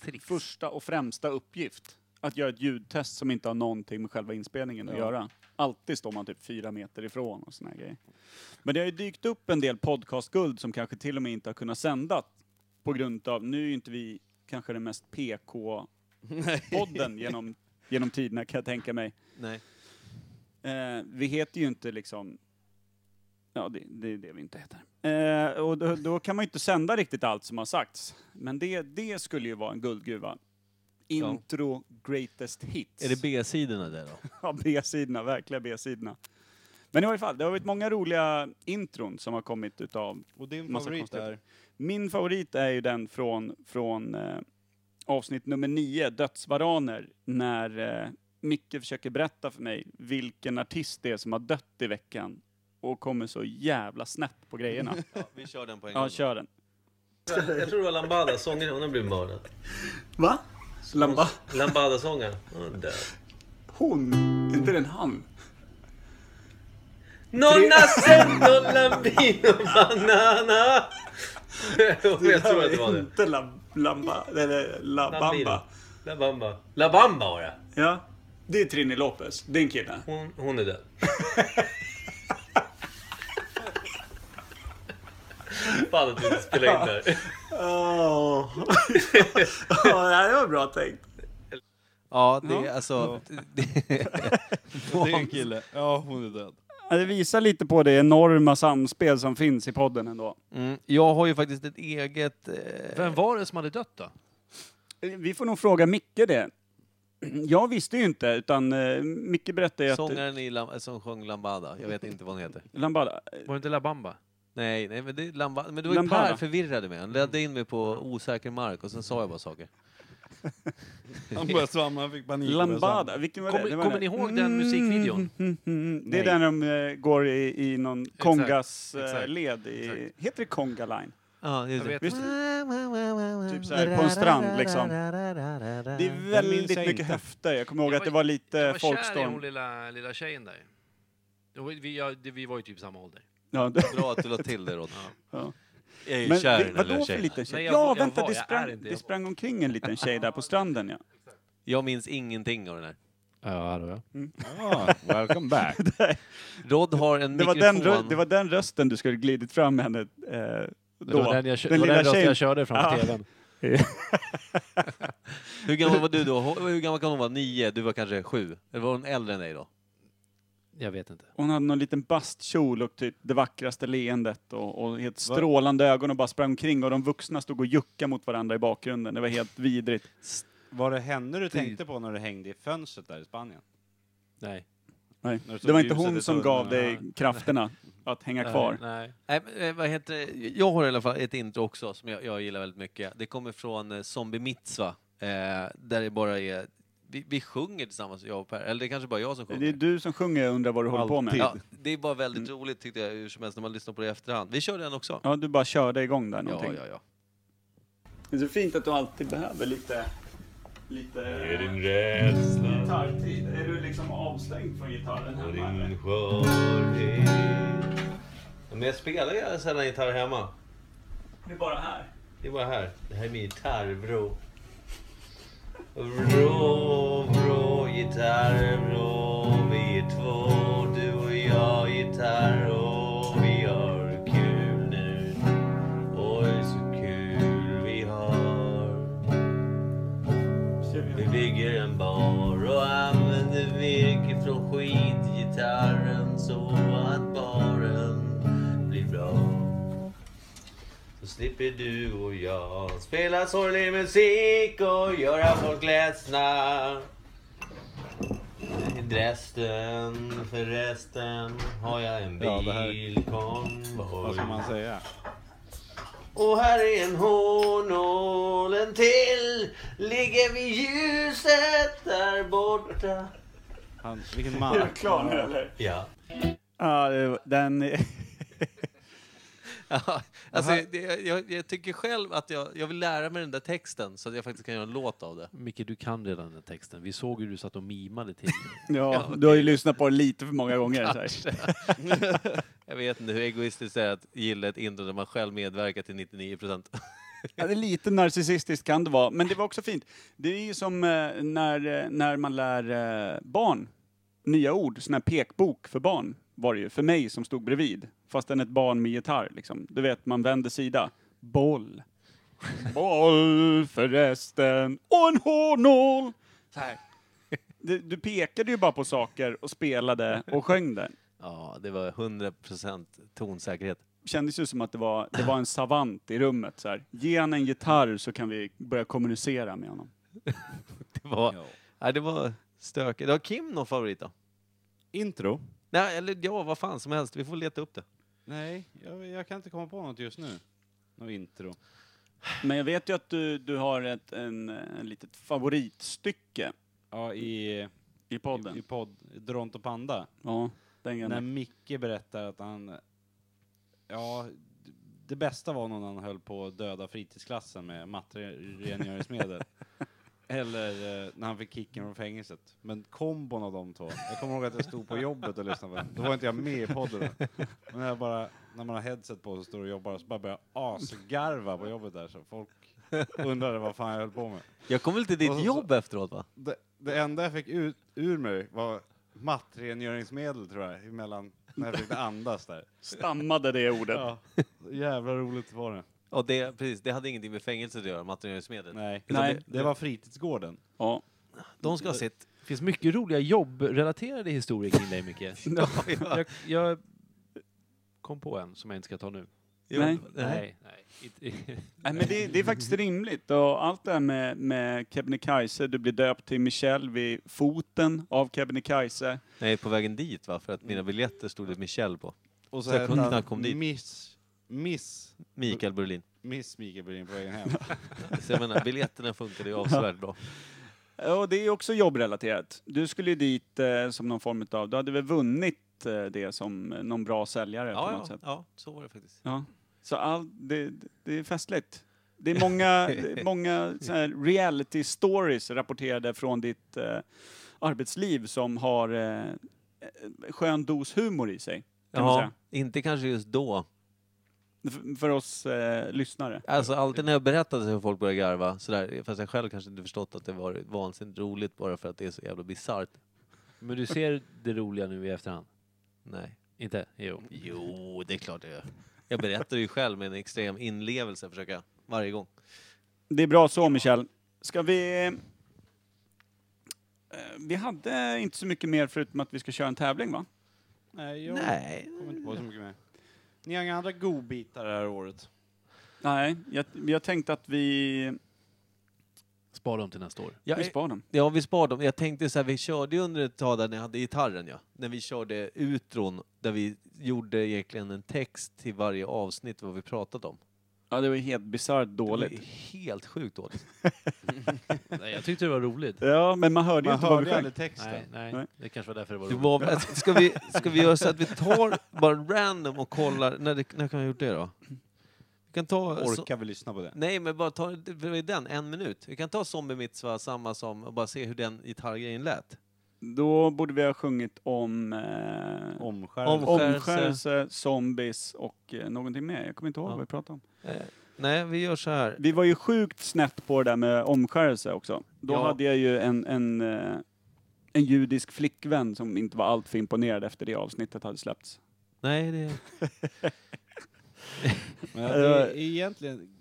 Speaker 2: Tricks.
Speaker 4: första och främsta uppgift. Att göra ett ljudtest som inte har någonting med själva inspelningen att
Speaker 3: Ja.
Speaker 4: göra. Alltid står man typ fyra meter ifrån och såna här grejer. Men det har ju dykt upp en del podcastguld som kanske till och med inte har kunnat sända på grund av, nu är ju inte vi kanske den mest PK-podden genom, genom tiderna kan jag tänka mig.
Speaker 1: Nej.
Speaker 4: Eh, vi heter ju inte liksom... Ja, det, det är det vi inte heter. Eh, och då, då kan man ju inte sända riktigt allt som har sagts. Men det, det skulle ju vara en guldgruva. Intro greatest hits.
Speaker 1: Är det B-sidorna där då?
Speaker 4: Ja, B-sidorna, verkliga B-sidorna. Men i varje fall, det har varit många roliga intron som har kommit utav
Speaker 3: Och din
Speaker 4: Massa
Speaker 3: favorit
Speaker 4: konstiga-
Speaker 3: är?
Speaker 4: min favorit är ju den från, från eh, avsnitt nummer 9, Dödsvaraner, när eh, Micke försöker berätta för mig vilken artist det är som har dött i veckan och kommer så jävla snett på grejerna.
Speaker 1: Ja, vi kör den på en gång.
Speaker 4: ja, kör den.
Speaker 15: Jag tror det var Lambada, sångaren, hon har blivit mördad.
Speaker 4: Va? Lamba?
Speaker 15: Lambada-sångaren, hon är död.
Speaker 4: Hon? Inte den han?
Speaker 15: Non accendo lambino banana. jag tror att det var det.
Speaker 4: inte la, Lamba, eller La
Speaker 15: Lambino. La Bamba. La Bamba var det.
Speaker 4: Ja, det är Trini Lopez, din kille.
Speaker 15: Hon, hon är död. Fan att vi inte spelade in det här.
Speaker 4: Åh, det var bra tänkt.
Speaker 1: Ja, det är alltså... Det,
Speaker 3: Det är en kille. Ja, hon är död.
Speaker 4: Ja, det visar lite på det enorma samspel som finns i podden ändå.
Speaker 1: mm, jag har ju faktiskt ett eget... Eh,
Speaker 2: Vem var det som hade dött då?
Speaker 4: Vi får nog fråga Micke det. Jag visste ju inte, utan eh, Micke berättade ju att...
Speaker 2: eh,
Speaker 1: sångaren i Lam- som sjöng Lambada. Jag vet inte vad hon heter.
Speaker 4: Lambada.
Speaker 2: Var det inte La Bamba?
Speaker 1: Nej, nej men det är Lambada. Men det var ju
Speaker 4: Lambada.
Speaker 1: Per förvirrade mig. Han ledde in mig på osäker mark och sen sa jag bara saker.
Speaker 3: Han började svamla, han fick panik. och började svamla.
Speaker 4: Lambada, vilken var det?
Speaker 2: Kommer-
Speaker 4: det var
Speaker 2: kommer
Speaker 4: den
Speaker 2: ni
Speaker 4: där.
Speaker 2: ihåg den musikvideon?
Speaker 4: Mm, mm, mm. Det är
Speaker 3: Nej.
Speaker 4: den de eh, går i, i någon kongas eh,
Speaker 2: exakt,
Speaker 4: led. I, heter det Konga Line?
Speaker 1: Ja, just
Speaker 2: Jag
Speaker 1: det.
Speaker 2: vet inte.
Speaker 4: Typ så här på en strand, liksom. Det är väldigt
Speaker 3: minns Eh, jag
Speaker 4: mycket
Speaker 3: inte.
Speaker 4: höfter. Jag kommer ihåg
Speaker 2: Jag
Speaker 4: att det
Speaker 2: var-
Speaker 4: var
Speaker 2: Jag
Speaker 4: lite
Speaker 2: var kär i hon
Speaker 4: Eh, folkstorm.
Speaker 2: lilla, lilla tjejen där. Det var- Vi, jag, det, vi var ju typ samma ålder.
Speaker 4: Ja,
Speaker 1: Bra att du la till det, Rod.
Speaker 4: Ja.
Speaker 1: Jag är ju
Speaker 4: Men
Speaker 1: kär i
Speaker 4: vi-
Speaker 1: den här lilla
Speaker 4: vadå för
Speaker 1: tjejen.
Speaker 4: liten tjej?
Speaker 2: Nej,
Speaker 4: Ja,
Speaker 2: jag var- jag
Speaker 4: vänta,
Speaker 2: var-
Speaker 4: det
Speaker 2: jag är
Speaker 4: sprang,
Speaker 2: inte,
Speaker 4: det
Speaker 2: jag
Speaker 4: sprang omkring en liten tjej där på stranden ja.
Speaker 1: Jag minns ingenting av den här.
Speaker 2: Ja, det var jag.
Speaker 3: Ah, welcome back.
Speaker 1: Rod har en
Speaker 4: Det var, den,
Speaker 1: mikrofon.
Speaker 4: rö- det var den rösten du skulle glidit fram med henne eh, då.
Speaker 2: Det var den, jag, kö-
Speaker 4: Den
Speaker 2: det var den
Speaker 4: lilla
Speaker 2: rösten
Speaker 4: tjejen.
Speaker 2: jag körde framför
Speaker 4: Ja.
Speaker 2: tvn.
Speaker 1: Hur gammal var du då? Hur gammal kan hon vara? Nio? Du var kanske sju? Eller var hon äldre än dig då?
Speaker 2: Jag vet inte.
Speaker 4: Hon hade någon liten bastkjol och typ det vackraste leendet och, och helt strålande ögon och bara sprang omkring och de vuxna stod och juckade mot varandra i bakgrunden. Det var helt vidrigt.
Speaker 3: Var det henne du tänkte på när du hängde i fönstret där i Spanien?
Speaker 2: Nej.
Speaker 4: Nej.
Speaker 3: När du såg
Speaker 4: Det var inte
Speaker 3: ljuset i
Speaker 4: hon som gav
Speaker 3: tunneln.
Speaker 4: dig krafterna att hänga kvar.
Speaker 2: Nej.
Speaker 1: men, eh, vad heter det? Jag har i alla fall ett intro också som jag, jag gillar väldigt mycket. Det kommer från eh, Zombie Mitzva. Eh, där det bara är... Vi, vi sjunger tillsammans, jag och Per. Eller det är kanske bara jag som sjunger.
Speaker 4: Det är du som sjunger och undrar vad du håller på med.
Speaker 1: Ja, det är bara väldigt roligt tyckte jag hur som helst när man lyssnar på det i efterhand. Vi kör den också.
Speaker 4: Ja, du bara körde igång där någonting.
Speaker 1: ja, ja.
Speaker 4: Det är så fint att du alltid behöver lite... Lite...
Speaker 16: Är din rädsla
Speaker 4: Gitarrtid. Är du liksom avstängd från gitarren
Speaker 1: och din skörhet. Men jag spelar ju sällan gitarr hemma.
Speaker 4: Det är bara här.
Speaker 1: Det är bara här. Det här är min gitarrbro. Vrå, vrå, gitarrvrå. Vi är två, du och jag, gitarr. Och vi har kul nu. Oj, så kul vi har. Vi bygger en bar och använder virke från skitgitarren så att baren blir bra. Så slipper du och jag spela sorglig musik och göra folk ledsna. I Dresden, förresten, har jag en
Speaker 3: Ja, det här- Vad
Speaker 1: bilkonvoj.
Speaker 3: ska man säga?
Speaker 1: Och här är en honål, en till. Ligger vid ljuset där borta.
Speaker 3: Han, vilken
Speaker 4: Är du klar nu eller?
Speaker 1: Ja.
Speaker 4: Ja, det var- den...
Speaker 1: Ja, alltså, det, jag, jag tycker själv att jag, jag vill lära mig den där texten så att jag faktiskt kan göra en låt av det.
Speaker 2: Micke, du kan redan den texten. Vi såg hur du satt och mimade till den.
Speaker 4: ja, du har ju lyssnat på det lite för många gånger. Så här.
Speaker 1: Kanske. jag vet inte hur egoistiskt det är att gilla ett intro där man själv medverkar till 99 procent.
Speaker 4: Ja, det är lite narcissistiskt kan det vara, men det var också fint. Det är ju som eh, när, eh, när man lär eh, barn nya ord, sån här pekbok för barn var det ju, för mig som stod bredvid. Fastän ett barn med gitarr liksom. Du vet, man vänder sida. Boll. Boll förresten. Och en hårnål. Så här. Du, du pekade ju bara på saker och spelade och sjöng den.
Speaker 1: Ja, det var 100 procent tonsäkerhet.
Speaker 4: kändes ju som att det var, det var en savant i rummet. Så här. Ge han en gitarr så kan vi börja kommunicera med honom.
Speaker 1: Det var, ja, det var stökigt. Har Kim någon favorit då?
Speaker 3: Intro?
Speaker 1: Nej, eller ja, vad fan som helst. Vi får leta upp det.
Speaker 3: Nej, jag, jag kan inte komma på något just nu. Något intro.
Speaker 4: Men jag vet ju att du, du har ett en, en litet favoritstycke
Speaker 3: Ja, i,
Speaker 4: i podden.
Speaker 3: i, i podd Dront och Panda.
Speaker 4: ja, den
Speaker 3: När
Speaker 4: gamla.
Speaker 3: Micke berättar att han... Ja, d- det bästa var nog när han höll på att döda fritidsklassen med matterengöringsmedel. Eller eh, när han fick kicken från fängelset. Men kombon av de två. Jag kommer ihåg att jag stod på jobbet och lyssnade på den. Då var inte jag med i podden. Men jag bara, när man har headset på och står och jobbar så bara börjar jag asgarva på jobbet där. Så folk undrade vad fan jag höll på med.
Speaker 1: Jag kommer väl till
Speaker 3: Och så-
Speaker 1: ditt
Speaker 3: så-
Speaker 1: jobb efteråt va?
Speaker 3: Det, det enda jag fick ut, ur mig var mattrengöringsmedel tror jag, emellan när jag försökte andas där.
Speaker 4: Stammade det ordet.
Speaker 3: Ja, jävla roligt var det.
Speaker 1: Ja, det, precis. Det hade ingenting med fängelset att göra, materialismedel.
Speaker 3: Nej,
Speaker 1: Utan
Speaker 4: Nej.
Speaker 1: det-
Speaker 3: Alltså, det var fritidsgården.
Speaker 4: Ja.
Speaker 1: De ska ha sitt.
Speaker 2: Det finns mycket roliga jobbrelaterade historier kring dig, Micke.
Speaker 1: Ja, ja.
Speaker 2: jag, jag kom på en som jag inte ska ta nu.
Speaker 1: Jo,
Speaker 4: Nej.
Speaker 2: Nej, nej. inte-
Speaker 4: Nej, men det, det är faktiskt rimligt. Och allt det här med, med Kebnekaise, du blir döpt till Michel vid foten av Kebnekaise.
Speaker 1: Jag är på vägen dit va, för att mina biljetter stod det Michel på.
Speaker 3: Och
Speaker 1: Så jag
Speaker 3: hette
Speaker 1: kunde
Speaker 3: han
Speaker 1: knappt komma dit.
Speaker 3: Miss, miss,
Speaker 1: Mikael Berlin.
Speaker 3: miss Mikael Berlin på vägen hem.
Speaker 1: Så jag menar, biljetterna funkade ju avsevärt bra.
Speaker 4: Och det är också jobbrelaterat. Du skulle ju dit eh, som någon form av, du hade väl vunnit eh, det som eh, någon bra säljare på något
Speaker 1: Ja,
Speaker 4: sätt?
Speaker 1: ja, ja, så var det faktiskt.
Speaker 4: Ja. Så all, det, det är festligt. Det är många, det är många så här reality stories rapporterade från ditt eh, arbetsliv som har eh, en skön dos humor i sig. Kan man
Speaker 1: Ja,
Speaker 4: säga.
Speaker 1: inte kanske just då.
Speaker 4: F- för oss eh, lyssnare.
Speaker 1: Alltså alltid när jag berättade så har folk började garva sådär, fast jag själv kanske inte förstått att det var vansinnigt roligt bara för att det är så jävla bisarrt.
Speaker 2: Men du ser det roliga nu i efterhand?
Speaker 1: Nej.
Speaker 2: Inte? Jo.
Speaker 1: Jo, det är klart jag gör. Jag berättar ju själv med en extrem inlevelse, försöka varje gång.
Speaker 4: Det är bra så, Michel. Ska vi... eh, Vi hade inte så mycket mer förutom att vi ska köra en tävling, va?
Speaker 3: Nej, jag
Speaker 1: Nej.
Speaker 3: kommer inte på så mycket mer. Ni har inga andra godbitar det här året?
Speaker 4: Nej, jag, jag tänkte att vi...
Speaker 2: Spar dem till nästa år.
Speaker 1: Ja,
Speaker 4: vi
Speaker 1: eh,
Speaker 4: spar dem.
Speaker 1: Ja, vi spar dem. Jag tänkte så här, vi körde ju under ett tag där när jag hade gitarren, ja. När vi körde utron, där vi gjorde egentligen en text till varje avsnitt vad vi pratat om.
Speaker 4: Ja, det var ju helt bisarrt
Speaker 1: Det var
Speaker 4: dåligt.
Speaker 1: ju helt sjukt dåligt.
Speaker 2: Nej, jag tyckte det var roligt.
Speaker 4: Ja, men man hörde ju inte vad vi sjöng.
Speaker 2: Nej, nej,
Speaker 4: Nej.
Speaker 2: det kanske var därför det var
Speaker 1: Det
Speaker 2: roligt.
Speaker 1: var, alltså, ska, vi, ska vi göra så att vi tar bara random och kollar, när, det, när kan jag ha gjort det då? Vi kan ta... så-
Speaker 3: Orkar vi lyssna på det?
Speaker 1: Nej, men bara ta det var ju den, en minut. Vi kan ta Zombie Mitzva, samma som, och bara se hur den gitarrgrejen lät.
Speaker 4: Då borde vi ha sjungit om...
Speaker 3: Omskärelse.
Speaker 4: Eh,
Speaker 1: Omskärelse.
Speaker 4: omskärelse, zombies och eh, någonting mer. Jag kommer inte ihåg
Speaker 1: Ja.
Speaker 4: vad vi pratade om.
Speaker 1: Eh, nej, vi gör så här.
Speaker 4: Vi var ju sjukt snett på det där med omskärelse också. Då
Speaker 1: Ja.
Speaker 4: hade jag ju en, en, eh, en judisk flickvän som inte var alltför imponerad efter det avsnittet hade släppts.
Speaker 1: Nej, det...
Speaker 3: Men det är egentligen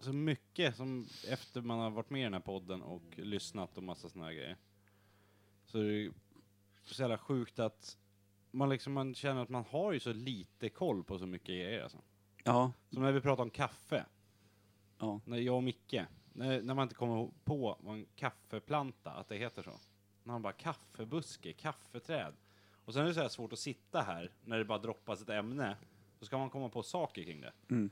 Speaker 3: så mycket som efter man har varit med i den här podden och lyssnat och massa såna här grejer. Så är det ju så jävla sjukt att man liksom man känner att man har ju så lite koll på så mycket grejer alltså.
Speaker 4: Ja.
Speaker 3: Som när vi pratar om kaffe.
Speaker 4: Ja.
Speaker 3: När jag och Micke, när, när man inte kommer på vad en kaffeplanta, att det heter så. När man bara kaffebuske, kaffeträd. Och sen är det så här svårt att sitta här när det bara droppas ett ämne. Så ska man komma på saker kring det.
Speaker 4: Mm.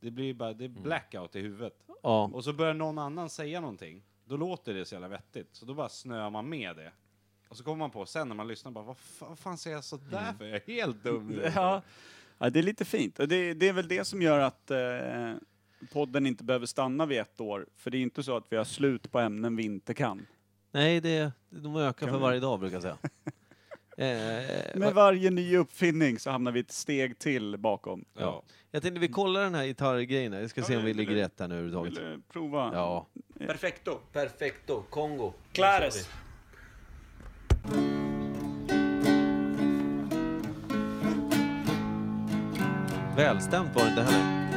Speaker 3: Det blir bara, det är blackout i huvudet.
Speaker 1: Ja.
Speaker 3: Och så börjar någon annan säga någonting. Då låter det så jävla vettigt. Så då bara snöar man med det. Och så kommer man på sen när man lyssnar bara, vad fan, vad fan säger jag sådär för? Jag är helt dum. i huvudet."
Speaker 4: Mm. Ja. ja, det är lite fint. Och Det, det är väl det som gör att eh, podden inte behöver stanna vid ett år. För det är inte så att vi har slut på ämnen vi inte kan.
Speaker 1: Nej, det, de ökar
Speaker 4: Kan
Speaker 1: för
Speaker 4: vi-
Speaker 1: varje dag brukar jag säga. eh,
Speaker 4: Med varje ny uppfinning så hamnar vi ett steg till bakom.
Speaker 1: ja. Jag tänkte vi kollar den här gitarrgrejen här. Vi ska se om vi ligger rätt här nu
Speaker 4: Vill
Speaker 1: överhuvudtaget.
Speaker 4: du prova?
Speaker 1: Ja.
Speaker 6: Perfecto. Perfecto. Kongo.
Speaker 4: Clares.
Speaker 1: Välstämt var det inte heller.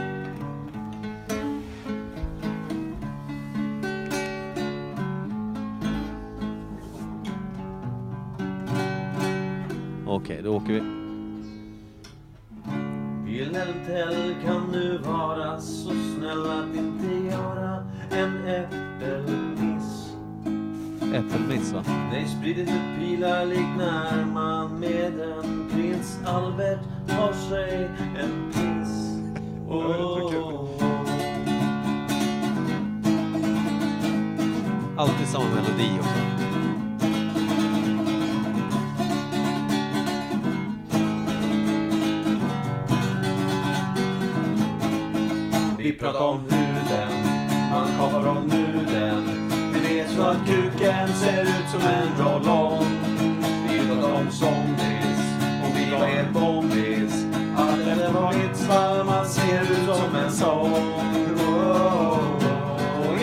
Speaker 1: Okej, då åker vi.
Speaker 9: Wilhelm Tell kan du vara så snäll att inte göra en äppelmiss.
Speaker 1: Äppelmix va?
Speaker 9: Nej, sprid inte pilar lik när man med en prins Albert tar sig en piss. Åh.
Speaker 1: Alltid samma melodi också.
Speaker 9: Vi pratar om huden, han kapar om nuden. Men det är så att kuken ser ut som en roll-on. Vi pratar om zombies, och vi var helt bombis. Att den var ett svall, man ser ut som en zombie. Oh,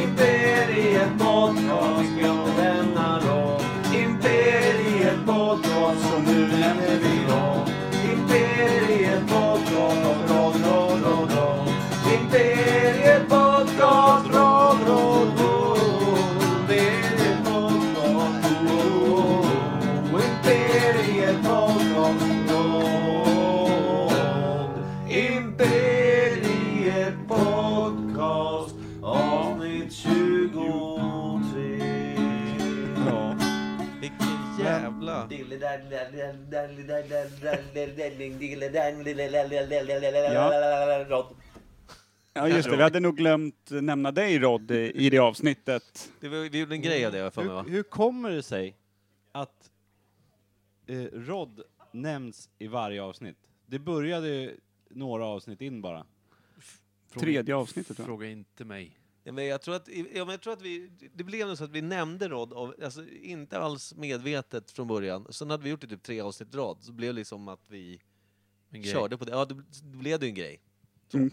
Speaker 9: Imperiet podcast, glöm inte denna roll. Imperiet podcast, och nu nämner vi dem. Imperiet podcast, roll, roll, roll, roll. Imperiet podcast, roll, roll, roll. Imperiet podcast, roll. Imperiet podcast, roll. Imperiet podcast, avsnitt 23.
Speaker 4: Ja.
Speaker 1: Vilken jävla...
Speaker 9: Ja.
Speaker 4: Ja just det, vi hade nog glömt nämna dig Rod i i det avsnittet.
Speaker 1: Det var, vi gjorde en grej av det har jag för mig va?
Speaker 3: Hur, hur kommer det sig att eh, Rod nämns i varje avsnitt? Det började ju några avsnitt in bara.
Speaker 2: Fråga-
Speaker 4: Tredje avsnittet, va?
Speaker 2: Fråga inte mig.
Speaker 1: Ja, men jag tror att, ja, men jag tror att vi, det blev nog så att vi nämnde Rod, av, alltså inte alls medvetet från början. Sen hade vi gjort det typ tre avsnitt i rad, så blev det liksom att vi
Speaker 2: En grej.
Speaker 1: körde på det. Ja, det, det blev det ju en grej. Så.
Speaker 4: Mm.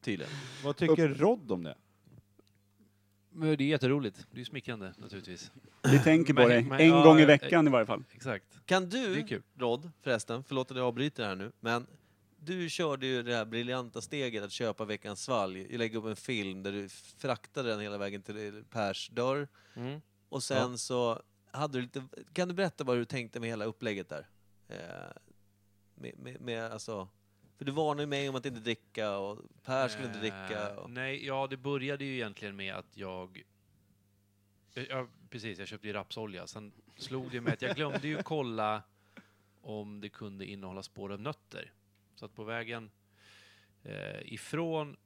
Speaker 1: Tydligen.
Speaker 3: Vad tycker Rod om det?
Speaker 2: Men det är jätteroligt. Det är ju smickrande naturligtvis.
Speaker 4: Vi tänker på
Speaker 2: Men-
Speaker 4: dig,
Speaker 2: men-
Speaker 4: en
Speaker 2: ja,
Speaker 4: gång i
Speaker 2: eh,
Speaker 4: veckan i varje fall.
Speaker 2: Exakt.
Speaker 1: Kan
Speaker 2: Det
Speaker 1: du,
Speaker 2: är kul.
Speaker 1: Rod, förresten, förlåt att jag avbryter här nu, men du körde ju det här briljanta steget att köpa Veckans svalg, lägga upp en film där du fraktade den hela vägen till Pers dörr.
Speaker 2: Mm.
Speaker 1: Och sen så hade du lite... Kan du berätta vad du tänkte med hela upplägget där? Eh, med, med, med, alltså, för du varnade ju mig om att inte dricka och Per skulle inte dricka.
Speaker 2: Eh,
Speaker 1: Och,
Speaker 2: Nej, ja, det började ju egentligen med att jag... Eh, Ja, precis, jag köpte ju rapsolja. Sen slog det mig att jag glömde ju kolla om det kunde innehålla spår av nötter. Så att på vägen eh, ifrån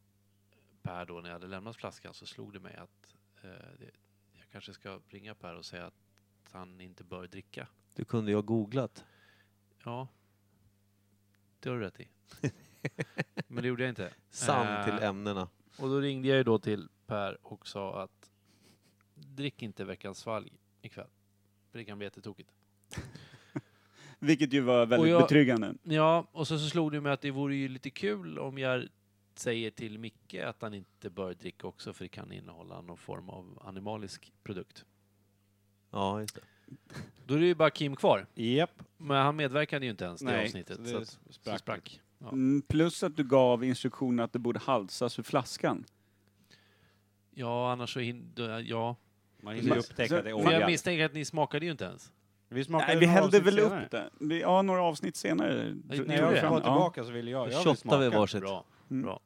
Speaker 2: Per då, när jag hade lämnat flaskan, så slog det mig att eh, det, jag kanske ska ringa Per och säga att han inte bör dricka.
Speaker 1: du kunde ju ha googlat.
Speaker 2: Ja, det har du rätt i. Men det gjorde jag inte.
Speaker 1: Sann till
Speaker 2: Eh,
Speaker 1: ämnena.
Speaker 2: Och då ringde jag ju då till Per och sa att drick inte veckans svalg ikväll. För det kan bli jättetokigt.
Speaker 4: Vilket ju var väldigt
Speaker 2: Och jag-
Speaker 4: betryggande.
Speaker 2: Ja, och så, så slog det mig att det vore ju lite kul om jag säger till Micke att han inte bör dricka också för det kan innehålla någon form av animalisk produkt.
Speaker 1: Ja, just det.
Speaker 2: Då är det ju bara Kim kvar.
Speaker 3: Japp.
Speaker 2: Men han medverkade ju inte ens det
Speaker 4: Nej,
Speaker 2: avsnittet.
Speaker 3: så det
Speaker 2: Så, att,
Speaker 3: sprack.
Speaker 2: så sprack. Ja.
Speaker 4: Mm, plus att du gav instruktionen att det borde halsas ur flaskan.
Speaker 2: ja, annars så hin- då- Ja.
Speaker 3: Man hinner ju upptäcka det
Speaker 2: För jag
Speaker 3: olja.
Speaker 2: misstänker att ni smakade ju inte ens.
Speaker 3: Vi
Speaker 4: Nej, vi hällde väl upp det. Vi, ja, några avsnitt senare. drog
Speaker 3: När
Speaker 4: vi
Speaker 3: jag
Speaker 4: fram-
Speaker 3: var
Speaker 4: ja.
Speaker 3: tillbaka så ville jag. Jag vill
Speaker 1: Shottade vi
Speaker 3: smaka.
Speaker 1: varsitt.
Speaker 2: Bra.
Speaker 4: Mm.
Speaker 2: Bra.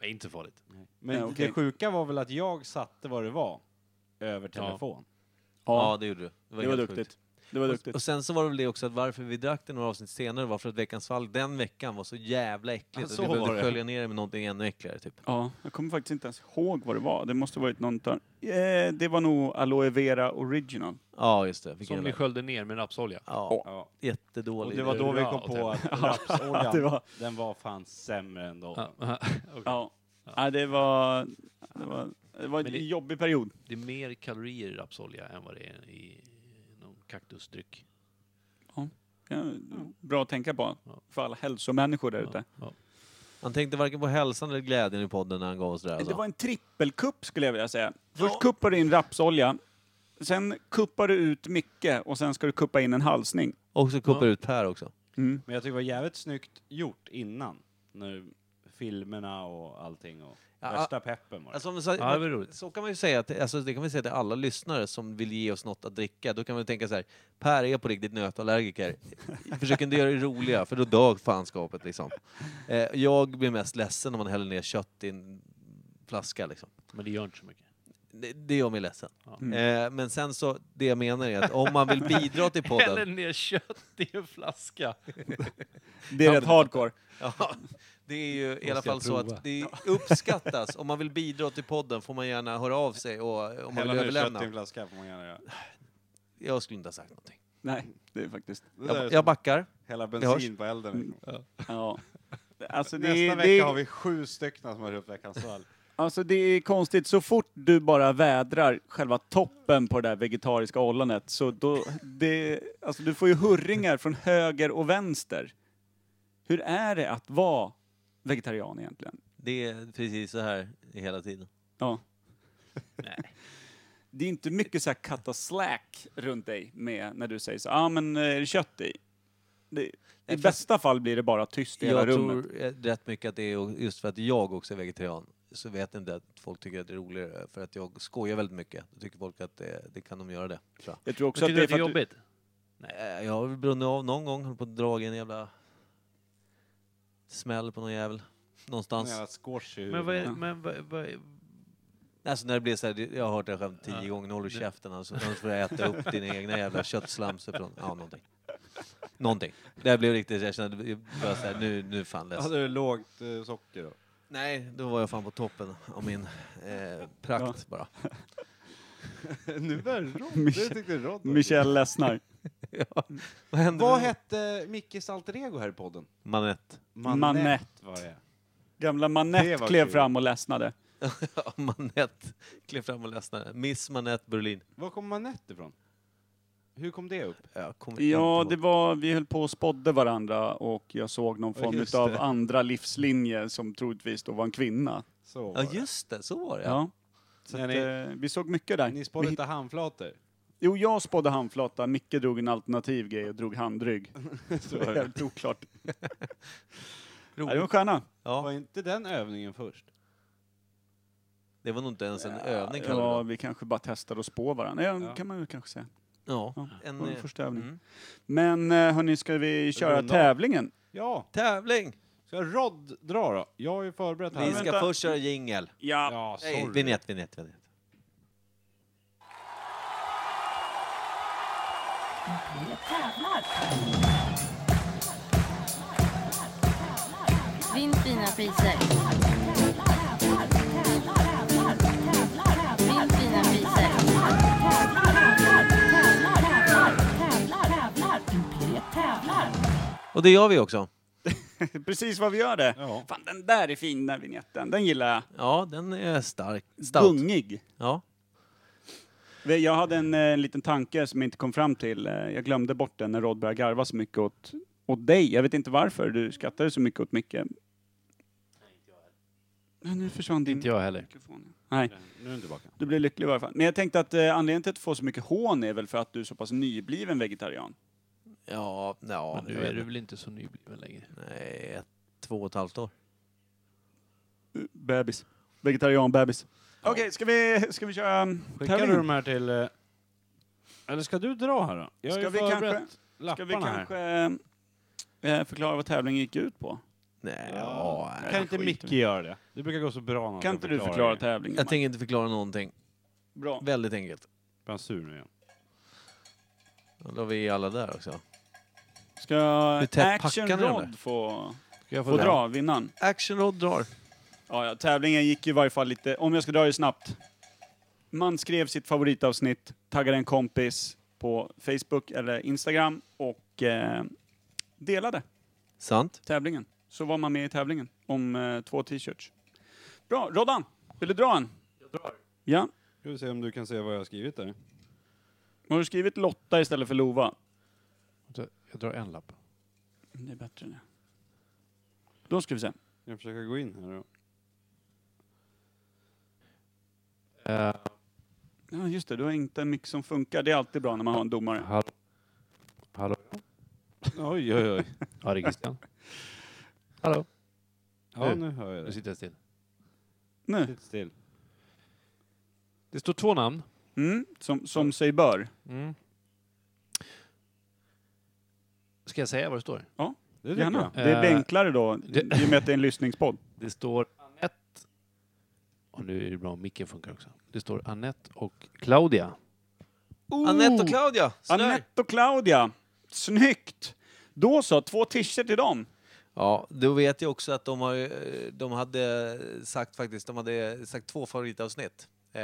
Speaker 2: Nej, inte så farligt.
Speaker 3: Men
Speaker 4: Nej, okej.
Speaker 3: det sjuka var väl att jag satte vad det var över
Speaker 2: Ja.
Speaker 3: telefon.
Speaker 1: Ja,
Speaker 4: Ja,
Speaker 1: det gjorde du.
Speaker 4: det var
Speaker 1: helt sjukt.
Speaker 4: duktigt. Det var
Speaker 1: Och,
Speaker 4: duktigt.
Speaker 1: och sen så var det väl det också att varför vi drack det några avsnitt senare var för att Veckans fall den veckan var så jävla äckligt.
Speaker 3: Ja,
Speaker 1: att
Speaker 3: så
Speaker 1: vi
Speaker 3: var
Speaker 1: behövde
Speaker 3: det.
Speaker 1: skölja ner det med någonting ännu äckligare typ.
Speaker 4: Ja, jag kommer faktiskt inte ens ihåg vad det var. Det måste ha varit något annat. Eh, det var nog Aloe Vera Original.
Speaker 1: Ja, just det. Vilken
Speaker 2: Som
Speaker 1: jävla-
Speaker 2: ni sköljde ner med rapsolja.
Speaker 1: Ja,
Speaker 3: Ja. Och
Speaker 1: jättedålig.
Speaker 3: det var då vi kom på att rapsoljan,
Speaker 4: det var-
Speaker 3: den var fan sämre än då.
Speaker 4: Ja. ja, det var... Det var, det var en
Speaker 2: Men det-
Speaker 4: jobbig period.
Speaker 2: Det är mer kalorier i rapsolja än vad det är i någon kaktusdryck.
Speaker 4: Ja, Bra att tänka på
Speaker 2: Ja.
Speaker 4: för alla hälsomänniskor där ute.
Speaker 2: Ja.
Speaker 1: Han tänkte varken på hälsan eller glädjen i podden när han gav oss det där.
Speaker 4: Det
Speaker 1: Alltså.
Speaker 4: var en trippelkupp skulle jag vilja säga. Först kuppar du in rapsolja, sen kuppar du ut mycket och sen ska du kuppa in en halsning.
Speaker 1: Och så kuppar
Speaker 2: Ja.
Speaker 1: ut Per också.
Speaker 4: Mm.
Speaker 3: Men jag tycker det var jävligt snyggt gjort innan. När filmerna och allting och
Speaker 1: Ja,
Speaker 3: värsta peppen var det.
Speaker 1: Alltså, men så,
Speaker 2: Ja, det var roligt.
Speaker 1: så kan man ju säga, att, alltså, det kan man säga till alla lyssnare som vill ge oss något att dricka. Då kan man ju tänka så här, Per är på riktigt nötallergiker. Försök inte göra det roliga, för då dör fanskapet liksom. Eh, jag blir mest ledsen om man häller ner kött i en flaska liksom.
Speaker 2: Men det gör inte så mycket.
Speaker 1: Det, det gör mig ledsen.
Speaker 3: Mm.
Speaker 1: Eh, men sen så, det jag menar är att om man vill bidra till
Speaker 2: Häller
Speaker 1: podden...
Speaker 2: ner kött i en flaska.
Speaker 4: Det är rätt hardcore.
Speaker 1: Ja, det är ju i alla
Speaker 2: Måste jag
Speaker 1: fall så
Speaker 2: prova.
Speaker 1: att det uppskattas. Om man vill bidra till podden får man gärna höra av sig och om man
Speaker 3: Hälla
Speaker 1: vill
Speaker 3: ner kött i en
Speaker 1: överlämna.
Speaker 3: flaska får man gärna göra.
Speaker 1: Jag skulle inte ha sagt någonting.
Speaker 4: Nej, det är faktiskt...
Speaker 3: Det där är
Speaker 1: Jag,
Speaker 3: som
Speaker 1: jag backar.
Speaker 3: Hälla
Speaker 1: hörs.
Speaker 3: bensin på elden. Liksom.
Speaker 4: Ja. Alltså, det,
Speaker 3: Nästa
Speaker 4: är-
Speaker 3: vecka
Speaker 4: det,
Speaker 3: har
Speaker 4: är-
Speaker 3: vi sju stycken som har upp veckans val.
Speaker 4: alltså, det är konstigt, så fort du bara vädrar själva toppen på det där vegetariska ollonet så då... Det, alltså, du får ju hurringar från höger och vänster. Hur är det att vara vegetarian egentligen?
Speaker 1: Det är precis så här hela tiden.
Speaker 4: Ja. Det är inte mycket så här cut a slack runt dig med när du säger så ja ah, men eh, är det kött i? Det, I
Speaker 1: fast-
Speaker 4: bästa fall blir det bara tyst i hela
Speaker 1: Jag
Speaker 4: rummet.
Speaker 1: tror eh, rätt mycket att det är just för att jag också är vegetarian så vet jag inte att folk tycker att det är roligare för att jag skojar väldigt mycket. Då tycker folk att eh, det, det kan de göra det. Tror jag.
Speaker 4: Jag tror också
Speaker 2: Tycker
Speaker 4: att
Speaker 2: du
Speaker 4: det är
Speaker 2: att det
Speaker 4: för
Speaker 2: är
Speaker 4: att du,
Speaker 2: jobbigt?
Speaker 1: Nej, eh, Jag har väl brunnit av någon gång, hållit på att dra en jävla smäll på någon jävel.
Speaker 3: Någon
Speaker 1: Någonstans.
Speaker 3: jävla squash i
Speaker 2: Men vad, är-
Speaker 3: huvudet.
Speaker 2: men vad, vad, är-
Speaker 1: Alltså när det blir så här, det- jag har hört det här skämtet tio
Speaker 2: Ja.
Speaker 1: gånger, nu håller du käften alltså. Annars får jag äta upp dina egna jävla köttslamsor från, ja någonting. Någonting. Det här blev riktigt, jag kände, jag började så här, nu, nu fan less.
Speaker 3: Hade du lågt eh, socker då?
Speaker 1: Nej, då var jag fan på toppen av min eh, prakt bara.
Speaker 3: nu börjar det rådda.
Speaker 4: Mich-
Speaker 3: Jag tyckte det rådda.
Speaker 4: Michel ledsnar.
Speaker 1: ja. Vad hände?
Speaker 3: Vad
Speaker 1: med-
Speaker 3: hette Mickes alter ego här i podden?
Speaker 1: Manett.
Speaker 4: Manette.
Speaker 3: var det.
Speaker 4: Gamla
Speaker 3: Det
Speaker 4: Manette
Speaker 3: var
Speaker 4: klev
Speaker 3: kul.
Speaker 4: fram och ledsnade.
Speaker 1: Ja, Manett. Klev fram och ledsnade. Miss Manett Berlin.
Speaker 3: Var kom Manette ifrån? Hur kom det upp?
Speaker 1: Jag kommer
Speaker 4: Ja,
Speaker 1: inte
Speaker 4: det
Speaker 1: ihåg.
Speaker 4: var, vi höll på och spådde varandra och jag såg någon
Speaker 3: Ja,
Speaker 4: form
Speaker 3: just
Speaker 4: utav
Speaker 3: det.
Speaker 4: andra livslinje som troligtvis då var en kvinna.
Speaker 3: Så var
Speaker 1: Ja, just det. Så var det.
Speaker 4: Ja.
Speaker 1: Ja.
Speaker 4: Så
Speaker 3: Nej,
Speaker 4: att,
Speaker 3: nej.
Speaker 4: eh, vi såg mycket där.
Speaker 3: det. Ni spådde
Speaker 4: Vi-
Speaker 3: inte handflator?
Speaker 4: Jo, jag spådde handflata, Micke drog en alternativ grej och drog handrygg. Så det var jävligt oklart. ja, det var en stjärna.
Speaker 3: Var
Speaker 1: Ja,
Speaker 3: inte den övningen först?
Speaker 1: det var nog inte ens en övning.
Speaker 4: Ja,
Speaker 1: Ja,
Speaker 4: vi kanske bara testade att spå varandra. Ja,
Speaker 3: Ja.
Speaker 4: kan man ju kanske säga.
Speaker 1: Ja,
Speaker 4: en,
Speaker 1: en,
Speaker 4: var den
Speaker 1: eh,
Speaker 4: första övningen. Men eh, hörni, ska vi köra
Speaker 3: Runda av.
Speaker 4: tävlingen?
Speaker 3: Ja.
Speaker 1: Tävling!
Speaker 3: Ska Rod dra då? Jag har ju förberett här.
Speaker 1: Vi ska först köra jingel.
Speaker 4: Ja.
Speaker 3: ja
Speaker 1: Nej,
Speaker 3: sorry.
Speaker 1: Vinjett, vinjett, vinjett.
Speaker 17: Vinn fina priser. Vinn fina priser.
Speaker 1: Och det gör vi också.
Speaker 4: Precis vad vi gör det. Fan, den där är fin, den där vignetten. Den gillar jag.
Speaker 1: Ja, den är stark. Stout.
Speaker 4: Gungig.
Speaker 1: Ja.
Speaker 4: Vi- Jag hade en eh, liten tanke som jag inte kom fram till. Eh, Jag glömde bort den när Rod började garva så mycket åt, åt dig. Jag vet inte varför du skrattade så mycket åt Micke. Nej, nu försvann din
Speaker 2: Inte jag heller.
Speaker 4: Nej.
Speaker 3: Nu är den tillbaka.
Speaker 4: Du blev lycklig i varje fall. Men jag tänkte att eh, anledningen till att få så mycket hån är väl för att du är så pass nybliven vegetarian?
Speaker 1: Ja, ja. jag
Speaker 2: Men nu
Speaker 1: vet
Speaker 2: är du
Speaker 1: inte.
Speaker 2: väl inte så nybliven längre?
Speaker 1: Nej, ett, två och ett halvt år.
Speaker 4: Bebis. Vegetarian-bebis. Okej, ska, vi, ska vi köra um,
Speaker 3: Skickar du
Speaker 4: tävlingen?
Speaker 3: de här till... eh, Eller ska du dra här då? Jag har
Speaker 4: Ska
Speaker 3: ju
Speaker 4: vi
Speaker 3: förberett
Speaker 4: kanske- Ska
Speaker 3: lapparna
Speaker 4: vi kanske eh, förklara vad tävlingen gick ut på?
Speaker 1: Nej,
Speaker 3: Ja,
Speaker 4: nej,
Speaker 3: kan inte
Speaker 4: skit.
Speaker 3: Micke göra det? Det brukar gå så bra när
Speaker 4: Kan
Speaker 3: han
Speaker 4: inte
Speaker 3: ska
Speaker 4: du förklara
Speaker 3: det.
Speaker 4: tävlingen?
Speaker 1: Jag tänker inte förklara någonting.
Speaker 4: Bra.
Speaker 1: Väldigt enkelt.
Speaker 3: Blir han sur nu igen?
Speaker 1: Då låg vi alla där också.
Speaker 4: Ska
Speaker 1: Hur tätt
Speaker 4: Action
Speaker 1: packade de är?
Speaker 4: Rod få,
Speaker 1: Ska jag
Speaker 4: få
Speaker 1: få dra?
Speaker 4: dra, vinnaren?
Speaker 1: Action Rod drar.
Speaker 4: Ja, ja, tävlingen gick ju i varje fall lite, om jag ska dra det snabbt. Man skrev sitt favoritavsnitt, taggade en kompis på Facebook eller Instagram och eh, delade
Speaker 1: Sant.
Speaker 4: tävlingen. Så var man med i tävlingen om eh, två t-shirts. Bra, Roddan, vill du dra en? Jag drar. Ja,
Speaker 3: Ska vi se om du kan se vad jag har skrivit där.
Speaker 4: har du skrivit Lotta istället för Lova?
Speaker 2: Jag drar en lapp.
Speaker 4: Det är bättre nu. Då ska vi se.
Speaker 3: Jag försöker gå in här. och-
Speaker 2: Eh,
Speaker 4: Ja, just det, du har inte en mick som funkar. Det är alltid bra när man har en domare.
Speaker 2: hallå? Hallå?
Speaker 3: Oj, oj, oj.
Speaker 2: Ja, det är Christian. Hallå?
Speaker 3: Ja, nu hör jag
Speaker 2: Nu
Speaker 3: dig.
Speaker 2: sitter jag still.
Speaker 4: Nu.
Speaker 3: Sitt still.
Speaker 2: Det står två namn.
Speaker 4: Mm, som, som sig bör.
Speaker 2: Ska jag säga vad det står?
Speaker 3: Det tycker
Speaker 4: Gärna.
Speaker 3: jag.
Speaker 4: Det är
Speaker 2: Eh,
Speaker 4: enklare då, i
Speaker 2: det-
Speaker 4: och med att det är en lyssningspodd.
Speaker 2: Det står Anette... Och nu är det bra om micken funkar också. Det står Anette och Claudia.
Speaker 1: Anette och Claudia. Snör.
Speaker 4: Anette och Claudia. Snyggt! Då så, två t-shirts till dem.
Speaker 1: Ja, då vet jag också att de, har, eh, de hade sagt faktiskt, de hade sagt två favoritavsnitt. Eh,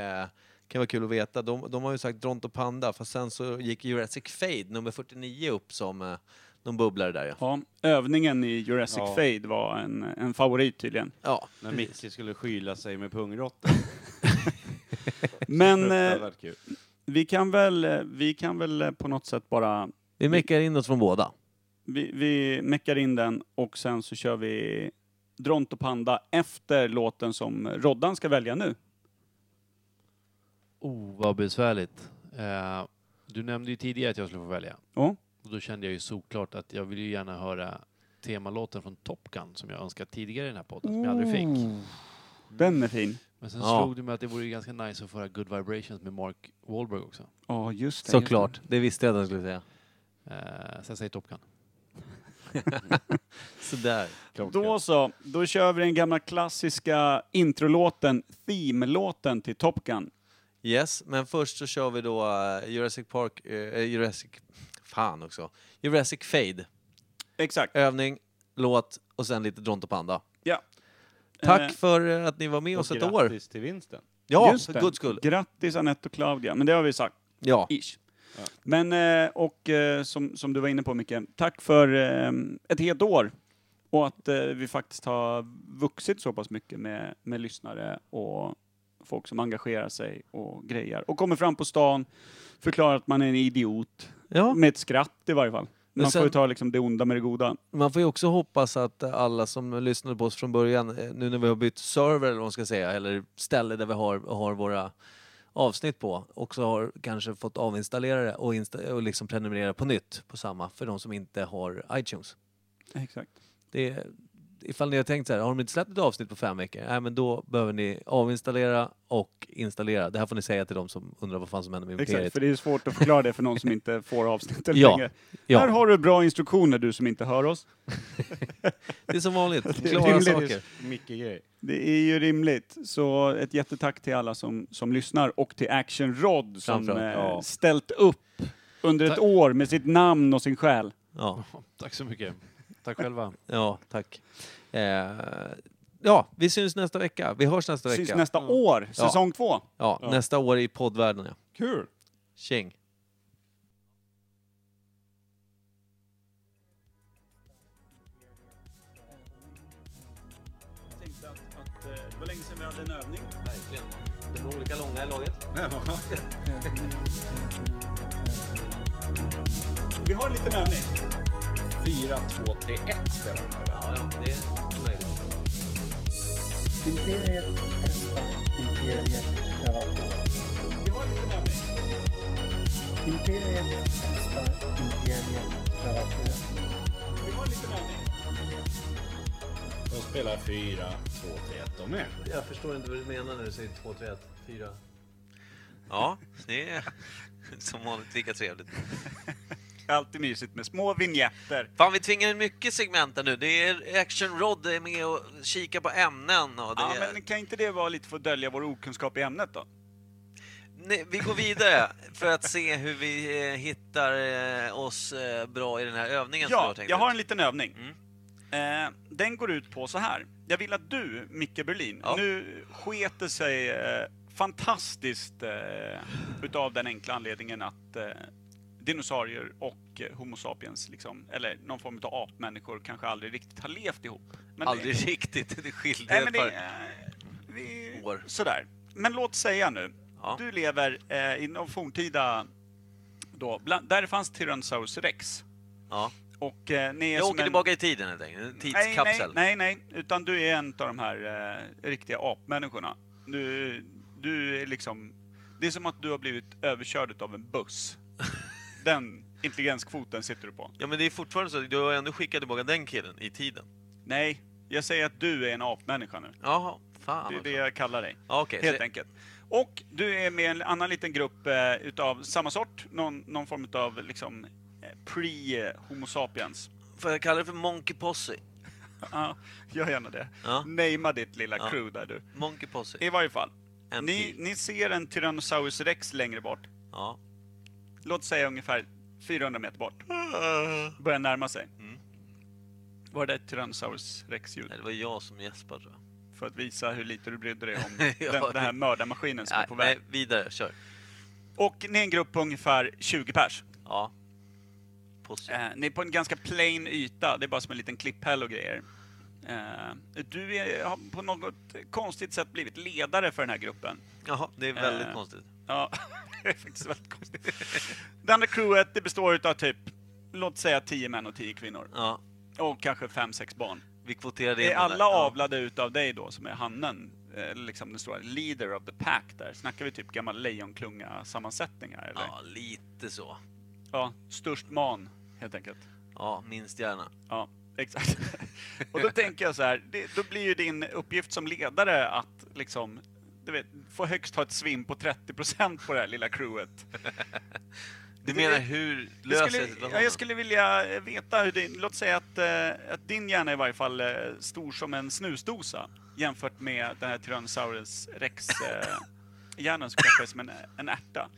Speaker 1: kan vara kul att veta. De, de har ju sagt Dronto Panda, fast sen så gick Jurassic Fade nummer 49 upp som eh, någon bubblare där ja.
Speaker 4: Ja, övningen i Jurassic
Speaker 3: Ja.
Speaker 4: Fade var en, en favorit tydligen.
Speaker 1: Ja,
Speaker 3: När
Speaker 1: precis.
Speaker 3: Micke skulle skyla sig med pungråttor.
Speaker 4: Men eh,
Speaker 3: Fruktansvärt kul.
Speaker 4: vi, kan väl, eh, vi kan väl eh, på något sätt bara...
Speaker 1: Vi meckar in oss från båda.
Speaker 4: Vi, vi meckar in den och sen så kör vi Dront och Panda efter låten som Roddan ska välja nu.
Speaker 2: Oh, vad besvärligt. Eh, du nämnde ju tidigare att jag skulle få välja.
Speaker 4: Ja.
Speaker 2: Och då kände jag ju såklart att jag vill ju gärna höra temalåten från Top Gun som jag önskat tidigare i den här podden, som jag aldrig fick.
Speaker 4: Mm. Den är fin.
Speaker 2: Men sen
Speaker 1: Ja.
Speaker 2: slog det mig att det vore ju ganska nice att få höra Good Vibrations med Mark Wahlberg också.
Speaker 4: Ja, just det.
Speaker 1: Såklart, det visste jag att han skulle säga.
Speaker 2: Eh, sen säger Top Gun.
Speaker 1: Sådär.
Speaker 4: Då så, då kör vi den gamla klassiska introlåten, theme-låten till Top Gun.
Speaker 1: Yes, men först så kör vi då eh, Jurassic Park, eh, Jurassic, fan också. Jurassic Fade,
Speaker 4: Exakt.
Speaker 1: övning, låt och sen lite Dronto Panda.
Speaker 4: Ja. Eh,
Speaker 1: Tack för eh, att ni var med
Speaker 3: Och
Speaker 1: oss ett år.
Speaker 3: grattis till vinsten.
Speaker 1: Ja,
Speaker 4: just
Speaker 1: för
Speaker 4: det.
Speaker 1: guds skull.
Speaker 4: Grattis Anette och Claudia, men det har vi sagt.
Speaker 1: Ja.
Speaker 4: Ish. Men, eh, och eh, som, som du var inne på Micke, tack för eh, ett helt år. Och att eh, vi faktiskt har vuxit så pass mycket med, med lyssnare och folk som engagerar sig och grejer. Och kommer fram på stan, förklarar att man är en idiot.
Speaker 1: ja.
Speaker 4: Med ett skratt i varje fall.
Speaker 1: Men
Speaker 4: Man
Speaker 1: sen-
Speaker 4: får ju ta liksom det onda med det goda.
Speaker 1: Man får ju också hoppas att alla som lyssnade på oss från början, eh, nu när vi har bytt server eller vad man ska säga, eller ställe där vi har, har våra avsnitt på, också har kanske fått avinstallera det och, insta- och liksom prenumerera på nytt på samma för de som inte har iTunes.
Speaker 4: Exakt.
Speaker 1: Det ifall ni har tänkt så här, har de inte släppt ett avsnitt på fem veckor? Nej, men då behöver ni avinstallera och installera. Det här får ni säga till de som undrar vad fan som händer med
Speaker 4: Exakt,
Speaker 1: Imperiet.
Speaker 4: för det är svårt att förklara det för någon som inte får avsnittet
Speaker 1: Ja,
Speaker 4: längre.
Speaker 1: ja.
Speaker 4: Här har du bra instruktioner du som inte hör oss.
Speaker 1: Det är som vanligt,
Speaker 4: Det är
Speaker 1: klara
Speaker 4: rimligt.
Speaker 1: saker.
Speaker 3: Micke-grej.
Speaker 4: Det är ju rimligt. Så ett jättetack till alla som, som lyssnar och till Action Rod som eh,
Speaker 18: Framförallt, ja.
Speaker 4: ställt upp under ett
Speaker 18: Tack.
Speaker 4: år med sitt namn och sin själ.
Speaker 1: Ja.
Speaker 18: Tack så mycket. Tack själva.
Speaker 1: Ja, tack. Eh, ja, vi syns nästa vecka. Vi hörs nästa
Speaker 4: Syns
Speaker 1: vecka.
Speaker 4: nästa år, säsong två.
Speaker 1: Ja,
Speaker 4: Ja.
Speaker 1: nästa år i poddvärlden. Ja.
Speaker 4: Kul!
Speaker 1: Tjing!
Speaker 4: Det var länge sedan vi hade en övning.
Speaker 2: Verkligen. Det var olika långa i laget.
Speaker 4: Vi har en liten övning.
Speaker 19: 4, 2, 3, 1 spelar de här. Ja, ja, det är möjligt.
Speaker 20: Imperiet testar. Imperiet övar. Imperiet testar. Imperiet övar.
Speaker 19: De spelar 4, 2, 3, 1 de med.
Speaker 2: Jag förstår inte vad du menar när du säger 2, 3, 1, 4. Ja, det är som vanligt lika trevligt.
Speaker 4: Alltid mysigt med små vignetter.
Speaker 2: Fan, vi tvingar in mycket segment här nu. Det är Action Rod är med och kikar på ämnen och det
Speaker 4: Ja,
Speaker 2: är...
Speaker 4: men kan inte det vara lite för att dölja vår okunskap i ämnet då?
Speaker 2: Nej, vi går vidare för att se hur vi eh, hittar eh, oss eh, bra i den här övningen. som du
Speaker 4: Ja,
Speaker 2: tänkt
Speaker 4: jag
Speaker 2: ut. Mm.
Speaker 4: har en liten övning. Eh, den går ut på så här. Jag vill att du, Micke Berlin, nu sketer sig eh, fantastiskt eh, utav den enkla anledningen att eh, dinosaurier och eh, Homo sapiens, liksom, eller någon form av apmänniskor, kanske aldrig riktigt har levt ihop. Men
Speaker 2: Aldrig riktigt, det skilde
Speaker 4: Nej,
Speaker 2: ett
Speaker 4: men det
Speaker 2: par
Speaker 4: år. Sådär. Men låt säga nu, du lever eh, i någon forntida... Då, bland, där fanns Tyrannosaurus rex.
Speaker 2: Ja.
Speaker 4: Och, eh, ni är
Speaker 2: Jag
Speaker 4: som
Speaker 2: åker
Speaker 4: en-
Speaker 2: tillbaka i tiden helt enkelt. En
Speaker 4: Nej, nej,
Speaker 2: tidskapsel.
Speaker 4: nej, nej, utan du är en av de här eh, riktiga apmänniskorna. Du, du är liksom... Det är som att du har blivit överkörd av en buss. Den intelligenskvoten sitter du på.
Speaker 2: Ja, men det är fortfarande så. att Du har ändå skickat tillbaka den killen i tiden.
Speaker 4: Nej, jag säger att du är en apmänniska nu.
Speaker 2: Jaha, fan
Speaker 4: Det är
Speaker 2: också.
Speaker 4: det jag kallar dig.
Speaker 2: Ja, okej,
Speaker 4: Helt
Speaker 2: så-
Speaker 4: enkelt. Och du är med i en annan liten grupp eh, utav samma sort, någon, någon form utav liksom eh, pre-Homo sapiens.
Speaker 2: Får jag kalla det för Monkey Posse?
Speaker 4: Ja, gör gärna det.
Speaker 2: Ja.
Speaker 4: Namea ditt lilla
Speaker 2: Ja.
Speaker 4: crew där du.
Speaker 2: Monkey Posse.
Speaker 4: I varje fall.
Speaker 2: MP.
Speaker 4: Ni, ni ser en Tyrannosaurus rex längre bort.
Speaker 2: Ja.
Speaker 4: Låt säga ungefär 400 meter bort. Börjar närma sig.
Speaker 2: Mm.
Speaker 4: Var det ett Tyrannosaurus rex-ljud?
Speaker 2: Nej, det var jag som gäspade tror jag.
Speaker 4: För att visa hur lite du brydde dig om
Speaker 2: Ja,
Speaker 4: den, den här
Speaker 2: det-
Speaker 4: mördarmaskinen som
Speaker 2: Nej,
Speaker 4: är på väg.
Speaker 2: nej, vidare. Kör.
Speaker 4: Och ni är en grupp på ungefär 20 pers.
Speaker 2: Ja. Äh.
Speaker 4: Eh, ni är på en ganska plain yta, det är bara som en liten klipphäll och grejer. Eh, du är, har på något konstigt sätt blivit ledare för den här gruppen.
Speaker 2: Jaha, det är väldigt konstigt.
Speaker 4: Ja, det är faktiskt väldigt konstigt. Det andra crewet det består av typ, låt säga 10 män och 10 kvinnor.
Speaker 2: Ja.
Speaker 4: Och kanske 5-6 barn.
Speaker 2: Vi kvoterade in
Speaker 4: Är
Speaker 2: de där.
Speaker 4: alla
Speaker 2: Ja.
Speaker 4: avlade utav dig då, som är hannen? Eh, liksom den stora leader of the pack där. Snackar vi typ gammal lejonklunga-sammansättning här eller?
Speaker 2: Ja, lite så.
Speaker 4: Ja, störst man helt enkelt.
Speaker 2: Ja, minst gärna.
Speaker 4: Ja, exakt. Och då tänker jag så här, det, då blir ju din uppgift som ledare att liksom, du vet, få högst ha ett svinn på 30 procent på det här lilla crewet.
Speaker 2: Du menar hur löser
Speaker 4: jag skulle,
Speaker 2: situationen?
Speaker 4: ja, jag skulle vilja eh, veta hur din, låt säga att, eh, att din hjärna är i varje fall eh, stor som en snusdosa jämfört med den här Tyrannosaurus rex eh, hjärnan som kanske är som en, en ärta.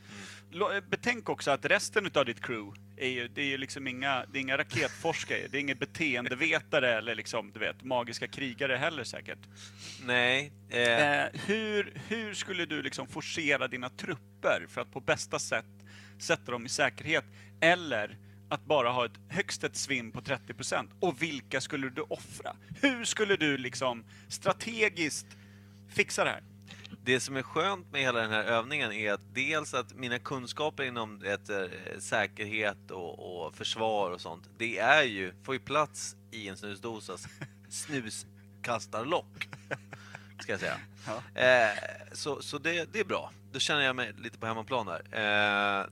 Speaker 4: Lå- eh, Betänk också att resten utav ditt crew är ju, det är ju liksom inga, det är inga raketforskare, det är inga beteendevetare eller liksom, du vet, magiska krigare heller säkert.
Speaker 2: Nej. Eh,
Speaker 4: Eh, hur, hur skulle du liksom forcera dina trupper för att på bästa sätt sätta dem i säkerhet? Eller att bara ha ett, högst ett svinn på 30 Och vilka skulle du offra? Hur skulle du liksom strategiskt fixa det här?
Speaker 2: Det som är skönt med hela den här övningen är att dels att mina kunskaper inom vet, eh, säkerhet och, och försvar och sånt, det är ju, får ju plats i en snusdosas snuskastarlock. Ska jag säga.
Speaker 4: Ja.
Speaker 2: Eh, så så det, det är bra. Då känner jag mig lite på hemmaplan där. Eh,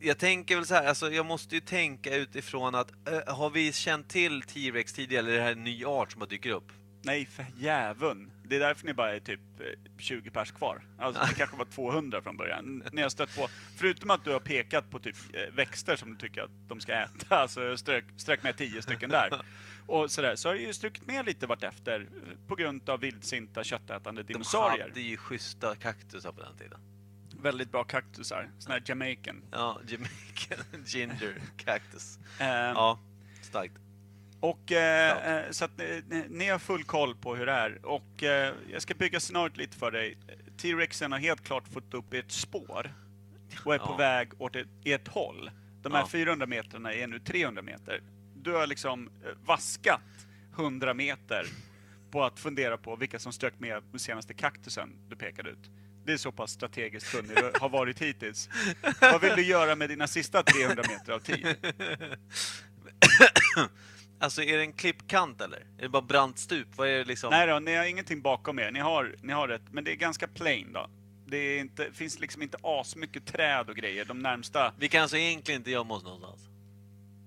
Speaker 2: jag tänker väl så här, alltså jag måste ju tänka utifrån att eh, har vi känt till T-Rex tidigare eller är det här en ny art som har dyker upp?
Speaker 4: Nej, för jäveln. Det är därför ni bara är typ eh, 20 pers kvar. Alltså det kanske var 200 från början. N- Ni har stött på, förutom att du har pekat på typ eh, växter som du tycker att de ska äta, så strök, strök med 10 stycken där. Och sådär, så har du ju strukit med lite vartefter eh, på grund av vildsinta köttätande dinosaurier.
Speaker 2: hade ju schyssta kaktusar på den tiden.
Speaker 4: Väldigt bra kaktusar, sådana här Jamaican.
Speaker 2: Ja, Jamaican ginger cactus.
Speaker 4: Eh,
Speaker 2: Ja, starkt.
Speaker 4: Och eh, eh, så att ni, ni- ni har full koll på hur det är. Och eh, jag ska bygga scenariot lite för dig. T-rexen har helt klart fått upp ett spår och är på
Speaker 21: Ja.
Speaker 4: väg åt ett, ett håll. De här
Speaker 21: Ja.
Speaker 4: 400 metrarna är nu 300 meter. Du har liksom eh, vaskat 100 meter på att fundera på vilka som strök med den senaste kaktusen du pekade ut. Det är så pass strategiskt kunnig du har varit hittills. Vad vill du göra med dina sista 300 meter av tid?
Speaker 2: alltså är det en klippkant eller? Är det bara brant stup? Vad är det liksom?
Speaker 4: Nej då, ni har ingenting bakom er. Ni har, ni har ett, men det är ganska plain då. Det är inte, finns liksom inte asmycket träd och grejer de närmsta.
Speaker 2: Vi kan alltså egentligen inte gömma oss någonstans.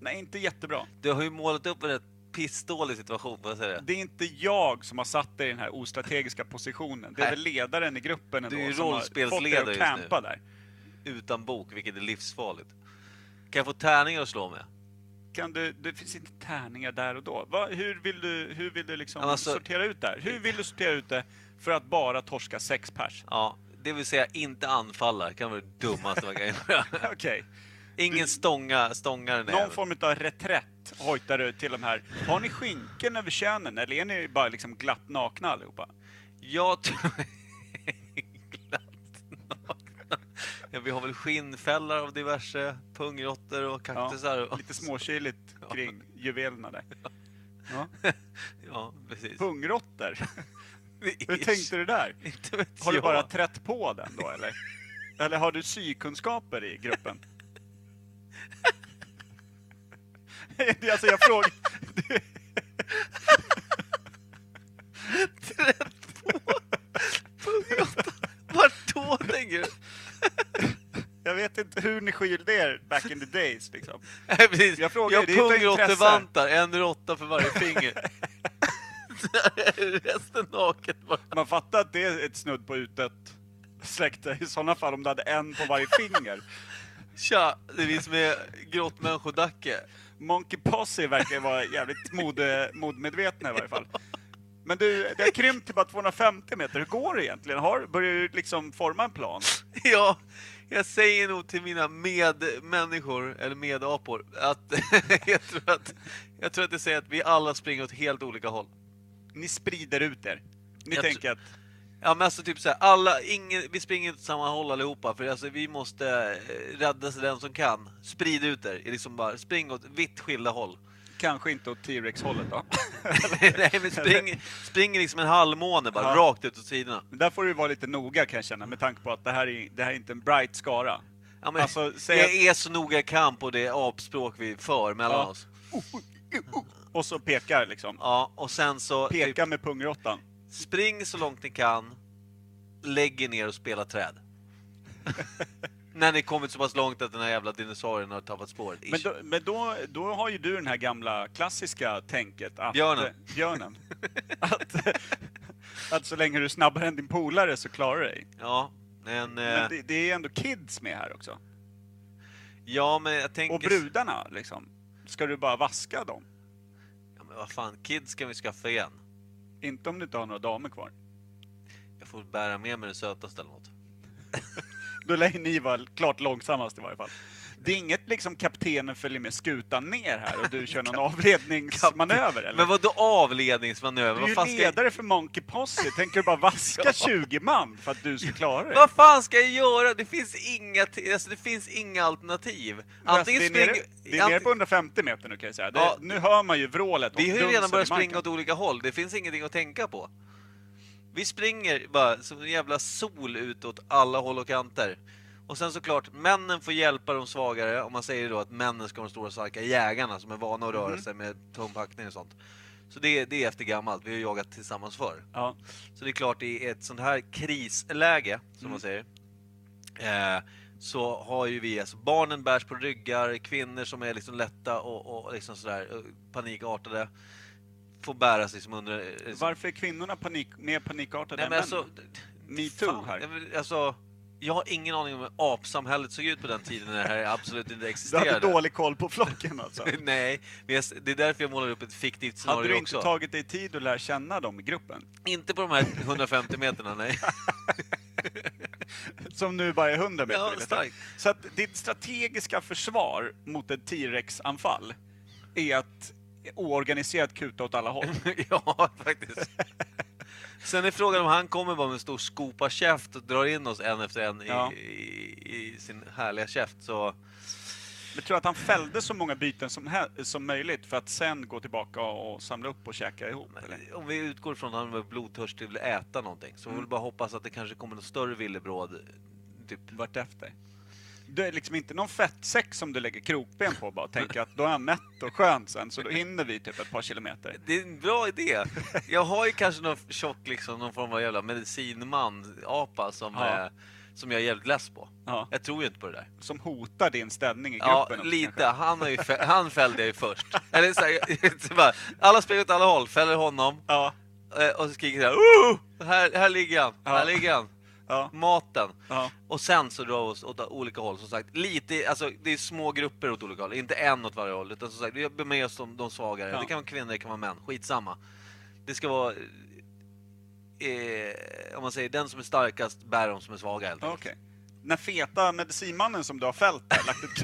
Speaker 4: Nej, inte jättebra.
Speaker 2: Du har ju målat upp en rätt pissdålig situation, får jag säga det?
Speaker 4: Det är inte jag som har satt dig i den här ostrategiska positionen. Det är
Speaker 2: Nej.
Speaker 4: väl ledaren i gruppen ändå
Speaker 2: Du är ju
Speaker 4: som har
Speaker 2: rollspelsledare
Speaker 4: fått
Speaker 2: just
Speaker 4: dig att campa
Speaker 2: nu.
Speaker 4: där.
Speaker 2: Utan bok, vilket är livsfarligt. Kan jag få tärningar att slå med?
Speaker 4: Kan du, det finns inte tärningar där och då. Va, hur vill du, hur vill du liksom
Speaker 2: Men alltså-
Speaker 4: sortera ut det här? Hur vill du sortera ut det för att bara torska sex pers?
Speaker 2: Ja, det vill säga inte anfalla. Det kan vara det dummaste man kan göra.
Speaker 4: Okej.
Speaker 2: Ingen stånga, stångar den
Speaker 4: Någon form av reträtt hojtar du till de här. Har ni skinken över könen eller är ni bara liksom glatt nakna allihopa?
Speaker 2: Jag tror... Ja, vi har väl skinnfällar av diverse pungråttor och kaktusar.
Speaker 4: Ja, lite småkyligt kring juvelerna där. Ja.
Speaker 2: Ja, precis.
Speaker 4: Pungråttor? Hur tänkte du där? Har du
Speaker 2: jag.
Speaker 4: bara trätt på den då eller? Eller har du sykunskaper i gruppen? Det är alltså jag frågar...
Speaker 2: Trätt på pungråttor. Vart då tänker du?
Speaker 4: Jag vet inte hur ni skylde er back in the days liksom.
Speaker 2: Nej, precis.
Speaker 4: Jag frågar
Speaker 2: jag
Speaker 4: ju, det är ett intresse.
Speaker 2: pungråttevantar, en råtta för varje finger. Resten naken bara.
Speaker 4: Man fattar att det är ett snudd på utet släkte i sådana fall om du hade en på varje finger.
Speaker 2: Tja, det finns med grottmänniskodacke.
Speaker 4: Monkey Posse verkar vara jävligt mode, modmedvetna i varje fall. Men du, det har krympt till bara 250 meter. Hur går det egentligen? Har, börjar du liksom forma en plan?
Speaker 2: Ja, jag säger nog till mina medmänniskor, eller medapor, att jag, tror att jag tror att det säger att vi alla springer åt helt olika håll.
Speaker 4: Ni sprider ut er. Ni
Speaker 2: Jag
Speaker 4: tänker att
Speaker 2: Ja men alltså typ såhär, alla, ingen, vi springer åt samma håll allihopa för alltså vi måste eh, rädda sig den som kan. Sprid ut er, liksom bara spring åt vitt skilda håll.
Speaker 4: kanske inte åt T-Rex-hållet då?
Speaker 2: Nej men spring, spring liksom en halvmåne bara,
Speaker 4: Ja.
Speaker 2: rakt ut åt sidorna.
Speaker 4: Men Där får du vara lite noga kan jag känna med tanke på att det här är, det här är inte en bright skara.
Speaker 2: Ja, men,
Speaker 4: Alltså, säg
Speaker 2: jag
Speaker 4: att-
Speaker 2: är så noga i kamp och det apspråk vi för mellan
Speaker 4: Ja.
Speaker 2: oss.
Speaker 4: Och så pekar liksom.
Speaker 2: Ja, typ. och sen så
Speaker 4: Peka med pungråttan.
Speaker 2: spring så långt ni kan, lägg er ner och spela träd. När ni kommit så pass långt att den här jävla dinosaurien har tappat spåret.
Speaker 4: Men, då, men då, då har ju du den här gamla klassiska tänket att... eh,
Speaker 2: Björnen.
Speaker 4: Björnen. att, att så länge du är snabbare än din polare så klarar du dig.
Speaker 2: Ja, men... eh,
Speaker 4: Men det, det är ju ändå kids med här också.
Speaker 2: Ja, men jag tänker...
Speaker 4: Och brudarna liksom. Ska du bara vaska dem?
Speaker 2: Ja, men vad fan, kids kan vi skaffa igen.
Speaker 4: Inte om du inte har några damer kvar.
Speaker 2: Jag får bära med mig den sötaste eller något.
Speaker 4: Då lär ju ni vara klart långsammast i varje fall. Det är inget liksom kaptenen följer med skutan ner här och du kör någon avledningsmanöver eller?
Speaker 2: Men vad då avledningsmanöver?
Speaker 4: Du är
Speaker 2: Vad
Speaker 4: ju
Speaker 2: fan ska jag...
Speaker 4: ledare för Monkey Posse, tänker du bara vaska 20 man för att du ska klara dig?
Speaker 2: Vad fan ska jag göra? Det finns inga, t- alltså, det finns inga alternativ. Antingen
Speaker 4: alltså, det är nere,
Speaker 2: springer...
Speaker 4: det är nere
Speaker 2: anting-
Speaker 4: på 150 meter nu kan jag säga. Det,
Speaker 2: Ja.
Speaker 4: nu hör man ju vrålet och
Speaker 2: Vi har ju
Speaker 4: dunsen
Speaker 2: redan börjat
Speaker 4: i marken.
Speaker 2: springa åt olika håll. Det finns ingenting att tänka på. Vi springer bara som en jävla sol ut åt alla håll och kanter. Och sen såklart, männen får hjälpa de svagare, om man säger då att männen ska vara de stora starka jägarna som är vana att röra
Speaker 4: Mhm.
Speaker 2: sig med tung packning och sånt. Så det, det är efter gammalt, vi har jagat tillsammans förr.
Speaker 4: Ja. Mm.
Speaker 2: Så det är klart, i ett sånt här krisläge, som man säger, eh, så har ju vi alltså barnen bärs på ryggar, kvinnor som är liksom lätta och, och liksom sådär eh, panikartade får bäras liksom under... eh, Liksom,
Speaker 4: Varför är kvinnorna panik, mer panikartade
Speaker 2: Nej, men
Speaker 4: än
Speaker 2: alltså,
Speaker 4: männen? Metoo här.
Speaker 2: jag vill- Alltså, jag har ingen aning om hur apsamhället såg ut på den tiden när det här absolut inte
Speaker 4: Du hade
Speaker 2: existerade.
Speaker 4: dålig koll på flocken alltså.
Speaker 2: Nej, men jag, s- det är därför jag målar upp ett fiktivt scenario
Speaker 4: Hade du inte
Speaker 2: också.
Speaker 4: tagit dig tid att lära känna dem i gruppen?
Speaker 2: Inte på de här 150 meterna, nej.
Speaker 4: Som nu bara är 100 meter.
Speaker 2: Ja,
Speaker 4: ungefär.
Speaker 2: starkt.
Speaker 4: Så att ditt strategiska försvar mot ett T-Rex-anfall är att oorganiserat kuta åt alla håll.
Speaker 2: ja, faktiskt. Sen är frågan om han kommer bara med en stor skopa käft och drar in oss en efter en i,
Speaker 4: Ja.
Speaker 2: i, i sin härliga käft. Så...
Speaker 4: Jag tror att han fällde så många byten som, hä- som möjligt för att sen gå tillbaka och samla upp och käka ihop. Eller?
Speaker 2: Om vi utgår från att han var blodtörstig och ville äta någonting,
Speaker 4: Mm.
Speaker 2: så vi vill bara hoppas att det kanske kommer något större villebråd. Typ.
Speaker 4: Vartefter. Du är liksom inte någon fettsäck som du lägger krokben på bara och tänker att då är han mätt och skön sen så då hinner vi typ ett par kilometer.
Speaker 2: Det är en bra idé. Jag har ju kanske någon tjock, liksom, någon form av jävla medicinman, apa, som,
Speaker 4: Ja.
Speaker 2: eh, som jag är jävligt less på.
Speaker 4: Ja.
Speaker 2: Jag tror ju inte på det där.
Speaker 4: Som hotar din ställning i gruppen.
Speaker 2: Ja,
Speaker 4: också
Speaker 2: lite.
Speaker 4: kanske.
Speaker 2: Han, har ju fä- han fällde jag ju först. Eller så här, så bara, alla springer åt alla håll, fäller honom.
Speaker 4: Ja.
Speaker 2: Och så skriker jag "Oh! här, här ligger han,
Speaker 4: Ja.
Speaker 2: här ligger han. Maten.
Speaker 4: Ja.
Speaker 2: Och sen så drar vi oss åt olika håll. Som sagt, lite, alltså, det är små grupper åt olika håll, inte en åt varje håll. Utan som sagt, vi har med oss de, de svagare.
Speaker 4: Ja.
Speaker 2: Det kan vara kvinnor, det kan vara män. Skitsamma. Det ska vara... Eh, om man säger den som är starkast bär de som är svaga helt
Speaker 4: Ja, Okej. När feta medicinmannen som du har fällt där, lagt ett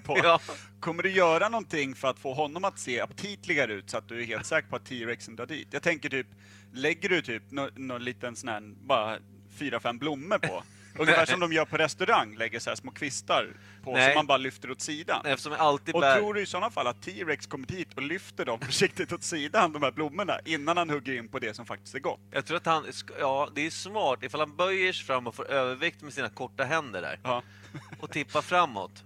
Speaker 4: på, kommer du göra någonting för att få honom att se aptitligare ut så att du är helt säker på att T-rexen drar dit? Jag tänker typ, lägger du typ nå- någon liten sån här, bara fyra, fem blommor på? Ungefär som de gör på restaurang, lägger så här små kvistar på
Speaker 2: Nej.
Speaker 4: som man bara lyfter åt sidan.
Speaker 2: Eftersom jag typ alltid
Speaker 4: och
Speaker 2: bär-
Speaker 4: tror du i sådana fall att T-rex kommer hit och lyfter dem försiktigt åt sidan, de här blommorna, innan han hugger in på det som faktiskt är gott?
Speaker 2: Jag tror att han, sk- ja det är smart ifall han böjer sig fram och får övervikt med sina korta händer där och tippar framåt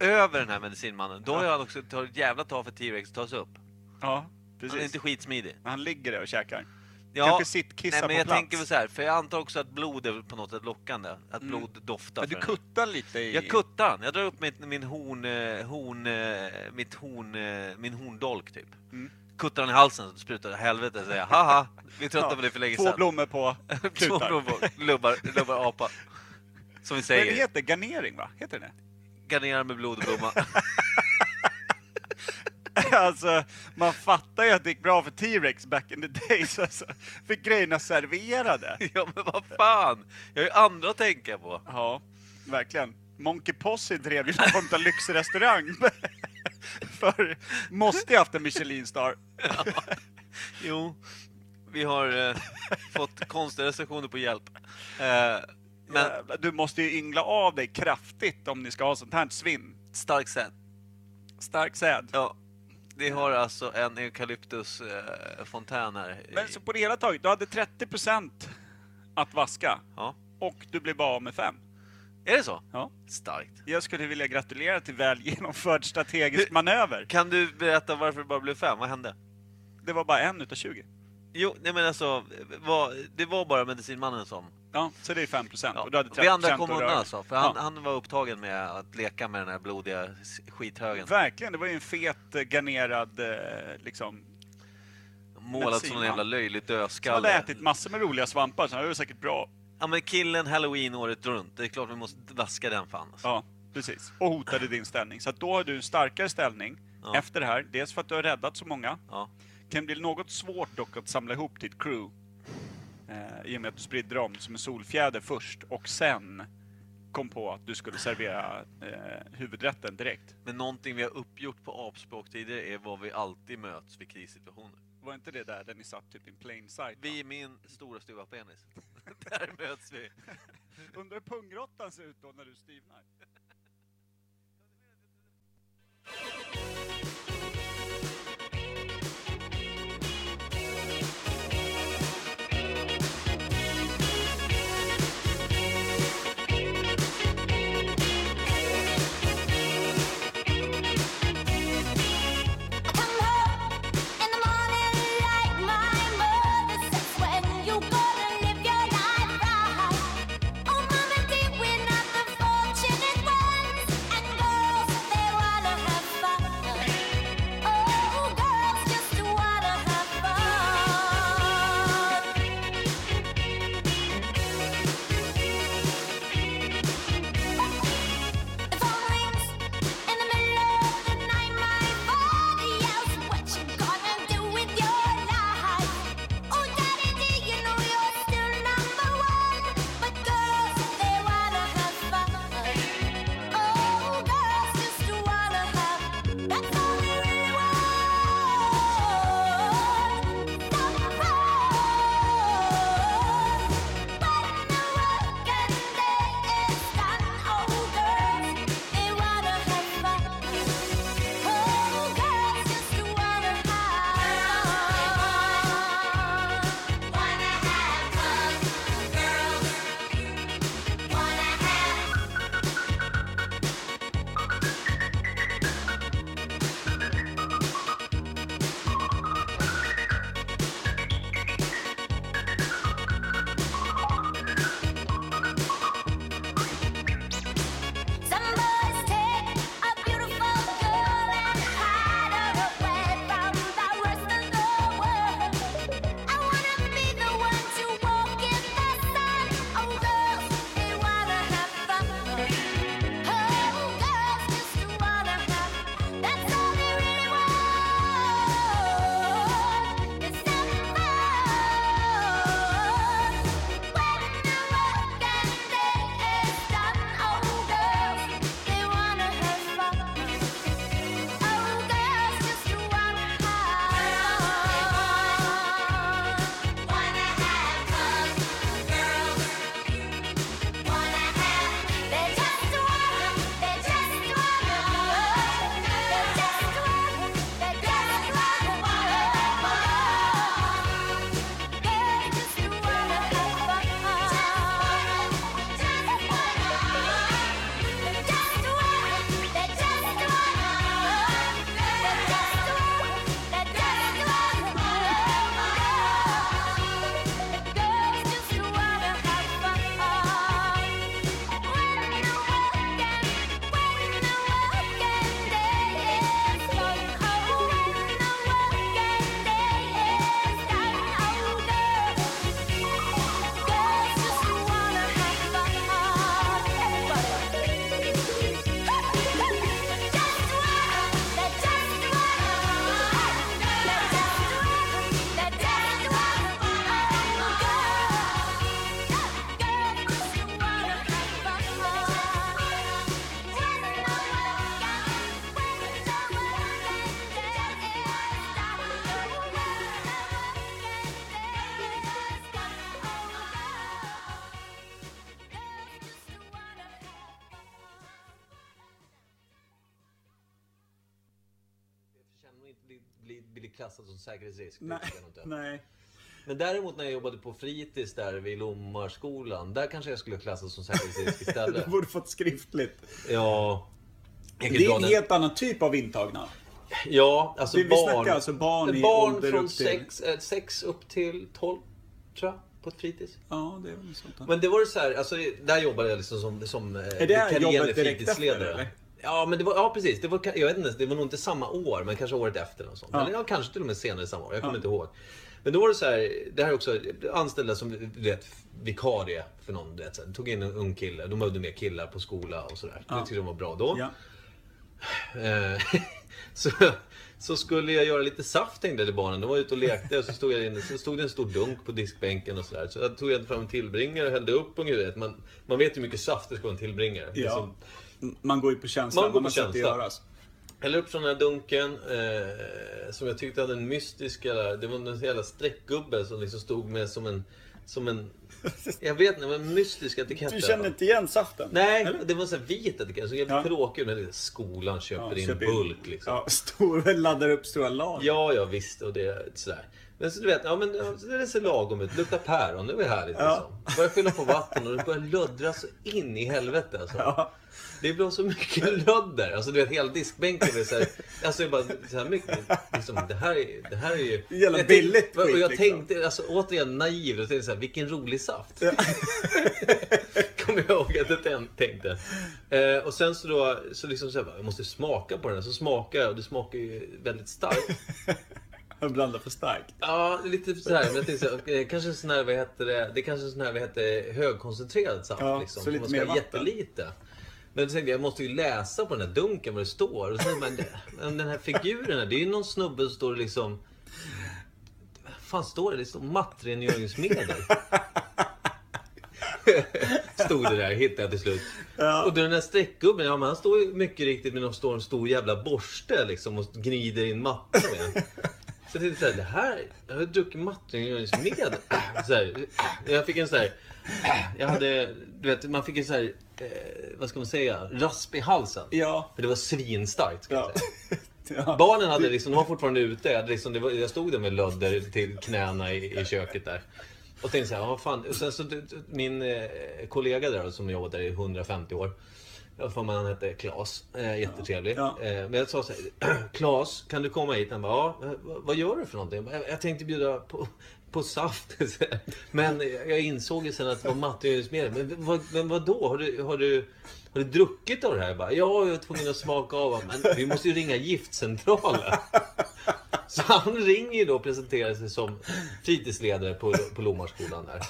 Speaker 2: över den här medicinmannen. Då har han också tagit ett jävla tag för T-Rex att ta sig upp.
Speaker 4: Ja,
Speaker 2: Han
Speaker 4: precis.
Speaker 2: är inte skitsmidig.
Speaker 4: Han ligger där och käkar.
Speaker 2: Ja,
Speaker 4: Kanske sittkissar
Speaker 2: nej, men
Speaker 4: på
Speaker 2: jag
Speaker 4: plats.
Speaker 2: tänker väl så här, för jag antar också att blod är på något sätt lockande. Att
Speaker 4: Mm.
Speaker 2: blod doftar.
Speaker 4: Ja, du
Speaker 2: för den.
Speaker 4: kuttar lite i...
Speaker 2: Jag kuttar han. Jag drar upp mitt, min horn, eh, horn, eh, mitt horn, eh, min horndolk typ.
Speaker 4: Mm.
Speaker 2: Kuttar han i halsen så sprutar det helvete säger jag. Haha, vi tröttnade på det för länge
Speaker 4: Två
Speaker 2: sedan.
Speaker 4: blommor på
Speaker 2: Två
Speaker 4: kutar.
Speaker 2: blommor, lubbar, lubbar apa. Som vi
Speaker 4: Men det
Speaker 2: säger,
Speaker 4: heter garnering va? Heter det
Speaker 2: garnera med blod och blomma.
Speaker 4: det? Alltså, man fattar ju att det gick bra för T-Rex back in the days. Alltså, för grejerna serverade.
Speaker 2: ja men vad fan! Jag har ju andra att tänka på.
Speaker 4: Ja, verkligen. Monkey Posse drev ju någon form av lyxrestaurang. för måste ju haft en Michelin-star.
Speaker 2: Jo, vi har eh, fått konstiga recensioner på hjälp. Eh, men
Speaker 4: Jävlar, Du måste ju yngla av dig kraftigt om ni ska ha sånt här svinn.
Speaker 2: Stark säd.
Speaker 4: Stark säd.
Speaker 2: Ja. vi har alltså en eukalyptusfontän eh, fontän här.
Speaker 4: Men så på det hela taget, du hade 30% att vaska.
Speaker 2: Ja.
Speaker 4: Och du blev bara av med 5.
Speaker 2: Är det så?
Speaker 4: Ja.
Speaker 2: Starkt.
Speaker 4: Jag skulle vilja gratulera till väl genomförd strategisk manöver.
Speaker 2: Kan du berätta varför det bara blev fem? Vad hände?
Speaker 4: Det var bara en utav 20.
Speaker 2: Jo, nej men alltså, vad- det var bara medicinmannen som...
Speaker 4: Ja, så det är 5% och du hade 30%
Speaker 2: Vi andra kom
Speaker 4: att
Speaker 2: undan
Speaker 4: röra.
Speaker 2: alltså, för han,
Speaker 4: Ja.
Speaker 2: han var upptagen med att leka med den här blodiga s- skithögen.
Speaker 4: Verkligen, det var ju en fet eh, garnerad eh, liksom...
Speaker 2: Målat som en
Speaker 4: medicinman.
Speaker 2: jävla löjlig
Speaker 4: Som hade
Speaker 2: dödskalle.
Speaker 4: ätit massor med roliga svampar, så det var säkert bra.
Speaker 2: Ja men killen halloween året runt, det är klart vi måste vaska den fan. alltså.
Speaker 4: Ja, precis. Och hotade din ställning. Så att då har du en starkare ställning
Speaker 2: Ja.
Speaker 4: efter det här. Dels för att du har räddat så många.
Speaker 2: Ja.
Speaker 4: Kan bli något svårt dock att samla ihop ditt crew. Eh, I och med att du spridde dem som en solfjäder först och sen kom på att du skulle servera eh, huvudrätten direkt.
Speaker 2: Men någonting vi har uppgjort på apspråk tidigare är vad vi alltid möts vid krissituationer.
Speaker 4: Var inte det där där ni satt typ in plain sight?
Speaker 2: Vi är min stora stuva penis. Där möts vi.
Speaker 4: Undrar hur punggrottan ser ut då när du stivnar?
Speaker 5: oh, Oh, Oh, Oh, Oh,
Speaker 22: Fortune
Speaker 5: Oh,
Speaker 1: bli klassad som säkerhetsrisk. Det
Speaker 4: Nej,
Speaker 1: tycker jag nog inte.
Speaker 4: nej.
Speaker 1: Men däremot när jag jobbade på fritids där vid Lommarskolan, där kanske jag skulle klassas som säkerhetsrisk istället.
Speaker 4: Du borde fått skriftligt.
Speaker 1: Ja.
Speaker 4: Det
Speaker 1: kan dra
Speaker 4: är en
Speaker 1: den-
Speaker 4: helt annan typ av intagna.
Speaker 1: Ja, alltså
Speaker 4: vi, vi
Speaker 1: barn.
Speaker 4: snackar alltså barn i
Speaker 1: barn
Speaker 4: ålder
Speaker 1: från
Speaker 4: upp till...
Speaker 1: 6 sex upp till 12, tror jag, på ett fritids.
Speaker 4: Ja, det är väl sånt.
Speaker 1: Men det var det så här, alltså, där jobbade jag liksom som, som eh,
Speaker 4: Är det här
Speaker 1: vikarierande
Speaker 4: jobbet direkt
Speaker 1: fritidsledare.
Speaker 4: efter, eller?
Speaker 1: Ja, men det var, ja, precis. Det var, ka- jag vet inte, det var nog inte samma år, men kanske året efter. Och sånt.
Speaker 4: Ja.
Speaker 1: Eller ja, kanske till och med senare samma år. Jag kommer
Speaker 4: Ja.
Speaker 1: inte ihåg. Men då var det så här, det här är också anställda som du vet, vikarie för någon. Du vet, så här, tog in en ung kille, de behövde mer killar på skola och sådär.
Speaker 4: Ja.
Speaker 1: Det tyckte de var bra då.
Speaker 4: Ja.
Speaker 1: Eh, så, så skulle jag göra lite saft tänkte jag till barnen. De var ute och lekte och så stod, jag inne, så stod det en stor dunk på diskbänken och sådär. Så jag tog jag fram en tillbringare och hällde upp ungefär. vet, Man, man vet ju hur mycket saft det ska vara i en tillbringare. Det är
Speaker 4: Ja.
Speaker 1: som-
Speaker 4: Man går ju på känslan.
Speaker 1: Liksom. man går på
Speaker 4: har sett det
Speaker 1: känsla.
Speaker 4: göras.
Speaker 1: Häller upp från den här dunken eh, som jag tyckte hade en mystisk jävla... Det var en jävla streckgubbe som liksom stod med som en... Som en jag vet inte, men en mystisk etikett.
Speaker 4: Du känner inte igen saften?
Speaker 1: Nej, det var en sån här vit etikett. Så jävligt tråkig. Men det är skolan köper
Speaker 4: Ja,
Speaker 1: in
Speaker 4: köper in.
Speaker 1: bulk liksom.
Speaker 4: Ja, stor, laddar upp stora lager.
Speaker 1: Ja, ja visst. Och det, sådär. Men så du vet, ja, men, ja, så det ser lagom ut. Luktar päron, det var ju härligt.
Speaker 4: Ja.
Speaker 1: Liksom. Börjar fylla på vatten och det börjar löddra så in i helvete. Alltså. Det blev så mycket lödder. Alltså, du vet, hela diskbänken blev såhär... Alltså, det är bara så här mycket. Liksom, det, här är, det här är ju...
Speaker 4: Jävla
Speaker 1: Jag tänkte-
Speaker 4: billigt
Speaker 1: Och jag
Speaker 4: skit, liksom.
Speaker 1: tänkte, alltså, återigen naiv, och tänkte såhär, vilken rolig saft. Kommer jag ihåg att jag tän- tänkte. Eh, och sen så då, så liksom så här, bara, jag måste smaka på den. här. Så smakar jag och det smakar ju väldigt starkt.
Speaker 4: Jag blandar för starkt.
Speaker 1: Ja, lite så här. Men jag tänkte så här, okej, kanske en sån här, vad heter det, det är kanske en sån här, vad heter det, högkoncentrerad saft.
Speaker 4: Ja,
Speaker 1: liksom,
Speaker 4: så
Speaker 1: som
Speaker 4: lite
Speaker 1: man ska
Speaker 4: mer
Speaker 1: ha
Speaker 4: vatten.
Speaker 1: jättelite. Men så tänkte jag, jag måste ju läsa på den här dunken vad det står. Och sen, men, men den här figuren här, det är ju någon snubbe som står liksom... Vad fan står det? Det står mattrengöringsmedel. Stod det där, hittade jag till slut. Och den där streckgubben, ja men han står ju mycket riktigt med någon stor, stor jävla borste liksom och gnider in matta med. Så jag tänkte såhär, det här, jag har druckit mattrengöringsmedel. Så här, jag fick en sån här, jag hade, du vet, man fick en sån här, eh, vad ska man säga, rasp i halsen.
Speaker 4: Ja.
Speaker 1: För det var svinstarkt. Ska jag säga. Barnen hade liksom, de var fortfarande ute. Jag, hade liksom, det var, jag stod där med lödder till knäna i, i köket där. Och tänkte så här, vad fan. Och sen så d- d- min eh, kollega där som jobbat där i 150 år. Jag har för mig han hette Klas. Eh, jättetrevlig. Eh, men jag sa så här, Klas, kan du komma hit? Han bara, ja, eh, vad- vad gör du för någonting? Jag, bara, "Jag- jag tänkte bjuda på, på saft. Så här. men jag insåg ju sen att det var mattegöringsmedel. Men vad, men vad då? Har du, har, du, har du druckit av det här? Jag bara, ja, jag var tvungen att smaka av. Men vi måste ju ringa giftcentralen. Så han ringer ju då och presenterar sig som fritidsledare på, på Lommarskolan där. Eh,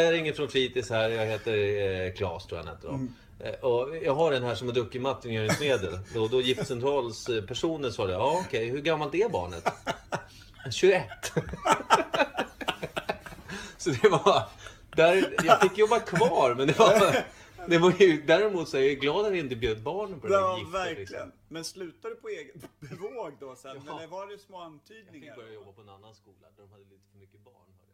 Speaker 1: Jag ringer från fritids här, jag heter eh, Claes tror jag han heter då.
Speaker 4: Mm.
Speaker 1: Eh, Och jag har den här som har druckit mattingöringsmedel. Då, då giftcentralspersonen sa det, ja okej, hur gammalt är barnet? 21. Så det var... Där, jag fick jobba kvar, men det var... Det var ju, däremot så är jag glad att jag inte bjöd barnen på det där
Speaker 4: Ja,
Speaker 1: giftet.
Speaker 4: verkligen.
Speaker 1: liksom.
Speaker 4: Men slutar du på eget bevåg då sen?
Speaker 1: Ja.
Speaker 4: Eller var det små
Speaker 1: Jag fick
Speaker 4: antydningar?
Speaker 1: börja jobba på en annan skola där de hade lite för mycket barn. hörde jag.